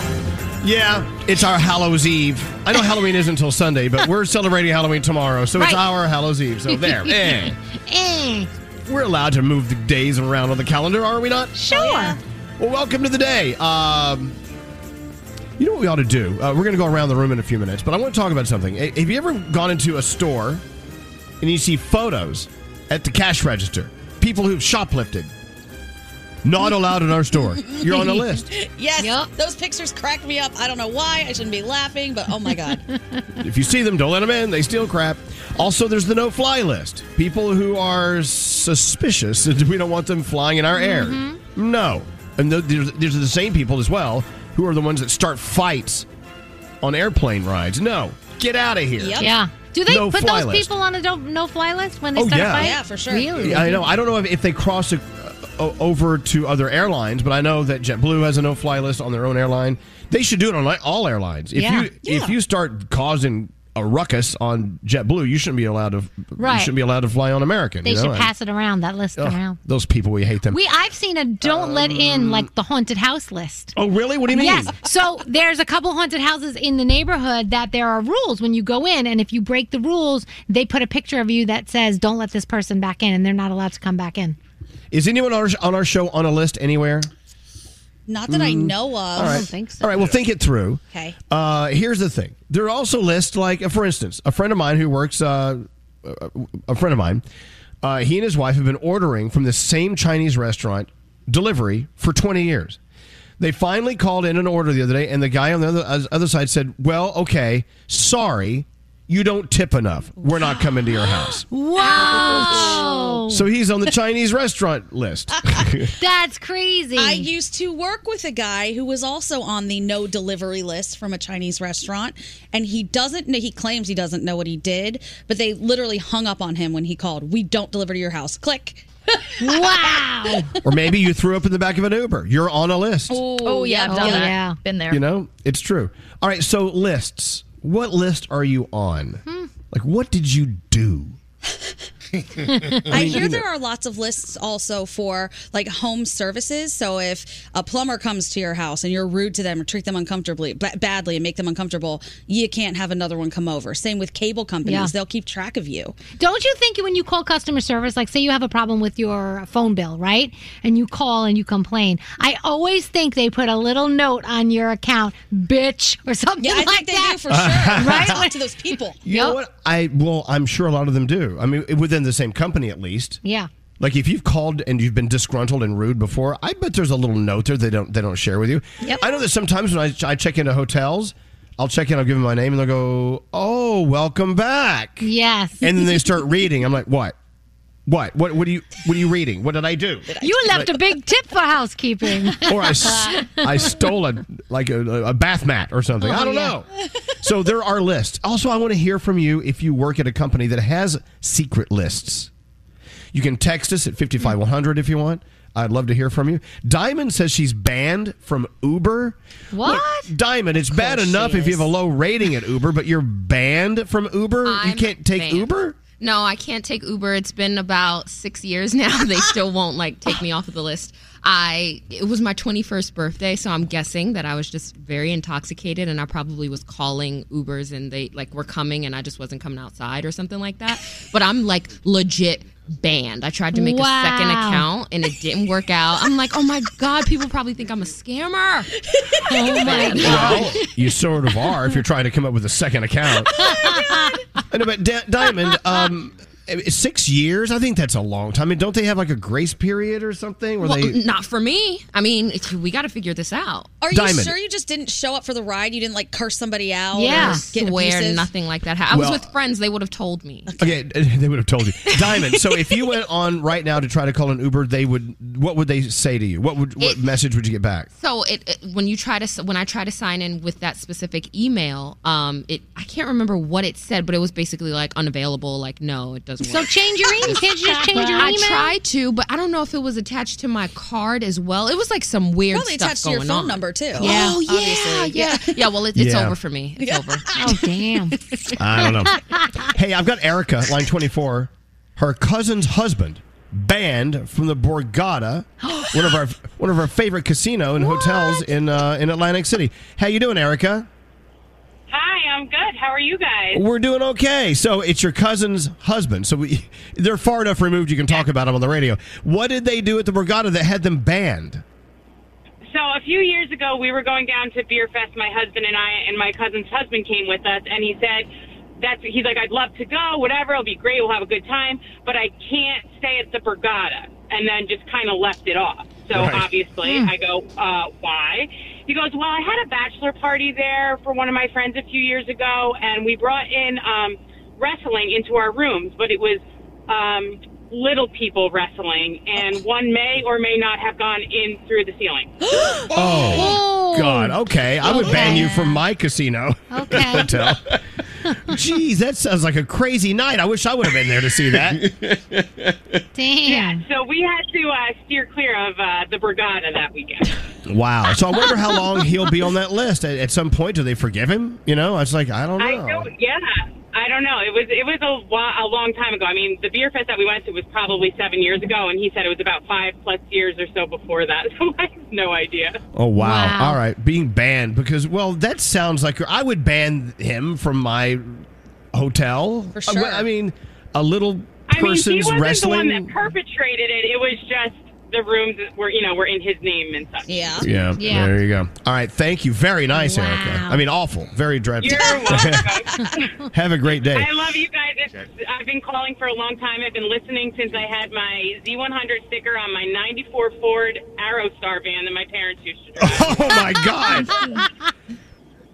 S3: Yeah, it's our Hallows Eve. I know Halloween isn't until Sunday, but we're celebrating Halloween tomorrow, so it's
S6: Right.
S3: our Hallows Eve. So there. Eh. We're allowed to move the days around on the calendar, are we not?
S6: Sure.
S3: Well, welcome to the day. Um, you know what we ought to do? Uh, we're going to go around the room in a few minutes, but I want to talk about something. Eh, Have you ever gone into a store and you see photos at the cash register? people who've shoplifted. Not allowed in our store. You're
S5: <laughs>
S3: on a list.
S5: yes. Those pictures crack me up. I don't know why. I shouldn't be laughing,
S6: <laughs>
S5: but oh my God.
S3: If you see them, don't let them in. They steal crap. Also, there's the no fly list. People who are suspicious that we don't want them flying in our
S5: Mhm.
S3: air. No. And th- there's, there's the same people as well who are the ones that start fights on airplane rides. No. Get out of here.
S6: Yeah. Do they
S3: No
S6: put
S3: fly
S6: those
S3: list.
S6: people on a don't, no fly list when they
S3: Oh,
S6: start
S3: yeah.
S6: a fight?
S3: Yeah,
S5: for sure.
S6: Really?
S3: I know. I don't know if, if they cross uh, o- over to other airlines, but I know that JetBlue has a no-fly list on their own airline. They should do it on like, all airlines. If
S6: Yeah.
S3: you
S6: Yeah.
S3: if you start causing a ruckus on JetBlue, you shouldn't be allowed to.
S6: Right.
S3: You shouldn't be allowed to fly on American.
S6: They
S3: you know?
S6: should
S3: And
S6: pass it around, that list around.
S3: those people, we hate them. Um,
S6: We I've seen a don't let in like the haunted house list.
S3: oh, really? What do you mean?
S6: Yes. So there's a couple haunted houses in the neighborhood that there are rules when you go in, and if you break the rules, they put a picture of you that says "Don't let this person back in," and they're not allowed to come back in.
S3: Is anyone on our, on our show on a list anywhere?
S5: Not that I
S3: Mm.
S5: know of.
S3: All right. All right. Well, think it through.
S5: Okay.
S3: Uh, here's the thing. There are also lists like, uh, for instance, a friend of mine who works, uh, a- a friend of mine, uh, he and his wife have been ordering from the same Chinese restaurant delivery for 20 years. They finally called in an order the other day, and the guy on the other, uh, other side said, "Well, okay, sorry, you don't tip enough. We're not coming to
S5: <gasps>
S3: your house."
S6: Wow.
S3: So he's on the Chinese
S5: <laughs>
S3: restaurant list.
S6: That's crazy.
S5: I used to work with a guy who was also on the no delivery list from a Chinese restaurant, and he doesn't know. He claims he doesn't know what he did, but they literally hung up on him when he called. We don't deliver to your house. Click. <laughs>
S6: Wow.
S3: or maybe you threw up in the back of an Uber. You're on a list.
S9: Oh, yeah, I've done that. Been there.
S3: You know, it's true. All right, so lists. What list are you on? Like, what did you do?
S5: <laughs> I hear
S3: you
S5: there
S3: know-
S5: are lots of lists also for like home services. So if a plumber comes to your house and you're rude to them or treat them uncomfortably, b- badly, and make them uncomfortable, you can't have another one come over. Same with cable companies;
S6: Yeah.
S5: they'll keep track of you.
S6: Don't you think when you call customer service, like say you have a problem with your phone bill, right? And you call and you complain. I always think they put a little note on your account, bitch, or something
S5: Yeah, I
S6: like
S5: think they
S6: that.
S5: do for sure.
S6: right?
S5: Talk to those people.
S3: You know what? I well, I'm sure a lot of them do. I mean, within the same company at least.
S6: <laughs> Yeah.
S3: Like if you've called and you've been disgruntled and rude before, I bet there's a little note there they don't they don't share with you.
S6: Yep.
S3: I know that sometimes when I, ch- I check into hotels, I'll check in, I'll give them my name, and they'll go, "Oh, welcome back,"
S6: Yes.
S3: and
S6: <laughs>
S3: then they start reading. I'm like, "What? What? What? What are you? What are you reading? What did I do?"
S6: You left
S3: Like-
S6: a big tip for housekeeping.
S3: <laughs> or
S5: <laughs>
S3: I, s- I stole a like a, a bath mat or something. I
S6: Oh,
S3: don't
S6: yeah.
S3: know. So there are lists. Also, I want to hear from you if you work at a company that has secret lists. You can text us at 55100 if you want. I'd love to hear from you. Diamond says she's banned from Uber.
S6: What?
S3: Look, Diamond, it's bad enough if you have a low rating at Uber, but you're banned from Uber? you
S9: I'm
S3: can't take
S9: banned.
S3: Uber?
S9: No, I can't take Uber. It's been about six years <laughs> now. They still won't like take me off of the list. I it was my 21st birthday, so I'm guessing that I was just very intoxicated, and I probably was calling Ubers, and they like were coming, and I just wasn't coming outside or something like that. But I'm like legit banned. I tried to make a second
S15: Wow.
S9: account, and it didn't work out. I'm like, oh my god, people probably think I'm a scammer.
S6: <laughs>
S9: <laughs>
S6: oh my
S3: Well, you sort of are if you're trying to come up with a
S9: <laughs>
S3: second account.
S9: Oh
S3: I know, but Di- Diamond, um, six years? I think that's a long time. I mean, don't they have like a grace period or something? Where
S9: Well,
S3: they
S9: not for me. I mean, it's- we got to figure this out.
S5: Are you
S3: Diamond.
S5: sure you just didn't show up for the ride? You didn't like curse somebody out?
S9: Yeah.
S5: or get
S9: Swear
S5: abusive?
S9: nothing like that. I was
S3: Well-
S9: with friends; they would have told me.
S3: okay, <laughs> they would have told you, Diamond. So if you went on right now to try to call an Uber, they would. What would they say to you? What would what
S9: It-
S3: message would you get back?
S9: So it, it- when you try to s- when I try to sign in with that specific email, um, it I can't remember what it said, but it was basically like unavailable, like no, it doesn't.
S6: So
S9: work. <laughs>
S6: change your email. Can't you just change your
S9: I
S6: email?
S9: tried to, but I don't know if it was attached to my card as well. It was like some weird
S5: Probably
S9: stuff
S5: attached to your
S9: going
S5: phone
S9: on.
S5: number, too.
S9: Yeah, oh yeah,
S5: Obviously.
S9: yeah, yeah. Well, it, it's
S3: Yeah.
S9: over for me. It's over.
S6: Oh damn.
S3: I
S6: <laughs>
S3: don't know. hey, I've got Erica, line twenty four. Her cousin's husband banned from the <gasps> Borgata, one of our one of our favorite casino and hotels in uh, in Atlantic City. How you doing, Erica?
S16: Hi, I'm good. How are you guys?
S3: We're doing okay. So it's your cousin's husband. So we, they're far enough removed you can talk about them on the radio. What did they do at the Borgata that had them banned?
S16: So a few years ago, we were going down to Beer Fest. My husband and I, and my cousin's husband came with us, and he said, "That's." He's like, "I'd love to go. Whatever, it'll be great. We'll have a good time, but I can't stay at the Borgata." and then just kind of left it off. So
S8: Right.
S16: obviously,
S8: Hmm.
S16: I go, uh, why? He goes, well, I had a bachelor party there for one of my friends a few years ago, and we brought in um, wrestling into our rooms, but it was um, little people wrestling, and one may or may not have gone in through the ceiling.
S3: Oh, God. Okay. I would ban you from my casino <laughs>
S16: Okay.
S3: hotel. <laughs> Jeez, that sounds like a crazy night. I wish I would have been there to see <laughs> that.
S6: Damn.
S16: Yeah, so we had to uh, steer clear of uh, the Brigada that
S3: <laughs>
S16: weekend.
S3: wow. So I wonder how long he'll be on that list. At, at some point, do they forgive him? You know, I was like, I don't know.
S16: I don't. Yeah, I don't know. It was it was a, wa- a long time ago. I mean, the beer fest that we went to was probably seven years ago, and he said it was about five plus years or so before that. <laughs> So I have no idea.
S3: Oh wow. All right, being banned because well, that sounds like I would ban him from my hotel.
S16: For
S3: I- well,
S16: sure.
S3: I, mean, a little
S16: I mean, he
S3: person's
S16: wasn't
S3: wrestling.
S16: the one that perpetrated it. It was just the rooms that were you know were in his name and stuff.
S5: Yeah.
S3: yeah, there you go. All right, thank you. Very nice, Erica. I mean, awful. Very dreadful.
S16: You're welcome.
S3: <laughs> Have a great day.
S16: I love you guys. It's, I've been calling for a long time. I've been listening since I had my Z100 sticker on my 94 Ford Aerostar van that my parents used to drive. <laughs>
S3: <laughs> Oh my God,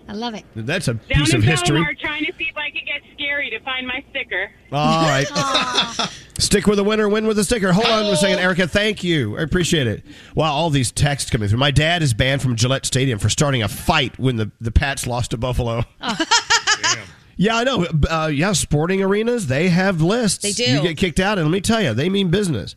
S6: I love it.
S3: that's a
S16: Down
S3: piece
S16: in
S3: of history.
S16: Palomar, trying to see if I could get scary to find my sticker.
S3: All right.
S6: <laughs>
S3: Stick with a winner, win with a sticker. Hold on for a
S5: Oh.
S3: second, Erica. Thank you. I appreciate it. Wow, all these texts coming through. My dad is banned from Gillette Stadium for starting a fight when the, the Pats lost to Buffalo.
S5: Oh.
S3: <laughs> yeah, I know. Uh, yeah, sporting arenas, they have lists.
S5: They do.
S3: You get kicked out, and let me tell you, they mean business.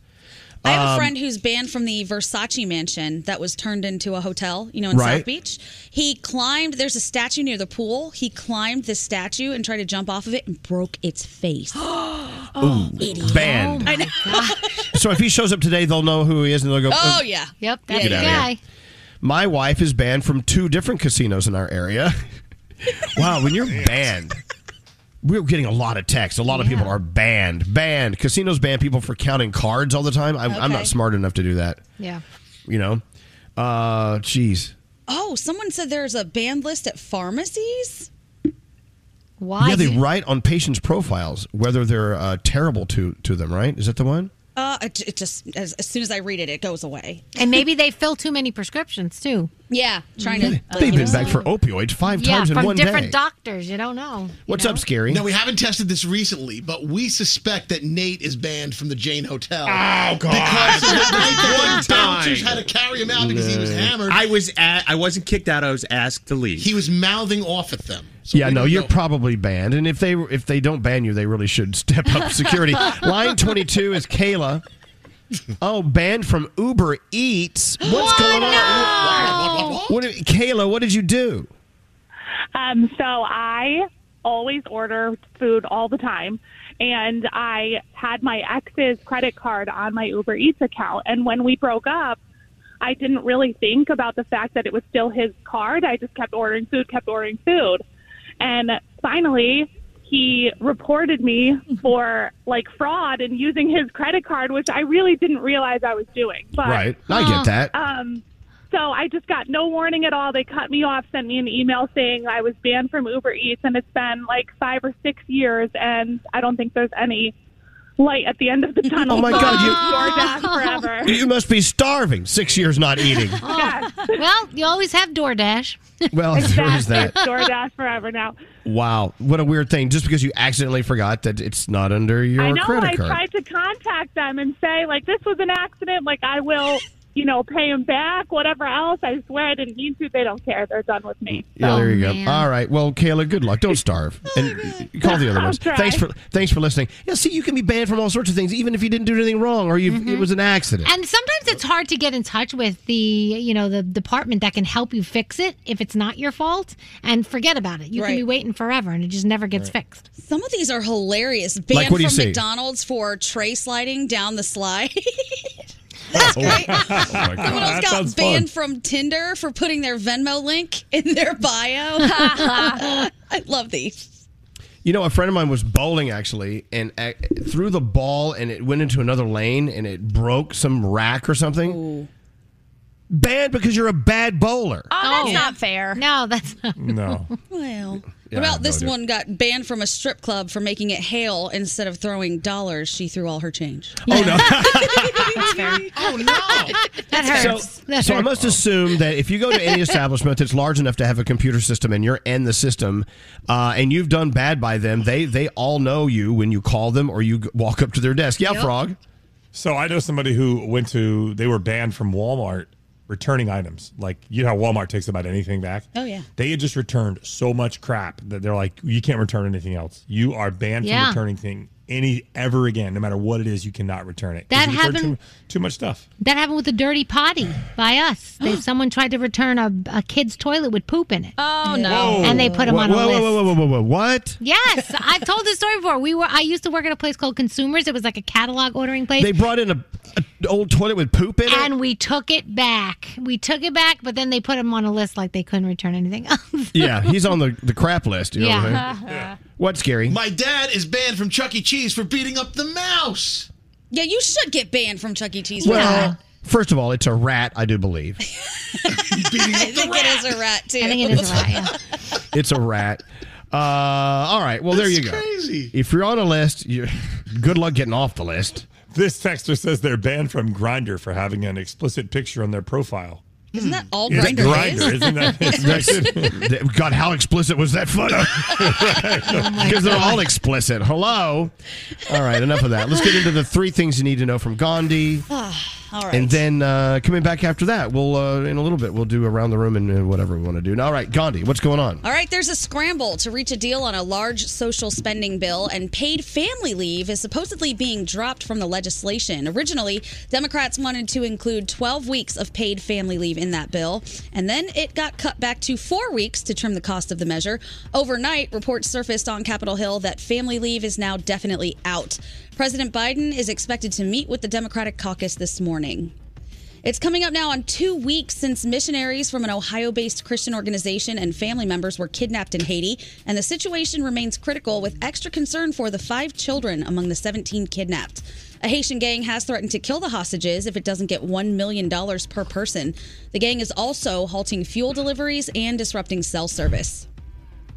S5: I have
S3: Um,
S5: a friend who's banned from the Versace mansion that was turned into a hotel, you know, in
S3: Right.
S5: South Beach. He climbed, there's a statue near the pool. He climbed the statue and tried to jump off of it and broke
S6: <gasps>
S5: its face. <gasps>
S6: Oh,
S3: Ooh,
S5: idiot.
S3: banned.
S5: I know.
S3: so if he shows up today, they'll know who he is, and
S5: <laughs>
S3: they'll go, uh,
S5: Oh, yeah.
S6: Yep,
S3: that's Get the outta guy. My wife is banned from two different casinos in our
S6: <laughs>
S3: area. wow, when you're banned, we're getting a lot of texts. A lot of people are banned. Banned. Casinos ban people for counting cards all the time. I, I'm
S5: Okay.
S3: not smart enough to do that.
S6: Yeah.
S3: You know? Uh, Jeez.
S5: Oh, someone said there's a banned list at pharmacies.
S6: Why?
S3: yeah, they write on patients' profiles whether they're uh, terrible to, to them, right? Is that the one?
S5: Uh, it, it just as, as soon as I read it, it goes away.
S6: And maybe they fill too many prescriptions too.
S5: Yeah, trying to.
S3: They've been back for opioids five
S6: yeah,
S3: times in
S6: from
S3: one
S6: different
S3: day.
S6: doctors. You don't know.
S3: What's up, Scary?
S13: No, we haven't tested this recently, but we suspect that Nate is banned from the Jane Hotel.
S12: Oh, God.
S13: Because the <laughs>
S12: One
S13: night that the bouncers
S12: time.
S13: had to carry him out because he was hammered.
S12: I was at, I wasn't kicked out. I was asked to leave.
S13: He was mouthing off at them.
S3: yeah, no, you're probably banned. And if they if they don't ban you, they really should <laughs> step
S15: <laughs>
S3: up security. Line 22 is Kayla. Oh, banned from Uber Eats. What's going on? What, did- Kayla, what did you do?
S15: Um, so I always order food all the time. And I had my ex's credit card on my Uber Eats account. And when we broke up, I didn't really think about the fact that it was still his card. I just kept ordering food, kept ordering food. And finally, he reported me for like fraud and using his credit card, which I really didn't realize I was doing. But,
S3: Right. I get Huh. that.
S15: Um, so I just got no warning at all. They cut me off, sent me an email saying I was banned from Uber Eats, and it's been like five or six years, and I don't think there's any light at the end of the tunnel.
S3: <laughs> Oh, my
S15: for
S3: God, you-
S15: DoorDash forever.
S6: <laughs>
S3: You must be starving. Six years
S15: <laughs>
S3: not eating.
S6: Oh, Well, you always have DoorDash.
S3: Well, <laughs> there is that.
S15: DoorDash forever now.
S3: Wow. What a weird thing. Just because you accidentally forgot that it's not under your
S15: I know.
S3: credit
S15: I
S3: card.
S15: tried to contact them and say, like, this was an accident. Like, I will, you know, pay them back, whatever else. I swear I didn't mean to. They don't care. They're done with me.
S3: Yeah,
S15: So-
S3: there you go. All right. Well, Kayla, good luck.
S15: <laughs>
S3: Don't starve. And call the other
S15: I'll
S3: ones.
S15: try.
S3: Thanks for thanks for listening. Yeah, see, you can be banned from all sorts of things, even if you didn't do anything wrong or you
S15: Mm-hmm.
S3: it was an accident.
S6: And sometimes it's hard to get in touch with the, you know, the department that can help you fix it if it's not your fault and forget about it. You can be waiting forever and it just never gets fixed.
S5: Some of these are hilarious. Banned
S6: Like, what do you
S5: from
S6: see?
S5: McDonald's <laughs> for tray sliding down the slide.
S3: That's <laughs>
S5: great.
S3: Oh my God.
S5: Someone Ah, else
S3: That
S5: got
S3: sounds fun.
S5: banned from Tinder for putting their Venmo link in
S6: <laughs>
S5: their bio. I love these.
S3: You know, a friend of mine was bowling actually and uh, threw the ball and it went into another lane and it broke some rack or something. banned because you're a bad bowler.
S15: Oh.
S5: that's not
S6: Oh, fair. No, that's not.
S3: No.
S5: Well,
S3: Yeah,
S5: what
S3: I
S5: about this
S3: know it.
S5: one got banned from a strip club for making it hail instead of throwing dollars? She threw all her change.
S3: Oh, no.
S6: <laughs>
S5: oh no, that
S3: So, so I must assume that if you go to
S6: <laughs>
S3: any establishment that's large enough to have a computer system and you're in the system, uh, and you've done bad by them, they they all know you when you call them or you g- walk up to their desk. Yeah, frog.
S8: So I know somebody who went to, they were banned from Walmart returning items. Like, you know how Walmart takes about anything back?
S5: Oh, yeah.
S8: They had just returned so much crap that they're like, you can't return anything else. You are banned
S6: Yeah.
S8: from returning thing any ever again, no matter what it is. You cannot return it. 'Cause
S6: That
S8: you return
S6: happened-
S8: Too, too much stuff.
S6: That happened with the dirty potty by
S5: <gasps>
S6: us. They, someone tried to return a, a kid's toilet with poop in it. Oh And they put him
S3: whoa,
S6: on a
S3: whoa,
S6: list.
S3: Whoa, whoa, whoa, whoa, whoa, What?
S6: Yes, I've told this story before. We were I used to work at a place called Consumers. It was like a catalog ordering place.
S3: They brought in a, a old toilet with poop in it.
S6: and we took it back. We took it back, but then they put him on a list like they couldn't return anything <laughs> else.
S3: yeah, he's on the, the crap list. You know what I mean?
S2: Uh-huh.
S6: yeah.
S3: What's scary?
S13: My dad is banned from Chuck E. Cheese for beating up the mouse.
S5: Yeah, you should get banned from Chuck E. Cheese. for
S3: Well,
S5: that.
S3: first of all, it's a rat, I do believe.
S5: I think it is a rat too. I
S6: think it is a rat. Yeah.
S3: It's
S6: <laughs>
S3: a rat. Uh, all right. Well, there
S8: That's
S3: you go.
S8: crazy.
S3: If you're on a list, you good luck getting off the list.
S8: This texter says they're banned from Grinder for having an explicit picture on their profile.
S5: <laughs> Isn't that all
S8: Is that
S5: grinder?
S8: Grindr, isn't
S5: <laughs>
S8: that- <laughs>
S3: That's- God, how explicit <laughs> was that photo?
S5: Oh
S3: Because they're all explicit. Hello. All right, enough of that. Let's get into the three things you need to know from
S5: <sighs>
S3: Gandhi.
S5: Ah, all right.
S3: And then uh, coming back after that, we'll uh, in a little bit we'll do around the room and uh, whatever we want to do. All right, Gandhi, what's
S5: <laughs>
S3: going on?
S5: All right, there's a scramble to reach a deal on a large social spending bill, and paid family leave is supposedly being dropped from the legislation. Originally, Democrats wanted to include 12 weeks of paid family leave in that bill, and then it got cut back to four weeks to trim the cost of the measure. Overnight, reports surfaced on Capitol Hill that family leave is now definitely out. President Biden is expected to meet with the Democratic caucus this morning. It's coming up now on two weeks since missionaries from an Ohio based Christian organization and family members were kidnapped in Haiti, and the situation remains critical with extra concern for the five children among the 17 kidnapped. A Haitian gang has threatened to kill the hostages if it doesn't get $1 million per person. The gang is also halting fuel deliveries and disrupting cell service.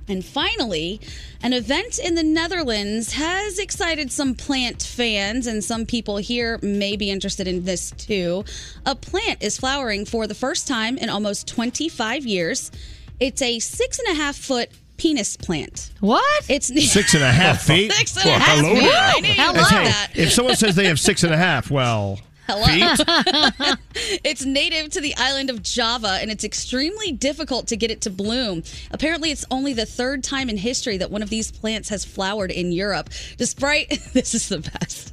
S5: And finally, an event in the Netherlands has excited some plant fans, and some people here may be interested in this too. A plant is flowering for the first time in almost 25 years. It's a six and a half foot penis plant.
S6: What?
S5: It's
S3: Six and
S5: <laughs>
S3: a half feet.
S5: Six and a half
S3: Hello.
S5: feet. I knew you
S3: Hey,
S5: would like that.
S3: If someone says they have six and a half, well, feet.
S5: Hello. <laughs> it's native to the island of Java, and it's extremely difficult to get it to bloom. Apparently, it's only the third time in history that one of these plants has flowered in Europe. Despite <laughs> this is the best.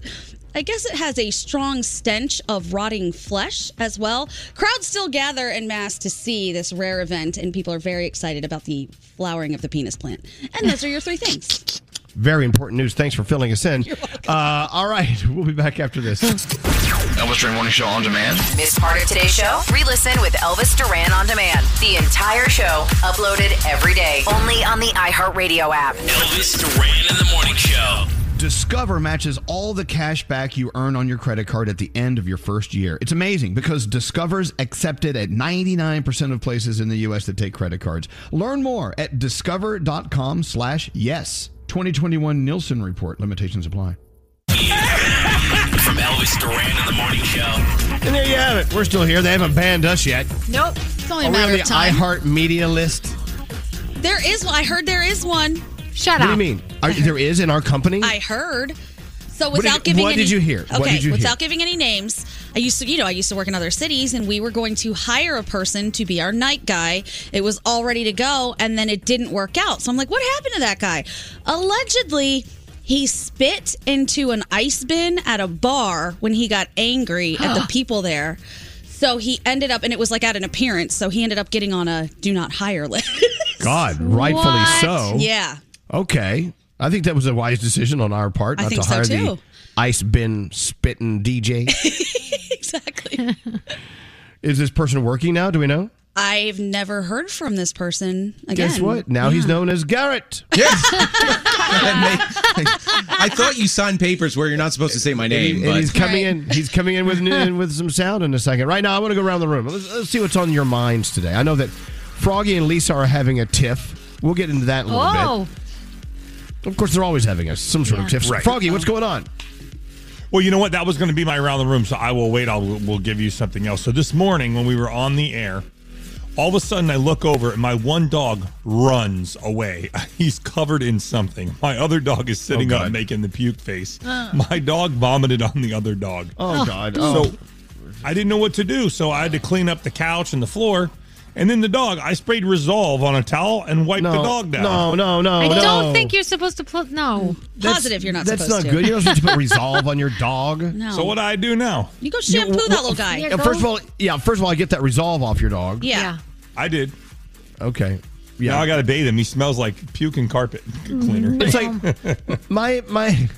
S5: I guess it has a strong stench of rotting flesh as well. Crowds still gather en masse to see this rare event, and people are very excited about the flowering of the penis plant. And those are your three things.
S3: Very important news. Thanks for filling
S5: <laughs>
S3: us in. Uh, all right, <laughs> we'll be back after this.
S17: Elvis Duran Morning Show on demand.
S4: Miss part of today's show? Re-listen with Elvis Duran on demand. The entire show uploaded every day, only on the iHeartRadio app.
S1: Elvis Duran in the morning show.
S19: Discover matches all the cash back you earn on your credit card at the end of your first year. It's amazing because Discover's accepted at 99% of places in the US that take credit cards. Learn more at discover.com slash yes. 2021 Nielsen Report. Limitations apply.
S1: From Elvis Duran in the morning show.
S3: And there you have it. We're still here. They haven't banned us yet.
S5: <laughs> Nope. It's only
S3: Are
S5: a
S3: we on
S5: matter
S3: the
S5: of time.
S3: iHeart Media list?
S5: there is one. I heard there is one. Shut
S3: what do you mean? Are, there is in our company?
S5: I heard. So
S3: What did
S5: without
S3: you-
S5: giving
S3: what
S5: any,
S3: did you hear?
S5: Okay,
S3: What did you hear?
S5: without giving any names, I used to you know I used to work in other cities, and we were going to hire a person to be our night guy. It was all ready to go, and then it didn't work out. So I'm like, what happened to that guy? Allegedly. He spit into an ice bin at a bar when he got angry at
S3: <gasps>
S5: the people there. So he ended up, and it was like at an appearance. So he ended up getting on a do not hire list.
S3: God, rightfully
S5: <laughs> What?
S3: so.
S5: Yeah. <laughs>
S3: Okay. I think that was a wise decision on our part
S5: I
S3: not
S5: think
S3: to
S5: so,
S3: hire the
S5: too.
S3: ice
S5: <laughs>
S3: bin spitting DJ.
S5: exactly.
S3: is this person working now? Do we know?
S5: I've never heard from this person again.
S3: Guess what? Now he's known
S5: <laughs>
S3: as Garrett.
S12: I thought you signed papers where you're not supposed to say my name.
S3: And,
S12: but
S3: he's coming in. He's coming in with new- with some sound in a second. Right now, I want to go around the room. Let's, let's see what's on your minds today. I know that Froggy and Lisa are having a tiff. We'll get into that in a little
S5: Oh.
S3: bit. Of course, they're always having us some sort of tiff. Froggy, what's going on?
S8: Well, you know what? That was going to be my round the room, so I will wait. I'll we'll give you something else. So this morning when we were on the air, all of a sudden I look over and my one dog runs away. <laughs> He's covered in something. My other dog is
S3: Oh,
S8: sitting up making the puke
S6: <gasps>
S8: face.
S21: Ah.
S8: My dog vomited on the other dog.
S21: Oh, Oh, God. Oh.
S8: So I didn't know what to do, so I had to clean up the couch and the floor. And then the dog, I sprayed Resolve on a towel and wiped the dog down.
S3: no, Oh, no, no,
S6: I don't think you're supposed to pl- no.
S3: That's- That's not good. You're not supposed
S5: <laughs>
S3: to put <laughs> resolve on your dog.
S6: No. So what
S8: do I do now?
S5: You go shampoo that little guy. Yeah,
S3: first of
S5: go-
S3: all, yeah. First of all, I get that resolve off your dog.
S5: Yeah.
S8: I did.
S3: Okay. Yeah.
S8: Now I got to bathe him. He smells like puke and carpet <laughs> cleaner.
S3: It's like <laughs> my my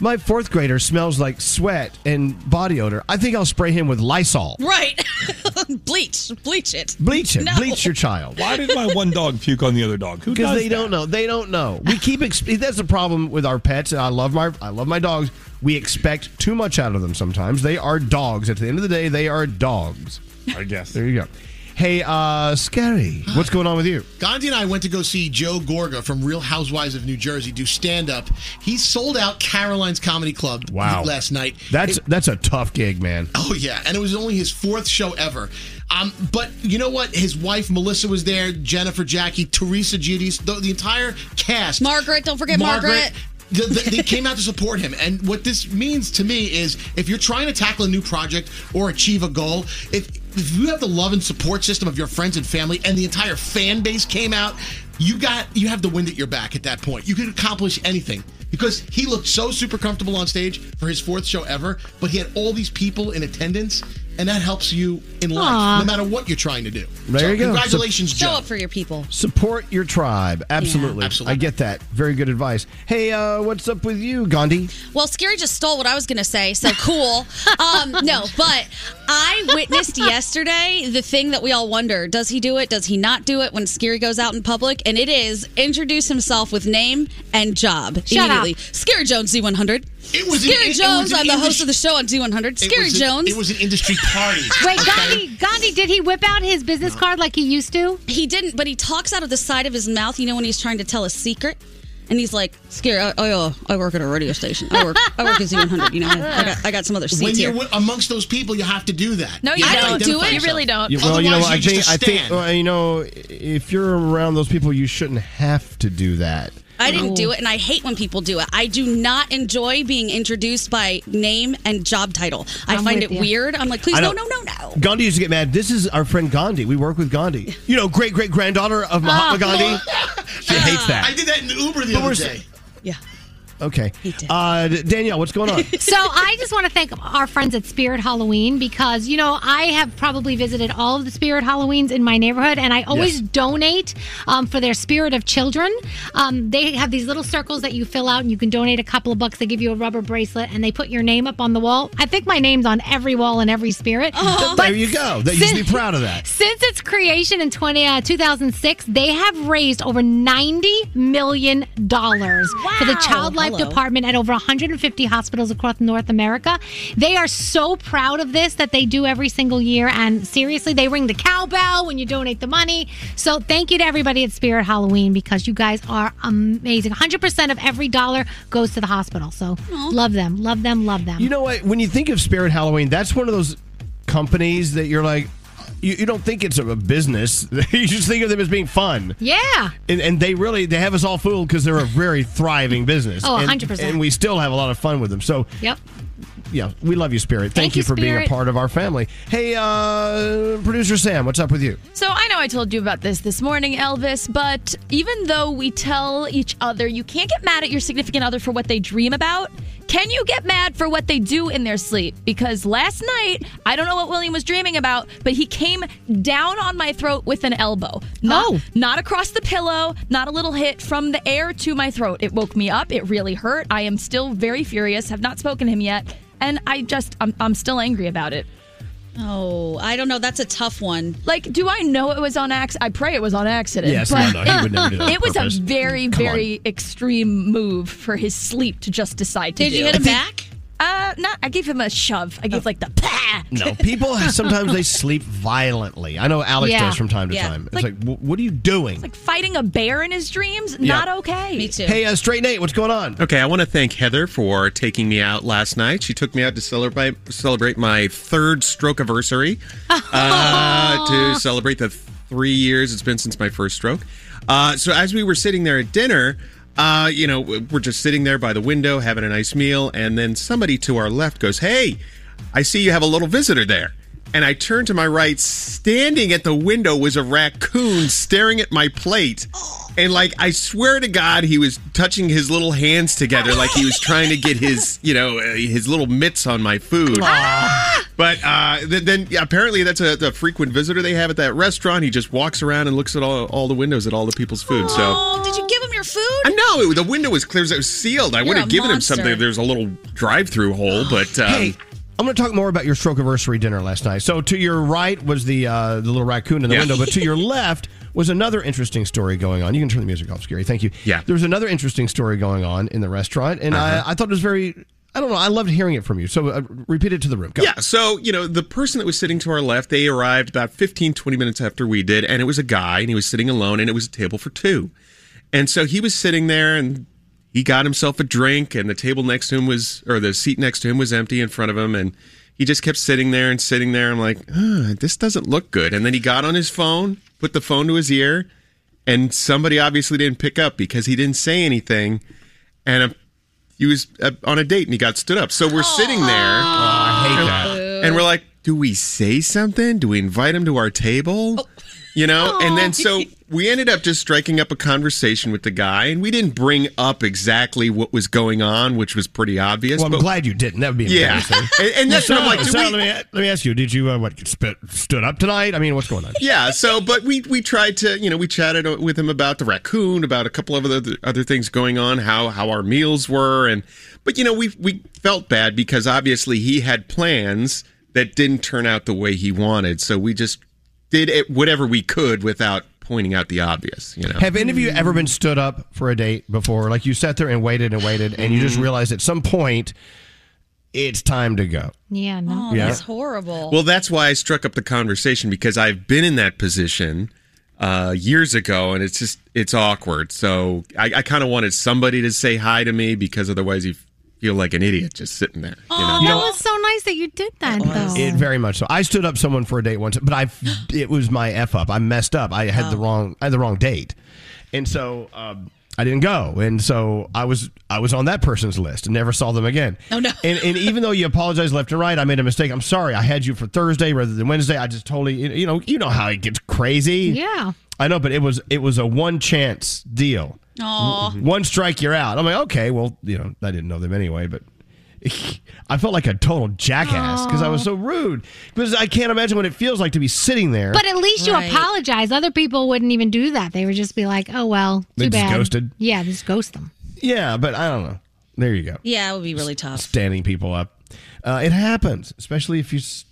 S3: my fourth grader smells like sweat and body odor. I think I'll spray him with Lysol.
S5: Right. <laughs> bleach. Bleach it.
S3: Bleach it.
S5: No.
S3: Bleach your child.
S8: Why did my one dog puke on the other dog? Who
S3: Because
S8: does
S3: they don't know. They don't know. We keep exp- <laughs> that's the problem with our pets. And I love my I love my dogs. We expect too much out of them. Sometimes they are dogs. At the end of the day, they are dogs.
S8: I guess.
S3: There you go. Hey, uh, Scary, <sighs> what's going on with you?
S13: Gandhi and I went to go see Joe Gorga from Real Housewives of New Jersey do stand up. He sold out Caroline's Comedy Club last night.
S3: That's that's a tough gig, man.
S13: Oh yeah, and it was only his fourth show ever. Um, but you know what? His wife Melissa was there, Jennifer, Jackie, Teresa, Giudice, the, the entire cast.
S5: Margaret, don't forget Margaret.
S13: th- th- they came out to support him, and what this means to me is, if you're trying to tackle a new project or achieve a goal, if if you have the love and support system of your friends and family, and the entire fan base came out, you got you have the wind at your back at that point. You can accomplish anything because he looked so super comfortable on stage for his fourth show ever, but he had all these people in attendance, and that helps you in life,
S5: Aw.
S13: no matter what you're trying to do.
S3: There
S13: So
S3: you go.
S13: Congratulations,
S5: Show
S13: Joe.
S5: up for your people.
S3: Support your tribe. Absolutely.
S13: Yeah. Absolutely.
S3: I get that. Very good advice. Hey, uh, what's up with you, Gandhi?
S5: Well, Scary just stole what I was going to say, so
S6: <laughs>
S5: cool. um, no, but I witnessed yesterday the thing that we all wonder does he do it? Does he not do it when Scary goes out in public? And it is introduce himself with name and job
S6: Shut up.
S5: immediately. Scary Jones, Z100.
S13: It was an-
S5: Scary
S13: it- it
S5: Jones,
S13: was an
S5: I'm the host
S13: indus-
S5: of the show on Z100.
S13: It
S5: Scary
S13: was a-
S5: Jones.
S13: It was an industry
S5: <laughs>
S13: party.
S6: Wait, Gandhi, Gandhi, did he whip out his business card like he used to?
S5: He didn't, but he talks out of the side of his mouth. You know when he's trying to tell a secret, and he's like, "Scary, I, I, uh, I work at a radio station. I work, I work at Z100. You know, I, I got, I got some other
S13: when
S5: seats
S13: you're
S5: here."
S13: wi- amongst those people, you have to do that.
S5: No, you
S13: have to
S5: don't.
S13: identify
S5: Do it. You
S13: yourself.
S5: really don't.
S3: Yeah, well, you know,
S13: Uh, Otherwise,
S3: I
S13: just
S3: think I think
S13: stand.
S3: well, you know if you're around those people, you shouldn't have to do that.
S5: I didn't do it, and I hate when people do it. I do not enjoy being introduced by name and job title. I
S6: I'm
S5: find
S6: with
S5: it
S6: you.
S5: weird. I'm like, please,
S3: I
S5: no,
S3: know.
S5: no, no, no.
S3: Gandhi used to get mad. This is our friend Gandhi. We work with
S13: <laughs>
S3: Gandhi. You know, great great granddaughter of Mahatma
S13: Oh.
S3: Gandhi.
S13: <laughs>
S3: She hates that.
S13: Uh, I did that in Uber the
S3: But we're
S13: other
S3: so-
S13: day.
S3: Okay. Uh, D- Danielle, what's going
S13: <laughs>
S3: on?
S6: so I just want to thank our friends at Spirit Halloween because you know I have probably visited all of the Spirit Halloweens in my neighborhood, and I always
S20: Yes.
S6: donate um, for their Spirit of Children. Um, they have these little circles that you fill out, and you can donate a couple of bucks. They give you a rubber bracelet, and they put your name up on the wall. I think my name's on every wall in every spirit.
S13: Oh,
S6: But
S3: there you go. That you should be proud of that.
S6: Since its creation in 20, uh, 2006, they have raised over $90 million for the Child Life
S20: Hello.
S6: Department at over 150 hospitals across North America. They are so proud of this that they do every single year. And seriously, they ring the cowbell when you donate the money. So thank you to everybody at Spirit Halloween because you guys are amazing. 100% of every dollar goes to the hospital. So love them, love them, love them.
S3: You know what? When you think of Spirit Halloween, that's one of those companies that you're like, you, you don't think it's a business. <laughs> you just think of them as being fun.
S6: yeah.
S3: And, and they really they have us all fooled because they're a very thriving business.
S6: Oh,
S3: And-
S6: 100%.
S3: And we still have a lot of fun with them. So
S6: Yep.
S3: yeah, we love you, Spirit. Thank,
S20: Thank you,
S3: for being a
S20: Spirit.
S3: part of our family. Hey, uh, producer Sam, what's up with you?
S20: So I know I told you about this this morning, Elvis, but even though we tell each other you can't get mad at your significant other for what they dream about, can you get mad for what they do in their sleep? Because last night, I don't know what William was dreaming about, but he came down on my throat with an elbow. Not,
S9: Oh.
S20: not across the pillow, not a little hit, from the air to my throat. It woke me up. It really hurt. I am still very furious, have not spoken to him yet, and I just, I'm, I'm still angry about it.
S5: Oh, I don't know. That's a tough one.
S20: Like, do I know it was on accident? I pray it was on accident.
S5: Yes,
S20: but
S5: no, no, he would never
S20: <laughs>
S5: do that on
S20: It was a
S5: purpose.
S20: very,
S5: Come on.
S20: very extreme move for his sleep to just decide to
S5: Did
S20: do.
S5: you hit him Oh. I
S20: back? Uh, not. I gave him a shove. I gave like the pah.
S3: No, <laughs> people sometimes they sleep violently. I know Alex
S20: Yeah.
S3: does from time to
S20: Yeah.
S3: time. It's
S20: Like-
S3: like, "Wh- what are you doing?
S20: Fighting a bear in his dreams,
S3: Yeah.
S20: not okay. Me too.
S3: hey, uh, straight Nate, what's going on?
S14: Okay, I want to thank Heather for taking me out last night. She took me out to celebrate celebrate my third stroke anniversary. uh, to celebrate the three years it's been since my first stroke. Uh, so as we were sitting there at dinner, uh, you know, we're just sitting there by the window having a nice meal, and then somebody to our left goes, "Hey, I see you have a little visitor there." And I turned to my right, standing at the window was a raccoon staring at my plate. And like I swear to God, he was touching his little hands together, like he was trying to get his, you know, uh, his little mitts on my food. But uh, th- then yeah, apparently that's a, the frequent visitor they have at that restaurant. He just walks around and looks at all, all the windows at all the people's food. So
S5: Oh, did you give him your food?
S14: I know it- the window was clear; it was sealed. I
S5: You're
S14: would have
S5: a
S14: given him
S5: monster.
S14: something if there's a little drive-through hole. But um,
S3: hey, I'm going to talk more about your stroke anniversary dinner last night. So to your right was the uh, the little raccoon in the
S14: Yeah.
S3: window, but to
S14: <laughs>
S3: your left was another interesting story going on. You can turn the music off, Scary. Thank you. Yeah. There was another interesting story going on in the restaurant, and
S14: Uh-huh.
S3: I, I thought it was very. I don't know. I loved hearing it from you. So uh, repeat it to the room. Go.
S14: Yeah, so, you know, the person that was sitting to our left, they arrived about 15, 20 minutes after we did, and it was a guy, and he was sitting alone, and it was a table for two. And so he was sitting there, and he got himself a drink, and the table next to him was, or the seat next to him was empty in front of him, and he just kept sitting there and sitting there. I'm like, "Ugh, this doesn't look good. And then he got on his phone, put the phone to his ear, and somebody obviously didn't pick up because he didn't say anything. And a he was uh, on a date and he got stood up. So we're sitting there. and, and we're like, do we say something? Do we invite him to our table? You know? And then so we ended up just striking up a conversation with the guy and we didn't bring up exactly what was going on, which was pretty obvious.
S3: Well, I'm
S14: but-
S3: glad you didn't. That would be
S14: Yeah.
S3: embarrassing.
S14: <laughs> And- and that's what I'm like, do
S3: Sarah,
S14: we-
S3: let, me, let me ask you. Did you uh, what spit, stood up tonight? I mean, what's going on?
S14: yeah. So, but we we tried to, you know, we chatted with him about the raccoon, about a couple of other other things going on, how how our meals were, and but you know, we we felt bad because obviously he had plans that didn't turn out the way he wanted, so we just did it whatever we could without pointing out the obvious, you know.
S3: Have any of you ever been stood up for a date before? Like you sat there and waited and waited, and you just
S14: Mm-hmm.
S3: realized at some point it's time to go.
S6: Yeah, no.
S14: Yeah.
S5: That's horrible.
S14: Well, that's why I struck up the conversation because I've been in that position uh, years ago, and it's just it's awkward. So I, I kind of wanted somebody to say hi to me because otherwise you feel like an idiot just sitting there. You know?
S6: Oh, that was so nice that you did that, though.
S3: It very much so. I stood up someone for a date once, but I <gasps> it was my f up. I messed up. I had the
S6: Oh.
S3: wrong I had the wrong date, and so um, I didn't go. And so I was I was on that person's list. and Never saw them again. Oh no. And, and even though you apologize left and right, I made a mistake. I'm sorry. I had you for Thursday rather than Wednesday. I just totally you know you know how it gets crazy.
S6: Yeah.
S3: I know, but it was it was a one chance deal.
S5: Aw.
S3: W- One strike, you're out. I'm like, okay, well, you know, I didn't know them anyway, but <laughs> I felt like a total jackass because I was so rude. Because I can't imagine what it feels like to be sitting there.
S6: But at least you apologize. Other people wouldn't even do that. They would just be like, "Oh well, too
S3: They just
S6: bad."
S3: ghosted?
S6: Yeah, just ghost them.
S3: yeah, but I don't know. There you go.
S5: Yeah, it would be really tough.
S3: Standing people up, uh, it happens, especially if you s-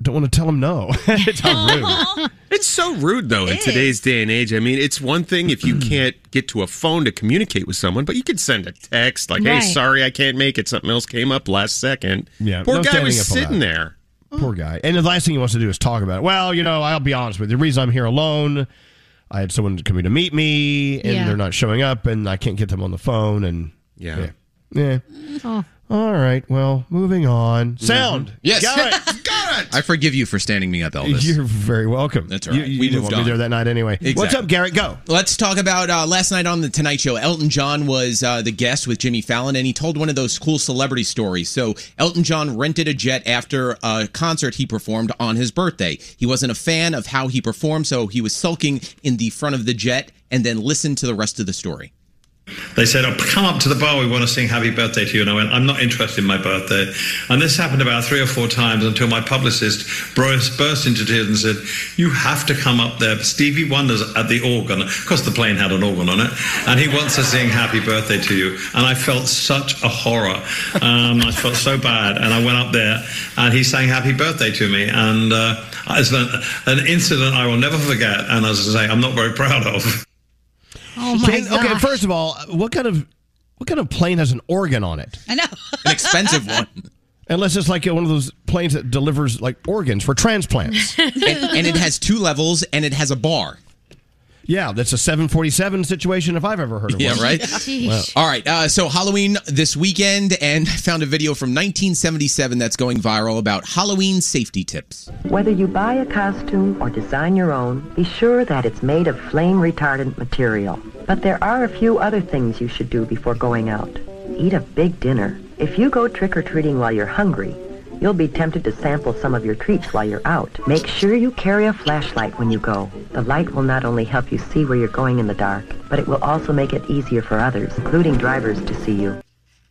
S3: don't want to tell them no. <laughs> it's how rude.
S14: It's so rude though in today's day and age. I mean, it's one thing if
S3: Mm-hmm.
S14: you can't get to a phone to communicate with someone, but you could send a text like,
S3: Right.
S14: "Hey, sorry, I can't make it. Something else came up last second.
S3: Yeah,
S14: poor
S3: no
S14: guy
S3: standing
S14: was
S3: up on
S14: sitting
S3: that.
S14: there.
S3: Poor guy. And the last thing he wants to do is talk about it. Well, you know, I'll be honest with you. The reason I'm here alone, I had someone coming to meet me, and
S6: Yeah.
S3: they're not showing up, and I can't get them on the phone. And yeah, yeah.
S6: Oh.
S3: All right. Well, moving on. Sound.
S12: Mm-hmm. Yes.
S3: Got it.
S12: <laughs> I forgive you for standing me up, Elvis.
S3: You're very welcome.
S12: That's all
S3: right. You,
S12: right.
S3: you
S12: We
S3: didn't
S12: moved
S3: want me
S12: on.
S3: there that night anyway. What's
S12: Exactly.
S3: up, Garrett? Go.
S12: Let's talk about uh, last night on the Tonight Show. Elton John was uh, the guest with Jimmy Fallon, and he told one of those cool celebrity stories. So Elton John rented a jet after a concert he performed on his birthday. He wasn't a fan of how he performed, so he was sulking in the front of the jet, and then listened to the rest of the story.
S21: They said, oh, "Come up to the bar. We want to sing Happy Birthday to you." And I went, "I'm not interested in my birthday." And this happened about three or four times until my publicist burst, burst into tears and said, "You have to come up there. Stevie Wonder's at the organ. Of course, the plane had an organ on it, and he wants to sing Happy Birthday to you." And I felt such a horror. Um, I felt so bad, and I went up there, and he sang Happy Birthday to me, and uh, it's an, an incident I will never forget. And as I say, I'm not very proud of.
S3: Oh
S21: my
S3: Okay,
S21: gosh.
S3: first of all, what kind of what kind of plane has an organ on it?
S5: I know.
S12: An expensive <laughs> one.
S3: Unless it's like one of those planes that delivers like organs for transplants.
S12: <laughs> and, and it has two levels and it has a bar.
S3: Yeah, that's a 747 situation if I've ever heard of
S12: Yeah,
S3: one. <laughs>
S12: right?
S3: Wow.
S12: All right. Uh, so, Halloween this weekend, and I found a video from 1977 that's going viral about Halloween safety tips.
S23: Whether you buy a costume or design your own, be sure that it's made of flame retardant material. But there are a few other things you should do before going out. Eat a big dinner. If you go trick-or-treating while you're hungry, you'll be tempted to sample some of your treats while you're out. Make sure you carry a flashlight when you go. The light will not only help you see where you're going in the dark, but it will also make it easier for others, including drivers, to see you.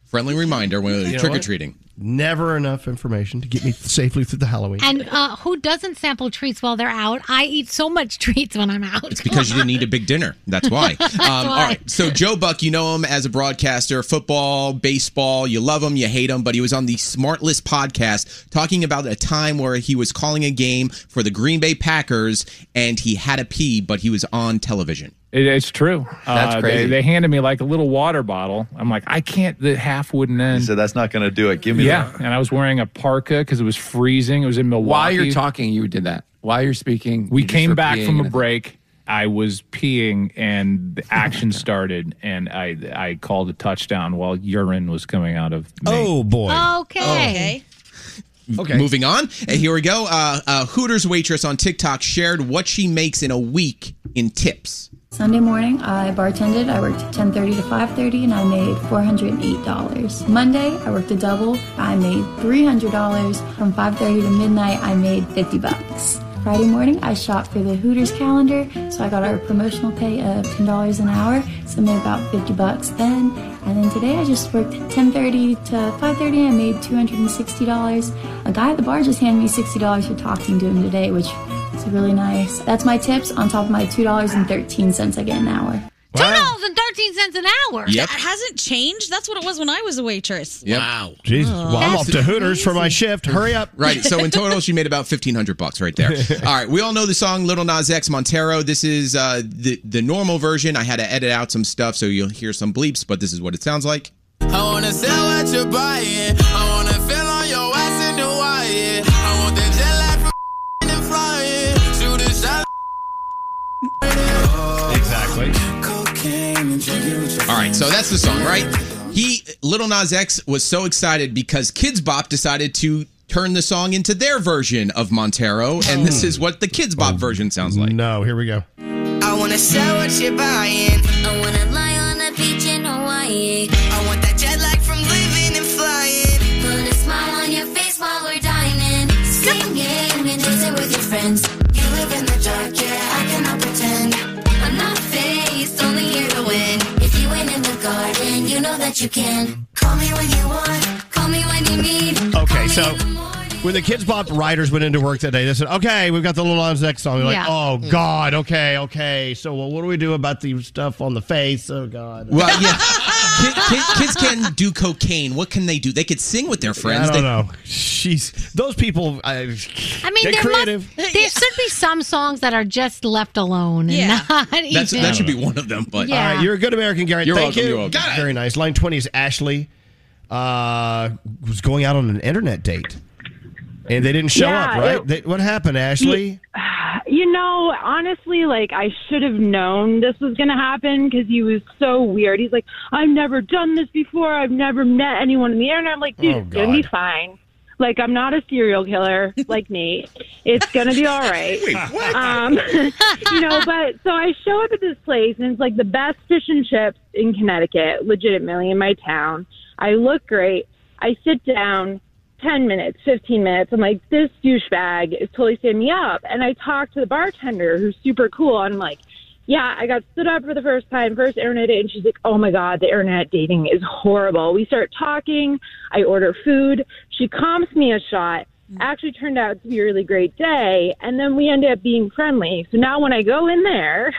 S12: Friendly reminder when
S3: You know
S12: trick or treating.
S3: what? Never enough information to get me safely through the Halloween.
S6: And uh, who doesn't sample treats while they're out? I eat so much <laughs> treats when I'm out.
S12: It's because you didn't eat a big dinner. That's why.
S6: That's
S12: Um, All
S6: why.
S12: right. So Joe Buck, you know him as a broadcaster, football, baseball. You love him, you hate him, but he was on the Smartless podcast talking about a time where he was calling a game for the Green Bay Packers and he had a pee, but he was on television.
S18: It, it's true. Uh,
S24: That's
S18: they-
S24: crazy.
S18: They, handed me like a little water bottle. I'm like, I can't. The half wouldn't end.
S24: So that's not going to do it. Give me
S18: yeah, and I was wearing a parka because it was freezing. It was in Milwaukee.
S24: While you're talking, you did that. While you're speaking,
S18: We
S24: you just
S18: came
S24: were
S18: back
S24: peeing
S18: from a
S24: and-
S18: break. I was peeing,
S24: <laughs>
S18: and the action started, and I I called a touchdown while urine was coming out of me.
S3: Oh boy!
S24: Oh.
S6: Okay.
S5: Mm.
S12: Okay. Moving on. Uh, Here we go. Uh, a Hooters waitress on TikTok shared what she makes in a week in tips.
S25: Sunday morning, I bartended. I worked 10:30 to 5:30, and I made $408. Monday, I worked a double. I made $300. From 5:30 to midnight, I made 50 bucks. Friday morning, I shot for the Hooters calendar, so I got our promotional pay of $10 an hour, so I made about 50 bucks then. And then today, I just worked 10:30 to 5:30, and I made $260. A guy at the bar just handed me $60 for talking to him today, which is really nice. That's my tips on top of my $2.13 I get an hour.
S6: Two dollars and thirteen cents an hour.
S5: That hasn't changed. That's what it was when I was a waitress.
S12: Wow.
S3: Jesus. Well, I'm off to Hooters for my shift. Hurry up.
S12: Right. So in total, she made about fifteen hundred bucks
S3: <laughs>
S12: right there. All right. We all know the song Little Nas X Montero. This is uh, the the normal version. I had to edit out some stuff, so you'll hear some bleeps, but this is what it sounds like.
S26: I wanna sell what you're buying. I wanna feel on your ass in Hawaii. I want that jet lag from <laughs> and flying. Shoot a shot.
S12: Exactly.
S26: Cocaine and drink
S12: All right. So that's the song, right? He Little Nas X was so excited because Kids Bop decided to turn the song into their version of Montero, and this is what the Kids Bop version sounds like.
S3: Oh, No, here we go.
S26: I wanna sell what you're buying. I wanna lie on a beach in Hawaii. I want that jet lag from living and flying. Put a smile on your face while we're dining. Singing and dancing with your friends. You live in the dark, yeah, I cannot pretend. I'm not faced, only here to win. If you ain't in the garden, you know that you can. Call me when you want, call me when you need.
S3: Okay, so when the Kids Bop writers went into work that day, they said, "Okay, we've got the Little Nas X song." They're
S12: Yeah.
S3: like, "Oh God, okay, okay." So, well, what do we do about the stuff on the face? Oh God.
S12: Well, yeah. Kid, kid, kids can do cocaine. What can they do? They could sing with their friends.
S3: I don't
S12: They-
S3: know. Jeez, those people. I,
S6: I mean,
S3: Get
S6: there
S3: creative.
S6: must there should be some songs that are just left alone and not <laughs> even.
S12: That's, that should be one of them. But
S6: Yeah.
S3: All right, you're a good American, Garrett.
S12: You're
S3: Thank
S12: welcome,
S3: you.
S12: you're welcome.
S3: Very nice. Line 20 is Ashley. Uh, was going out on an internet date, and they didn't show up.
S15: Yeah,
S3: Right?
S15: it-
S3: They, what happened, Ashley?
S15: You know, honestly, like I should have known this was going to happen because he was so weird. He's like, I've never done this before. I've never met anyone in the air. And I'm like, dude,
S27: Oh,
S15: it's going to be
S27: God.
S15: fine. Like, I'm not a serial killer like Nate. It's going to be all right.
S27: Wait, what?
S15: Um, <laughs> you know, but so I show up at this place and it's like the best fish and chips in Connecticut, legitimately in my town. I look great. I sit down. 10 minutes, 15 minutes. I'm like, this douchebag is totally standing me up. And I talk to the bartender who's super cool. And I'm like,
S2: Yeah, I got stood up for the first time, first internet date, and she's like, "Oh my god, the internet dating is horrible." We start talking. I order food. She comps me a shot. Actually, turned out to be a really great day, and then we end up being friendly. So now when I go in there,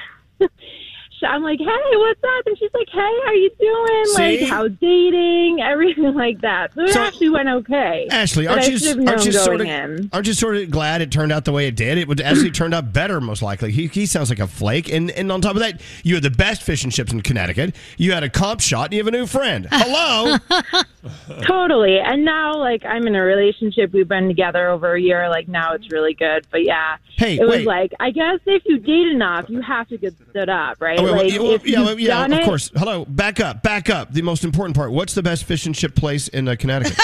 S2: so I'm like, "Hey, what's up?" And she's like, "Hey, how you doing?
S3: See?
S2: Like, how's dating? <laughs> Everything like that." So it actually went okay.
S3: Ashley,
S2: But
S3: aren't
S2: I should have
S3: you
S2: known
S3: aren't you sort of
S2: going in.
S3: aren't you sort of glad it turned out the way it did? It would actually turned out better, most likely. He, he sounds like a flake, and and on top of that, you had the best fish and chips in Connecticut. You had a comp shot, and you have a new friend. Hello,
S2: <laughs> totally. And now, like, I'm in a relationship. We've been together over a year. Like, now it's really good. But yeah,
S3: Hey,
S2: it was
S3: wait.
S2: like, I guess if you date enough, you have to get stood up, right?
S3: Oh, wait,
S2: like,
S3: wait, yeah,
S2: if
S3: yeah,
S2: you've
S3: yeah,
S2: done
S3: of
S2: it-
S3: course. Hello, back up, back up. The most important part. What's the best fish and chip place in uh,
S2: <laughs>
S3: Connecticut?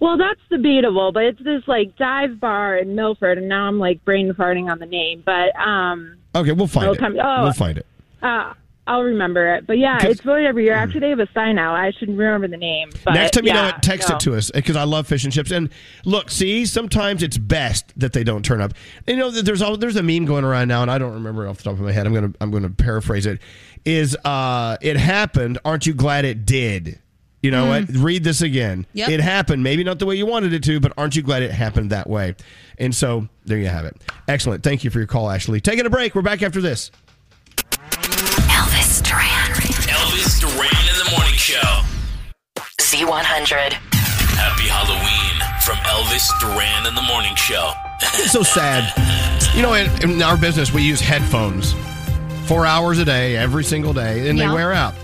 S2: Well, that's debatable, but it's this like dive bar in Milford, and now I'm like brain farting on the name, but um,
S3: Okay, we'll find
S2: Oh,
S3: it.
S2: come- oh.
S3: We'll find it.
S2: uh, I'll remember it. But yeah, it's voted every year. Actually, they have a sign out. I should remember the name. But
S3: Next time you know
S2: yeah,
S3: it, text
S2: no.
S3: it to us because I love fish and chips. And look, see, sometimes it's best that they don't turn up. You know, there's all there's a meme going around now, and I don't remember it off the top of my head. I'm gonna I'm gonna paraphrase it. Is uh, it happened? Aren't you glad it did? You know what?
S2: Mm.
S3: Read this again.
S7: Yep.
S3: It happened. Maybe not the way you wanted it to, but aren't you glad it happened that way? And so there you have it. Excellent. Thank you for your call, Ashley. Taking a break. We're back after this.
S4: Elvis Duran.
S1: Elvis Duran in the morning show.
S4: Z100.
S1: Happy Halloween from Elvis Duran in the morning show.
S3: It's so sad. You know, in, in our business, we use headphones four hours a day, every single day, and
S7: Yeah.
S3: they wear out.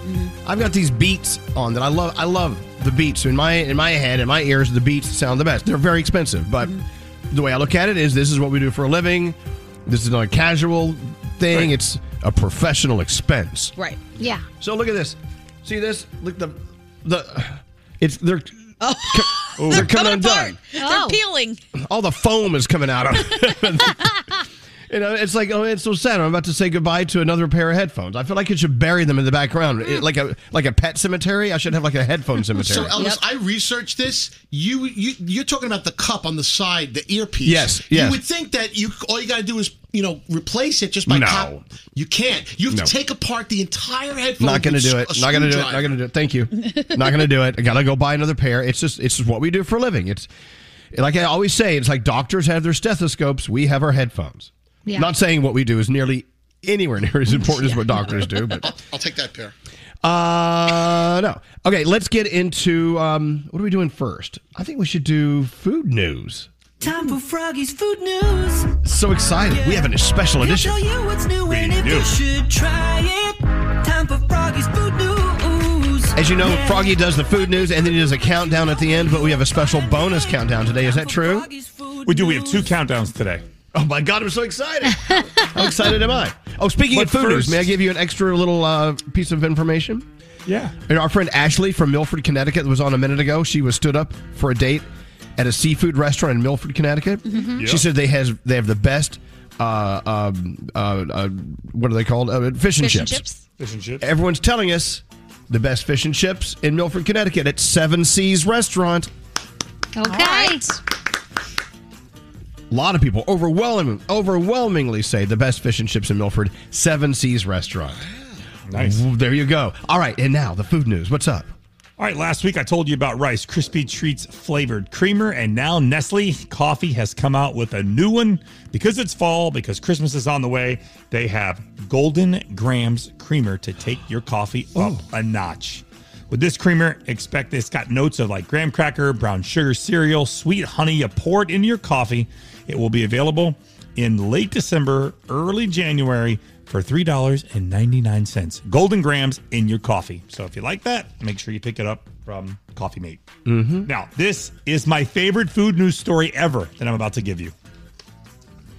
S3: I've got these Beats on that I love. I love the Beats in my in my head and my ears. The Beats sound the best. They're very expensive, but the way I look at it is, this is what we do for a living. This is not a casual thing. It's a professional expense.
S5: Right.
S6: Yeah.
S3: So look at this. See this? Look the the. It's they're. Oh. <laughs> they're coming undone
S5: They're peeling.
S3: all the foam is coming out of <laughs> You know, it's like oh, it's so sad. I'm about to say goodbye to another pair of headphones. I feel like it should bury them in the background, It- like a like a pet cemetery. I should have like a headphone
S13: So
S3: cemetery.
S13: Elvis, I researched this. You you you're talking about the cup on the side, the earpiece.
S3: Yes, yes.
S13: You would think that you all you got to do is you know replace it just by
S3: No.
S13: cop- You can't. You have
S3: No.
S13: to take apart the entire headphone.
S3: Not gonna
S13: with
S3: do
S13: a
S3: it. Not gonna do it. Not
S13: screwdriver.
S3: gonna do it. Thank you. Not gonna do it. I gotta go buy another pair. It's just it's just what we do for a living. It's like I always say. It's like doctors have their stethoscopes. We have our headphones.
S13: Yeah.
S3: Not saying what we do is nearly anywhere near as important as what doctors do, but
S13: I'll, I'll take that pair.
S3: Uh, no. Okay, let's get into um, what are we doing first? I think we should do food news.
S7: Time for Froggy's food news.
S3: So excited! We have a special
S7: He'll
S3: edition.
S7: tell you what's new and
S3: We
S7: if you
S3: do.
S7: should try it. Time for Froggy's food news.
S3: As you know, Froggy does the food news and then he does a countdown at the end. But we have a special bonus countdown today. Is that true?
S8: We do. We have two countdowns today.
S3: Oh my God! I'm so <laughs> excited. How excited am I? Oh, speaking
S8: But
S3: of food news,
S8: first-
S3: may I give you an extra little uh, piece of information?
S8: Yeah.
S3: And our friend Ashley from Milford, Connecticut, was on a minute ago. She was stood up for a date at a seafood restaurant in Milford, Connecticut.
S7: Mhm.
S3: She
S7: Yeah.
S3: said they has they have the best. Uh, um, uh, uh, what are they called? Uh, fish and chips.
S8: Fish and chips.
S3: Everyone's telling us the best fish and chips in Milford, Connecticut at Seven Seas Restaurant.
S6: Okay.
S3: A lot of people overwhelming, overwhelmingly say the best fish and chips in Milford, Seven Seas Restaurant. Nice. There you go. All right, and now the food news. What's up?
S8: All right, last week I told you about Rice Krispy Treats flavored creamer, and now Nestle Coffee has come out with a new one. Because it's fall, because Christmas is on the way, they have Golden Grams creamer to take your coffee up
S3: Oh.
S8: a notch. With this creamer, expect it's got notes of like graham cracker, brown sugar cereal, sweet honey. You pour it into your coffee. It will be available in late December, early January for $3.99. Golden grams in your coffee. So if you like that, make sure you pick it up from Coffee Mate.
S7: Mm-hmm.
S8: Now, this is my favorite food news story ever that I'm about to give you.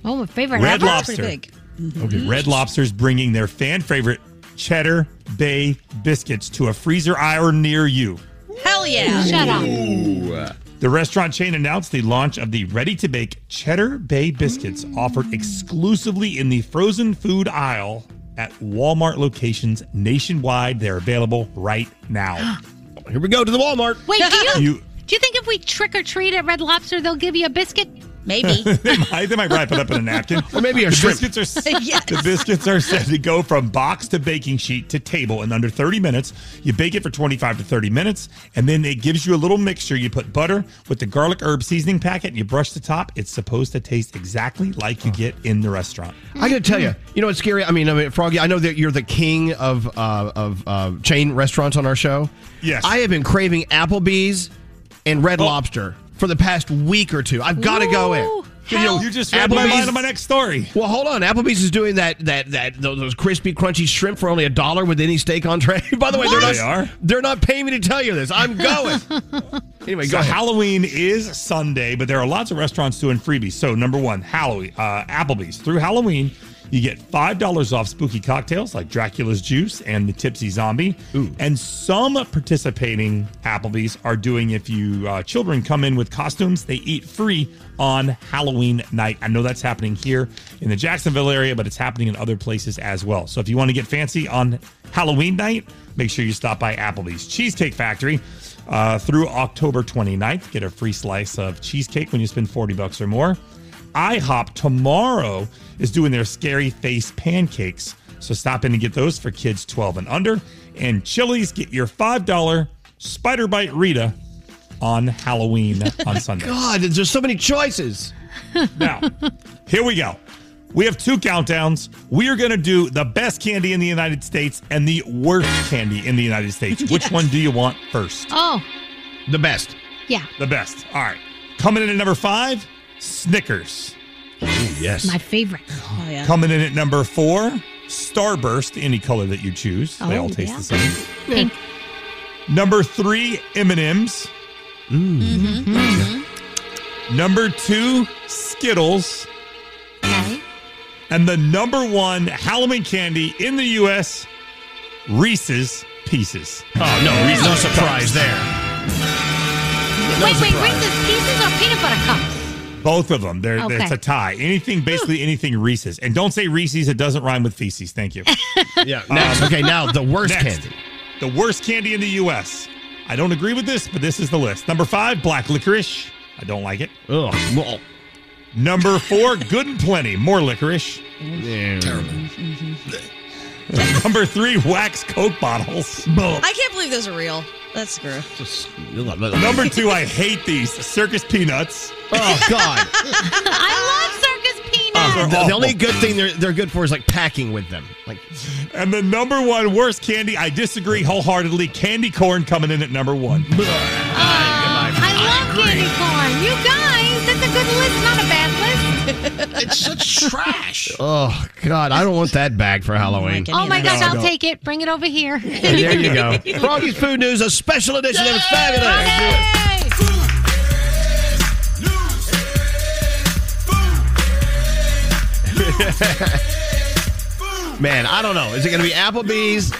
S6: Oh, my favorite.
S8: Red
S6: ever?
S8: Lobster.
S6: Mm-hmm.
S8: Mm-hmm. Okay, Red Lobster's bringing their fan favorite cheddar bay biscuits to a freezer aisle near you.
S5: Hell yeah. Shut up.
S3: <laughs>
S8: The restaurant chain announced the launch of the ready to bake Cheddar Bay biscuits offered exclusively in the frozen food aisle at Walmart locations nationwide. They're available right now.
S3: Here we go to the Walmart.
S6: Wait, do you,
S8: <laughs> You-
S6: do you think if we trick or treat at Red Lobster, they'll give you a biscuit?
S8: <laughs>
S5: Maybe.
S8: they, might, they might wrap it up in a napkin. or maybe
S3: a
S8: the
S3: shrimp.
S8: Biscuits are,
S5: Yes.
S8: The biscuits are said to go from box to baking sheet to table in under 30 minutes. You bake it for 25 to 30 minutes, and then it gives you a little mixture. You put butter with the garlic herb seasoning packet, and you brush the top. It's supposed to taste exactly like you get in the restaurant.
S3: I gotta tell you, you know what's scary? I mean, I mean, Froggy, I know that you're the king of uh, of uh, chain restaurants on our show. Yes, I have been craving Applebee's and
S8: Oh.
S3: Red Lobster for the past week or two. I've got to go in.
S8: Ooh, help. You just read my mind on my next story.
S3: Well, hold on. Applebee's is doing that that that those, those crispy, crunchy shrimp for only a dollar with any steak entree. <laughs> By the way, they're
S8: What?
S3: not
S8: They are?
S3: they're not paying me to tell you this. I'm going. anyway,
S8: so
S3: go ahead.
S8: Halloween is Sunday, but there are lots of restaurants doing freebies. So number one, Halloween, uh, Applebee's. Through Halloween, you get five dollars off spooky cocktails like Dracula's Juice and the Tipsy Zombie. And some participating Applebee's are doing if you uh, children come in with costumes, they eat free on Halloween night. I know that's happening here in the Jacksonville area, but it's happening in other places as well. So if you want to get fancy on Halloween night, make sure you stop by Applebee's Cheesecake Factory uh, through October 29th. Get a free slice of cheesecake when you spend 40 bucks or more. IHOP tomorrow is doing their scary face pancakes. So stop in and get those for kids 12 and under. And Chili's, get your $5 Spider Bite Rita on Halloween on Sunday.
S3: God, there's so many choices.
S8: <laughs> Now, here we go. We have two countdowns. We are going to do the best candy in the United States and the worst candy in the United States. Which one do you want first?
S6: Oh,
S8: The best.
S6: yeah.
S8: The best. All right. Coming in at number five, Snickers. yes.
S6: My
S3: <gasps>
S6: favorite. Oh, yeah.
S8: Coming in at number four, Starburst, any color that you choose. They
S6: Oh,
S8: all taste
S6: yeah.
S8: the same.
S6: Pink.
S8: Number three, M&M's.
S6: Mm-hmm,
S7: Mm-hmm.
S8: Number two, Skittles. And the number one Halloween candy in the U.S., Reese's Pieces.
S3: Oh, no, Reese's No surprise
S8: there.
S6: wait, wait, Reese's Pieces or peanut butter cups?
S8: Both of them. They're,
S6: Okay.
S8: It's a tie. Anything, basically anything Reese's. And don't say Reese's. It doesn't rhyme with feces. Thank you. Um,
S3: yeah. Next. Uh, okay, now the worst candy.
S8: The worst candy in the U.S. I don't agree with this, but this is the list. Number five, black licorice. I don't like it. Ugh. Number four, good and plenty. More licorice. Terrible. Number three, wax Coke bottles.
S5: I can't believe those are real. That's screw.
S8: Number two, I hate these circus peanuts.
S3: Oh God.
S6: I love circus peanuts.
S3: The- the,
S8: awful.
S3: only good thing they're they're good for is like packing with them. Like
S8: And the number one worst candy, I disagree wholeheartedly. Candy corn coming in at number one.
S6: I love candy corn. You guys, that's a good list, not a bad list.
S13: it's such trash.
S3: oh God, I don't want that bag for Halloween.
S6: Oh my gosh, I'll take it. Bring it over
S3: <laughs>
S6: here.
S3: There you go.
S6: <laughs>
S3: Froggy's Food News, a special edition. It was fabulous. <laughs> Man, I don't know. Is it going to be Applebee's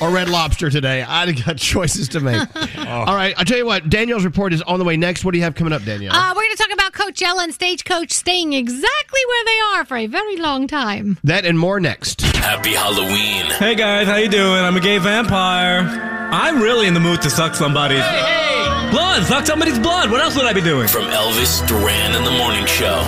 S3: or Red Lobster today? I got choices
S6: <laughs>
S3: to make. All right, I'll tell you what. Danielle's report is on the way next. What do you have coming up, Danielle?
S6: Uh, we're going to talk about Coachella and Stagecoach staying exactly where they are for a very long time.
S3: that and more next.
S1: Happy Halloween.
S10: Hey guys, how you doing? I'm a gay vampire. I'm really in the mood to suck somebody's blood. Suck somebody's blood. What else would I be doing?
S1: From Elvis Duran in the Morning Show.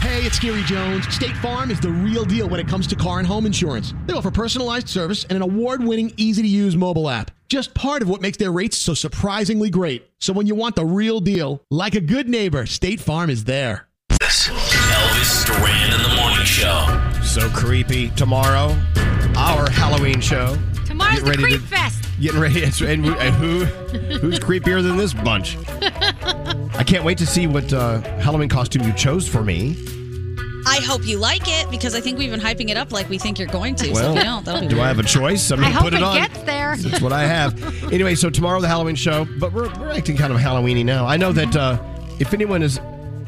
S13: Hey, it's Gary Jones. State Farm is the real deal when it comes to car and home insurance. They offer personalized service and an award winning, easy to use mobile app. Just part of what makes their rates so surprisingly great. So when you want the real deal, like a good neighbor, State Farm is there.
S1: Elvis Duran in the Morning Show.
S3: So creepy. Tomorrow, our Halloween show.
S6: Tomorrow's
S3: Get
S6: the
S3: ready
S6: Creep
S3: to-
S6: Fest.
S3: Getting ready. It's- And who, and who who's creepier than this bunch? I can't wait to see what uh, Halloween costume you chose for me.
S5: I hope you like it because I think we've been hyping it up like we think you're going to. so if you don't, that'll be
S3: do
S5: weird.
S3: I have a choice? I'm
S5: I
S3: gonna
S5: hope
S3: put it,
S5: it
S3: on.
S5: gets there.
S3: That's what
S5: <laughs>
S3: I have. anyway, so tomorrow the Halloween show, but we're, we're acting kind of Halloweeny now. I know that uh, if anyone is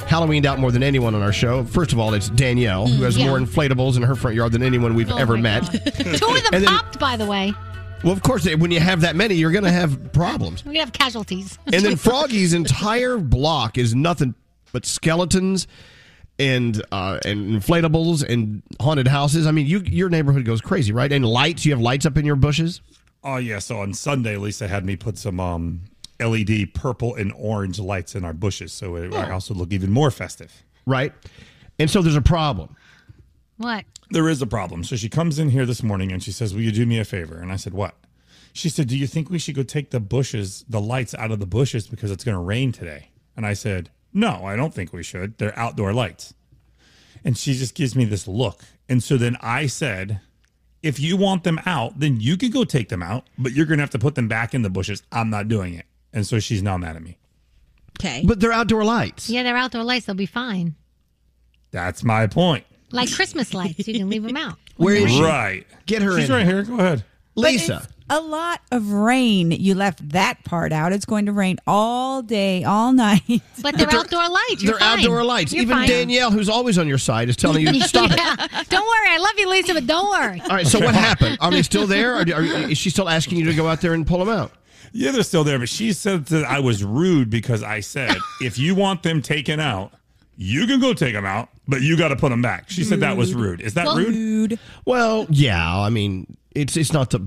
S3: Halloweened out more than anyone on our show, first of all, it's Danielle
S5: Mm,
S3: who has
S6: Yeah.
S3: more inflatables in her front yard than anyone we've
S6: Oh
S3: ever
S6: my
S3: met.
S6: Two of them
S3: And then-
S6: popped, by the way.
S3: Well, of course, when you have that many, you're going to have problems.
S6: We're going to have casualties. <laughs>
S3: And then Froggy's entire block is nothing but skeletons and uh, and inflatables and haunted houses. I mean, you your neighborhood goes crazy, right? And lights. You have lights up in your bushes.
S8: Oh yeah. So on Sunday, Lisa had me put some um, LED purple and orange lights in our bushes, so it, our house would look even more festive.
S3: Oh. Right. And so there's a problem.
S6: What?
S8: There is a problem. So she comes in here this morning and she says, Will you do me a favor? And I said, What? She said, Do you think we should go take the bushes, the lights out of the bushes because it's going to rain today? And I said, No, I don't think we should. They're outdoor lights. And she just gives me this look. And so then I said, If you want them out, then you can go take them out, but you're going to have to put them back in the bushes. I'm not doing it. And so she's now mad at me.
S5: Okay.
S3: But they're outdoor lights.
S6: Yeah, they're outdoor lights. They'll be fine.
S8: That's my point.
S6: Like Christmas lights, you can leave them out.
S3: Where is she?
S8: Right.
S3: Get her
S8: She's
S3: in
S8: right here. Go ahead.
S3: Lisa.
S11: <laughs> A lot of rain. You left that part out. It's going to rain all day, all night.
S6: <laughs> But they're outdoor lights. You're
S3: They're
S6: fine.
S3: outdoor lights.
S6: You're
S3: Even
S6: fine.
S3: Danielle, who's always on your side,
S6: <laughs>
S3: is telling you stop it.
S6: Yeah. Don't worry. I love you, Lisa, but don't worry.
S3: All right. So what happened? Are they still there? Or do- are, is she still asking you to go out there and pull them out?
S8: Yeah, they're still there, but she said that I was rude because I said, if you want them taken out, you can go take them out, but you got to put them back. She said that was rude. Is that rude?
S3: Well, yeah. I mean, it's it's not the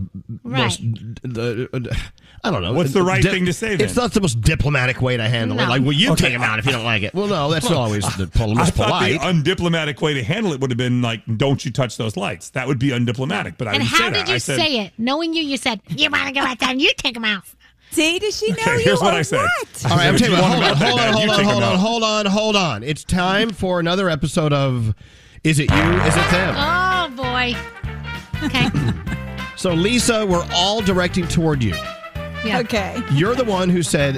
S8: Right.
S3: most. The, uh, I don't know.
S8: What's the right
S3: Di-
S8: thing to say then?
S3: It's not the most diplomatic way to handle it.
S8: No.
S3: Like, well, you
S8: Okay.
S3: take them out if you don't like it. Well, no, that's not <laughs> always the pol-
S8: I
S3: most
S8: thought
S3: polite.
S8: the undiplomatic way to handle it would have been like, "Don't you touch those lights." That would be undiplomatic. But I
S6: and
S8: didn't
S6: how
S8: say that.
S6: did you
S8: I said,
S6: say it? Knowing you, you said, you want to go out there and you take them out.
S11: See, does she know
S8: Okay, here's what I said.
S3: All right, I'm telling you, hold on, hold on, hold on, hold on,
S8: hold
S3: hold on, hold on. It's time for another episode of Is It You? Is It Them?
S6: Oh, boy. Okay.
S3: So, Lisa, we're all directing toward you.
S6: Yeah.
S11: Okay.
S3: You're the one who said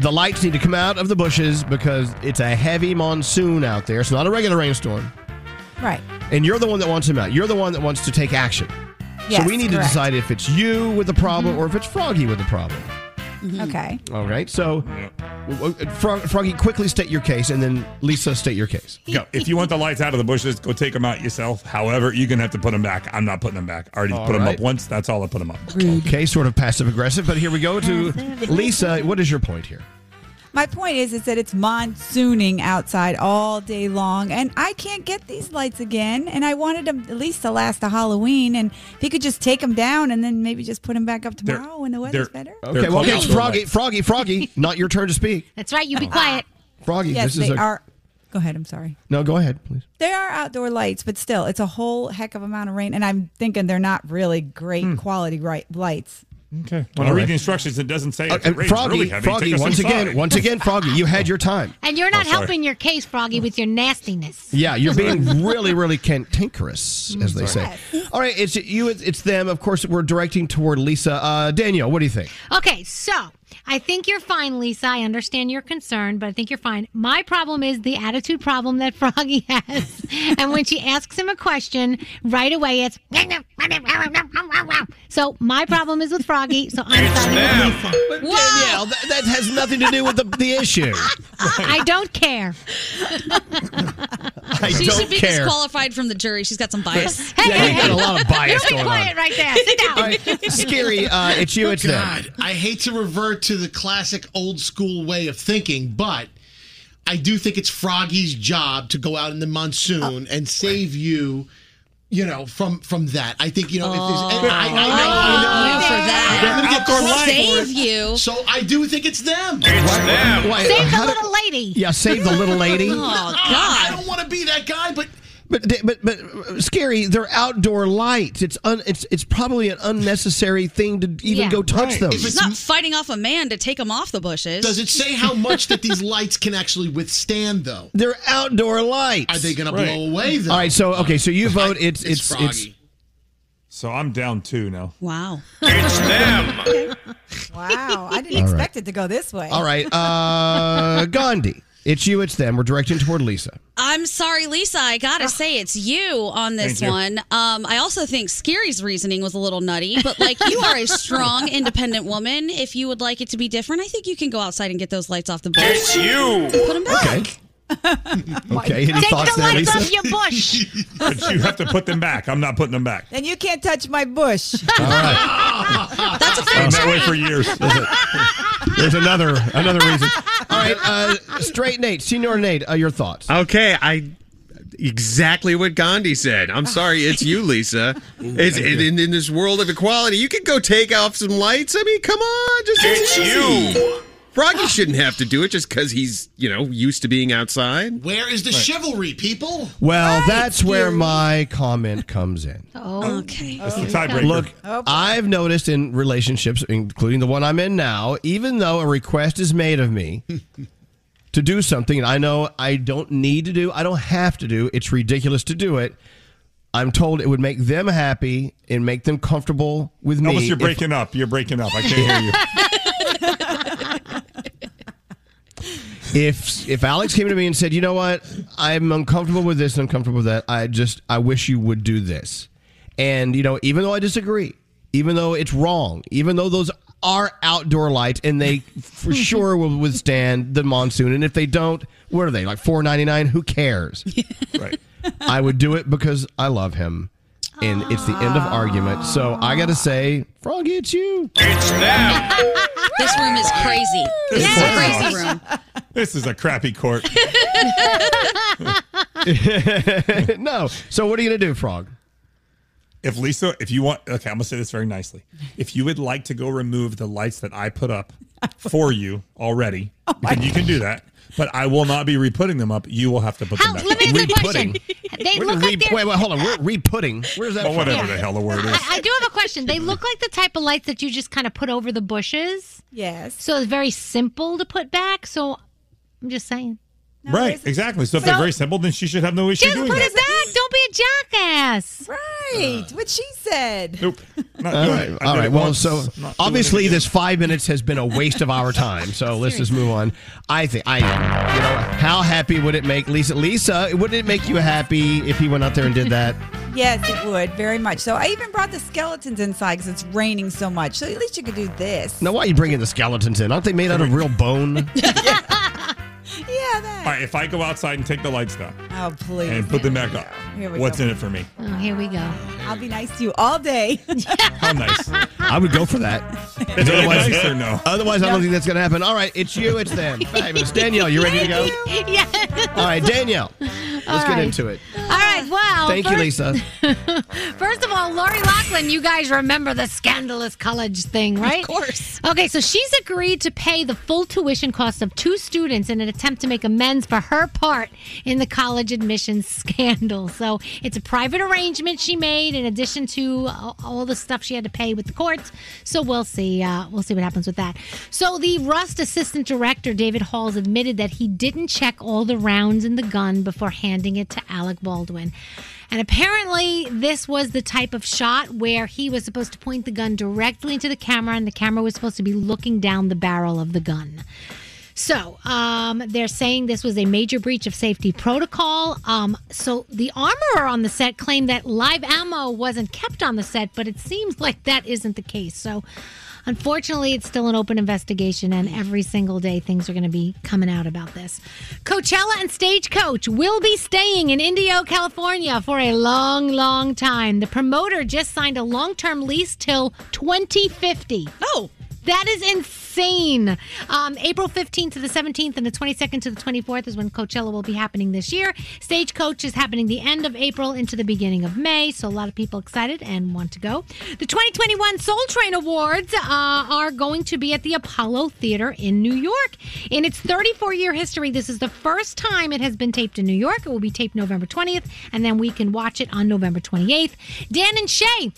S3: the lights need to come out of the bushes because it's a heavy monsoon out there. It's not a regular rainstorm.
S11: Right.
S3: And you're the one that wants them out. You're the one that wants to take action.
S11: Yes,
S3: so we need to
S11: correct. Mm-hmm.
S3: decide if it's you with the problem or if it's Froggy with the problem. Mm-hmm.
S11: Okay.
S3: All right. So, w- w- Frog- Froggy, quickly state your case, and then Lisa, state your case.
S8: Go. If you want the lights out of the bushes, go take them out yourself. However, you're gonna have to put them back. I'm not putting them back. I already
S3: All
S8: put them
S3: right.
S8: up once. That's all I put them up.
S3: Okay, sort of passive aggressive, but here we go to Lisa. What is your point here?
S11: My point is, is that it's monsooning outside all day long, and I can't get these lights again. And I wanted them at least to last to Halloween. And if you could just take them down and then maybe just put them back up
S3: They're-
S11: tomorrow when the weather's better.
S3: Okay, well,
S11: called
S3: okay,
S11: outdoor
S3: Froggy,
S11: <laughs>
S3: Froggy, Froggy, not your turn to speak.
S6: That's right.
S3: Oh.
S6: You be quiet.
S3: Froggy,
S11: Yes,
S3: this is
S11: they
S3: a-
S11: are. Go ahead. I'm sorry.
S3: No, go ahead, please.
S11: They are outdoor lights, but still, it's a whole heck of amount of rain, and I'm thinking they're not really great quality right lights.
S8: Hmm. Okay. When I
S3: All
S8: read
S3: right.
S8: the instructions, it doesn't say if
S3: Uh,
S8: it rains
S3: Froggy,
S8: really heavy.
S3: Froggy,
S8: take us
S3: once again,
S8: inside.
S3: once again, Froggy, you had your time.
S6: And you're
S3: Oh,
S6: not
S3: sorry.
S6: helping your case, Froggy, with your nastiness.
S3: Yeah,
S6: <laughs>
S11: <laughs>
S3: you're being really, really cantankerous, as they say. <laughs> All right, it's you, it's it's them. Of course, we're directing toward Lisa. Uh, Danielle, what do you think?
S6: Okay, so I think you're fine, Lisa. I understand your concern, but I think you're fine. My problem is the attitude problem that <laughs> Froggy has. and when she asks him a question, right away it's. <laughs> So my problem is with Froggy. So
S8: <laughs>
S6: I'm sorry.
S3: Danielle, that, that has nothing to do with the, the
S11: <laughs>
S3: issue.
S6: I don't care.
S3: I
S5: she
S3: don't
S5: should be
S3: care.
S5: disqualified from the jury. She's got some bias.
S3: Yeah, Hey, you hey, got a hey. lot of bias You be going on. quiet
S6: right there. <laughs>
S3: All right, Scary, uh, it's you, it's them.
S13: Oh, God, I hate to revert to the classic old school way of thinking, but I do think it's Froggy's job to go out in the monsoon and save you. You know, from from that, I think you know. if there's, and I, I, know, I know,
S5: Oh, for that.
S13: I'm gonna get
S5: Outdoor
S13: crushed for
S5: save
S13: it.
S5: you.
S13: So I do think it's them.
S3: Why-
S6: Save the
S3: how do-
S6: little lady.
S3: Yeah, save the little
S5: <laughs>
S13: <laughs>
S5: Oh,
S13: Oh,
S3: lady.
S13: I don't want to be that guy, but
S3: But but but uh, scary. They're outdoor lights. It's un, it's it's probably an unnecessary thing to even go touch them.
S5: She's not fighting off a man to take him off the bushes.
S13: does it say how much that these lights can actually withstand, though?
S3: They're outdoor lights.
S13: Are they going to blow away? Though?
S3: All right. So okay. So
S13: <laughs>
S3: you vote. It's it's it's.
S13: it's Froggy.
S8: So I'm down two now.
S5: Wow.
S11: Wow,
S8: <laughs>
S11: I didn't
S3: All right.
S11: expect it to go this way.
S3: All right. Uh, Gandhi. It's you. It's them. We're directing toward Lisa.
S5: <laughs> I'm sorry, Lisa. I gotta say it's you on this
S3: Thank
S5: one.
S3: you.
S5: Um, I also think Scary's reasoning was a little nutty, but like you are a strong, independent woman. If you would like it to be different, I think you can go outside and get those lights off the bush.
S3: It's you.
S5: Put them back.
S3: Okay. Any
S5: Take
S3: thoughts
S5: the
S3: there,
S11: lights
S3: Lisa?
S11: off your bush.
S8: <laughs> But you have to put them back. I'm not putting them
S11: <laughs>
S8: back.
S11: Then you can't touch
S8: <laughs>
S11: my bush.
S5: That's a
S8: I've been that way for years.
S3: There's another another reason. All right. Uh, straight Nate, Senior Nate. Uh, your thoughts?
S14: Okay, I Exactly what Gandhi said. I'm sorry, it's
S9: <laughs>
S14: you, Lisa. It's,
S9: Oh. thank you.
S14: in, in this world of equality, you could go take off some lights. I mean, come on, just it's you.
S9: <gasps>
S14: Froggy shouldn't have to do it just because he's you know used to being outside.
S13: Where is the chivalry, people?
S3: Well, that's where my comment comes in.
S13: Oh, okay.
S3: That's the tiebreaker. Look, I've noticed in relationships, including the one I'm in now, even though a request is made
S8: <laughs>
S3: of me to do something, and I know I don't need to do, I don't have to do, it's ridiculous to do it. I'm told it would make them happy and make them comfortable with me.
S8: Elvis, you're
S3: if-
S8: breaking up. You're breaking up. I can't hear
S17: <laughs>
S3: <laughs>
S8: you.
S3: If if Alex came to me and said, "You know what? I'm uncomfortable with this and uncomfortable with that. I just I wish you would do this." And you know, even though I disagree, even though it's wrong, even though those are outdoor lights and they for sure will withstand the monsoon and if they don't, what are they? Like 4.99, who cares? right. I would do it because I love him. And it's the end of argument. So I got to say, Froggy, it's you. It's them.
S5: This room is crazy. This is a crazy room.
S8: This is a crappy court.
S3: <laughs> no. So what are you gonna do, Frog?
S8: If Lisa, if you want, okay, I'm gonna say this very nicely. If you would like to go remove the lights that I put up for you already,
S6: Oh
S8: then you can do that. But I will not be re-putting them up. You will have to put them back.
S6: let me ask you a question. They
S8: We're
S6: look
S8: re-
S6: like they're-
S3: Wait, wait, hold on. We're re-putting. Where's that?
S8: Well, Oh,
S3: from?
S8: whatever the hell the word is.
S6: I, I do have a question. They look like the type of lights that you just kind of put over the bushes.
S11: Yes.
S6: So it's very simple to put back. So I'm just saying.
S8: right, exactly. So if
S6: So-
S8: they're very simple, then she should have no issue
S6: Just
S8: doing
S6: put
S8: that.
S6: it back. Don't be a jackass.
S11: Right. what she said.
S8: Uh, Nope. Not
S3: all
S8: doing
S3: right,
S8: it. Uh, I
S3: all
S8: did
S3: right.
S8: it
S3: Well,
S8: once.
S3: so
S8: Not doing it
S3: obviously
S8: again.
S3: this five minutes has been a waste of our time.
S8: <laughs>
S3: So let's just move on. I think I, you know, how happy would it make Lisa? Lisa, would it make you happy if he went out there and did
S8: <laughs>
S3: that?
S11: <laughs> Yes, it would very much. So I even brought the skeletons inside because it's raining so much. So at least you could do this.
S3: Now, why are you bringing the skeletons in? Aren't they made out of
S8: <laughs>
S3: real bone?
S8: All right, if I go outside and take the lights down
S11: Oh please.
S8: and put them back up,
S11: Here we
S8: what's
S11: go.
S8: in it for me?
S11: Oh, here we go. I'll be nice to you all <laughs> day.
S8: How nice.
S3: I would go for that.
S8: <laughs> Is it nice or no?
S3: Otherwise, I don't think that's going to happen. All right, it's you, it's
S8: <laughs>
S3: them. Fabulous. Danielle, you ready to go?
S6: <laughs> Yes.
S3: All right, Danielle, let's
S6: All
S3: get
S6: right.
S3: into it.
S6: All right. Well,
S3: Thank you,
S6: first-
S3: Lisa.
S6: First of all, Lori Lachlan, you guys remember the scandalous college thing, right? Of course. Okay, so she's agreed to pay the full tuition cost of two students in an attempt to make amends for her part in the college admissions scandal. So it's a private arrangement she made in addition to uh, all the stuff she had to pay with the courts. So we'll see. Uh, we'll see what happens with that. So the Rust assistant director, David Halls, admitted that he didn't check all the rounds in the gun before handing it to Alec Baldwin. And apparently, this was the type of shot where he was supposed to point the gun directly into the camera, and the camera was supposed to be looking down the barrel of the gun. So um, they're saying this was a major breach of safety protocol. Um, so the armorer on the set claimed that live ammo wasn't kept on the set, but it seems <laughs> like that isn't the case. So unfortunately, it's still an open investigation, and every single day things are going to be coming out about this. Coachella and Stagecoach will be staying in Indio, California for a long, long time. The promoter just signed a long term lease till 2050. Oh. That is insane. Um, April 15th to the 17th and the 22nd to the 24th is when Coachella will be happening this year. Stagecoach is happening the end of April into the beginning of May, so a lot of people excited and want to go. The 2021 Soul Train Awards uh, are going to be at the Apollo Theater in New York. In its 34 year history, this is the first time it has been taped in New York. It will be taped November 20th, and then we can watch it on November 28th. Dan and Shay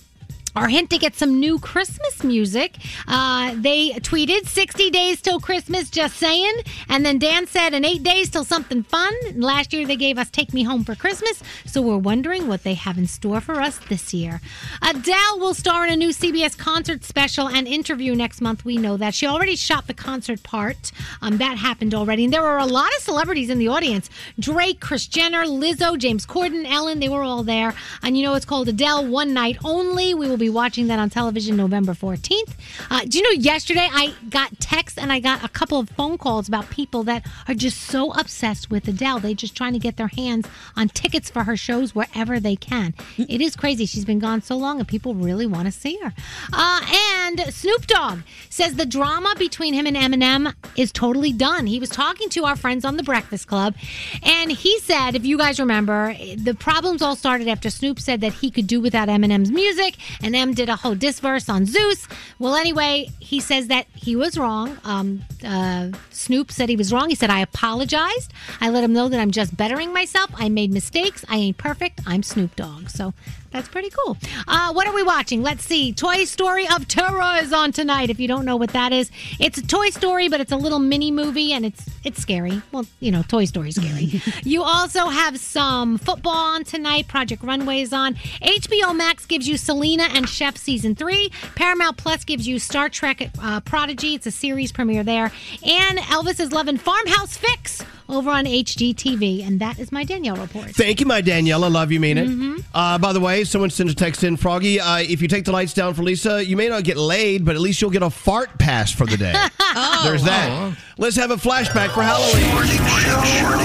S6: are hinting at some new Christmas music. Uh, they tweeted 60 days till Christmas, just saying. And then Dan said, in eight days till something fun. And last year they gave us Take Me Home for Christmas. So we're wondering what they have in store for us this year. Adele will star in a new CBS concert special and interview next month. We know that. She already shot the concert part. Um, that happened already. And there were a lot of celebrities in the audience Drake, Chris Jenner, Lizzo, James Corden, Ellen. They were all there. And you know, it's called Adele One Night Only. We will be watching that on television November 14th. Uh, do you know, yesterday I got texts and I got a couple of phone calls about people that are just so obsessed with Adele. They're just trying to get their hands on tickets for her shows wherever they can. It is crazy. She's been gone so long and people really want to see her. Uh, and Snoop Dogg says the drama between him and Eminem is totally done. He was talking to our friends on The Breakfast Club, and he said, if you guys remember, the problems all started after Snoop said that he could do without Eminem's music, and M did a whole diss verse on Zeus. Well, anyway, he says that he was wrong. Um, uh, Snoop said he was wrong. He said, I apologized. I let him know that I'm just bettering myself. I made mistakes. I ain't perfect. I'm Snoop Dogg. So that's pretty cool. Uh, what are we watching? Let's see. Toy Story of Terror is on tonight. If you don't know what that is, it's a Toy Story, but it's a little mini movie, and it's it's scary. Well, you know, Toy Story's scary. you also have some football on tonight. Project Runway is on. HBO Max gives you Selena and Chef season three. Paramount Plus gives you Star Trek uh, Prodigy. It's a series premiere there. And Elvis is loving Farmhouse Fix over on HGTV. And that is my Danielle report.
S3: Thank you, my Daniela. Love you, mean it.
S6: Mhm.
S3: Uh, by the way, someone sent a text in, Froggy. Uh, if you take the lights down for Lisa, you may not get laid, but at least you'll get a fart pass for the day.
S9: Oh.
S3: There's that.
S9: Oh.
S3: Let's have a flashback for Halloween.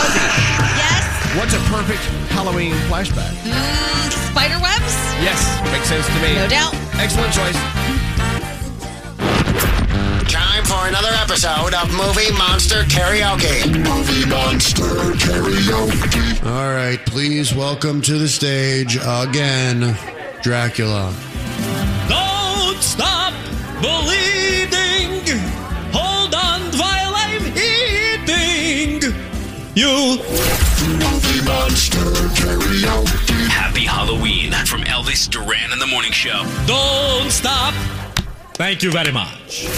S3: Yes. What's a perfect Halloween flashback?
S5: Mm, spider webs?
S9: Yes, makes sense to me.
S5: No doubt.
S9: Excellent choice.
S16: Time for another episode of Movie Monster Karaoke. Movie Monster Karaoke.
S17: All right, please welcome to the stage again, Dracula.
S9: Don't stop bleeding. Hold on while I'm eating. You. Movie monster karaoke.
S1: Happy Halloween from Elvis Duran in the Morning Show.
S10: Don't stop. Thank you very much.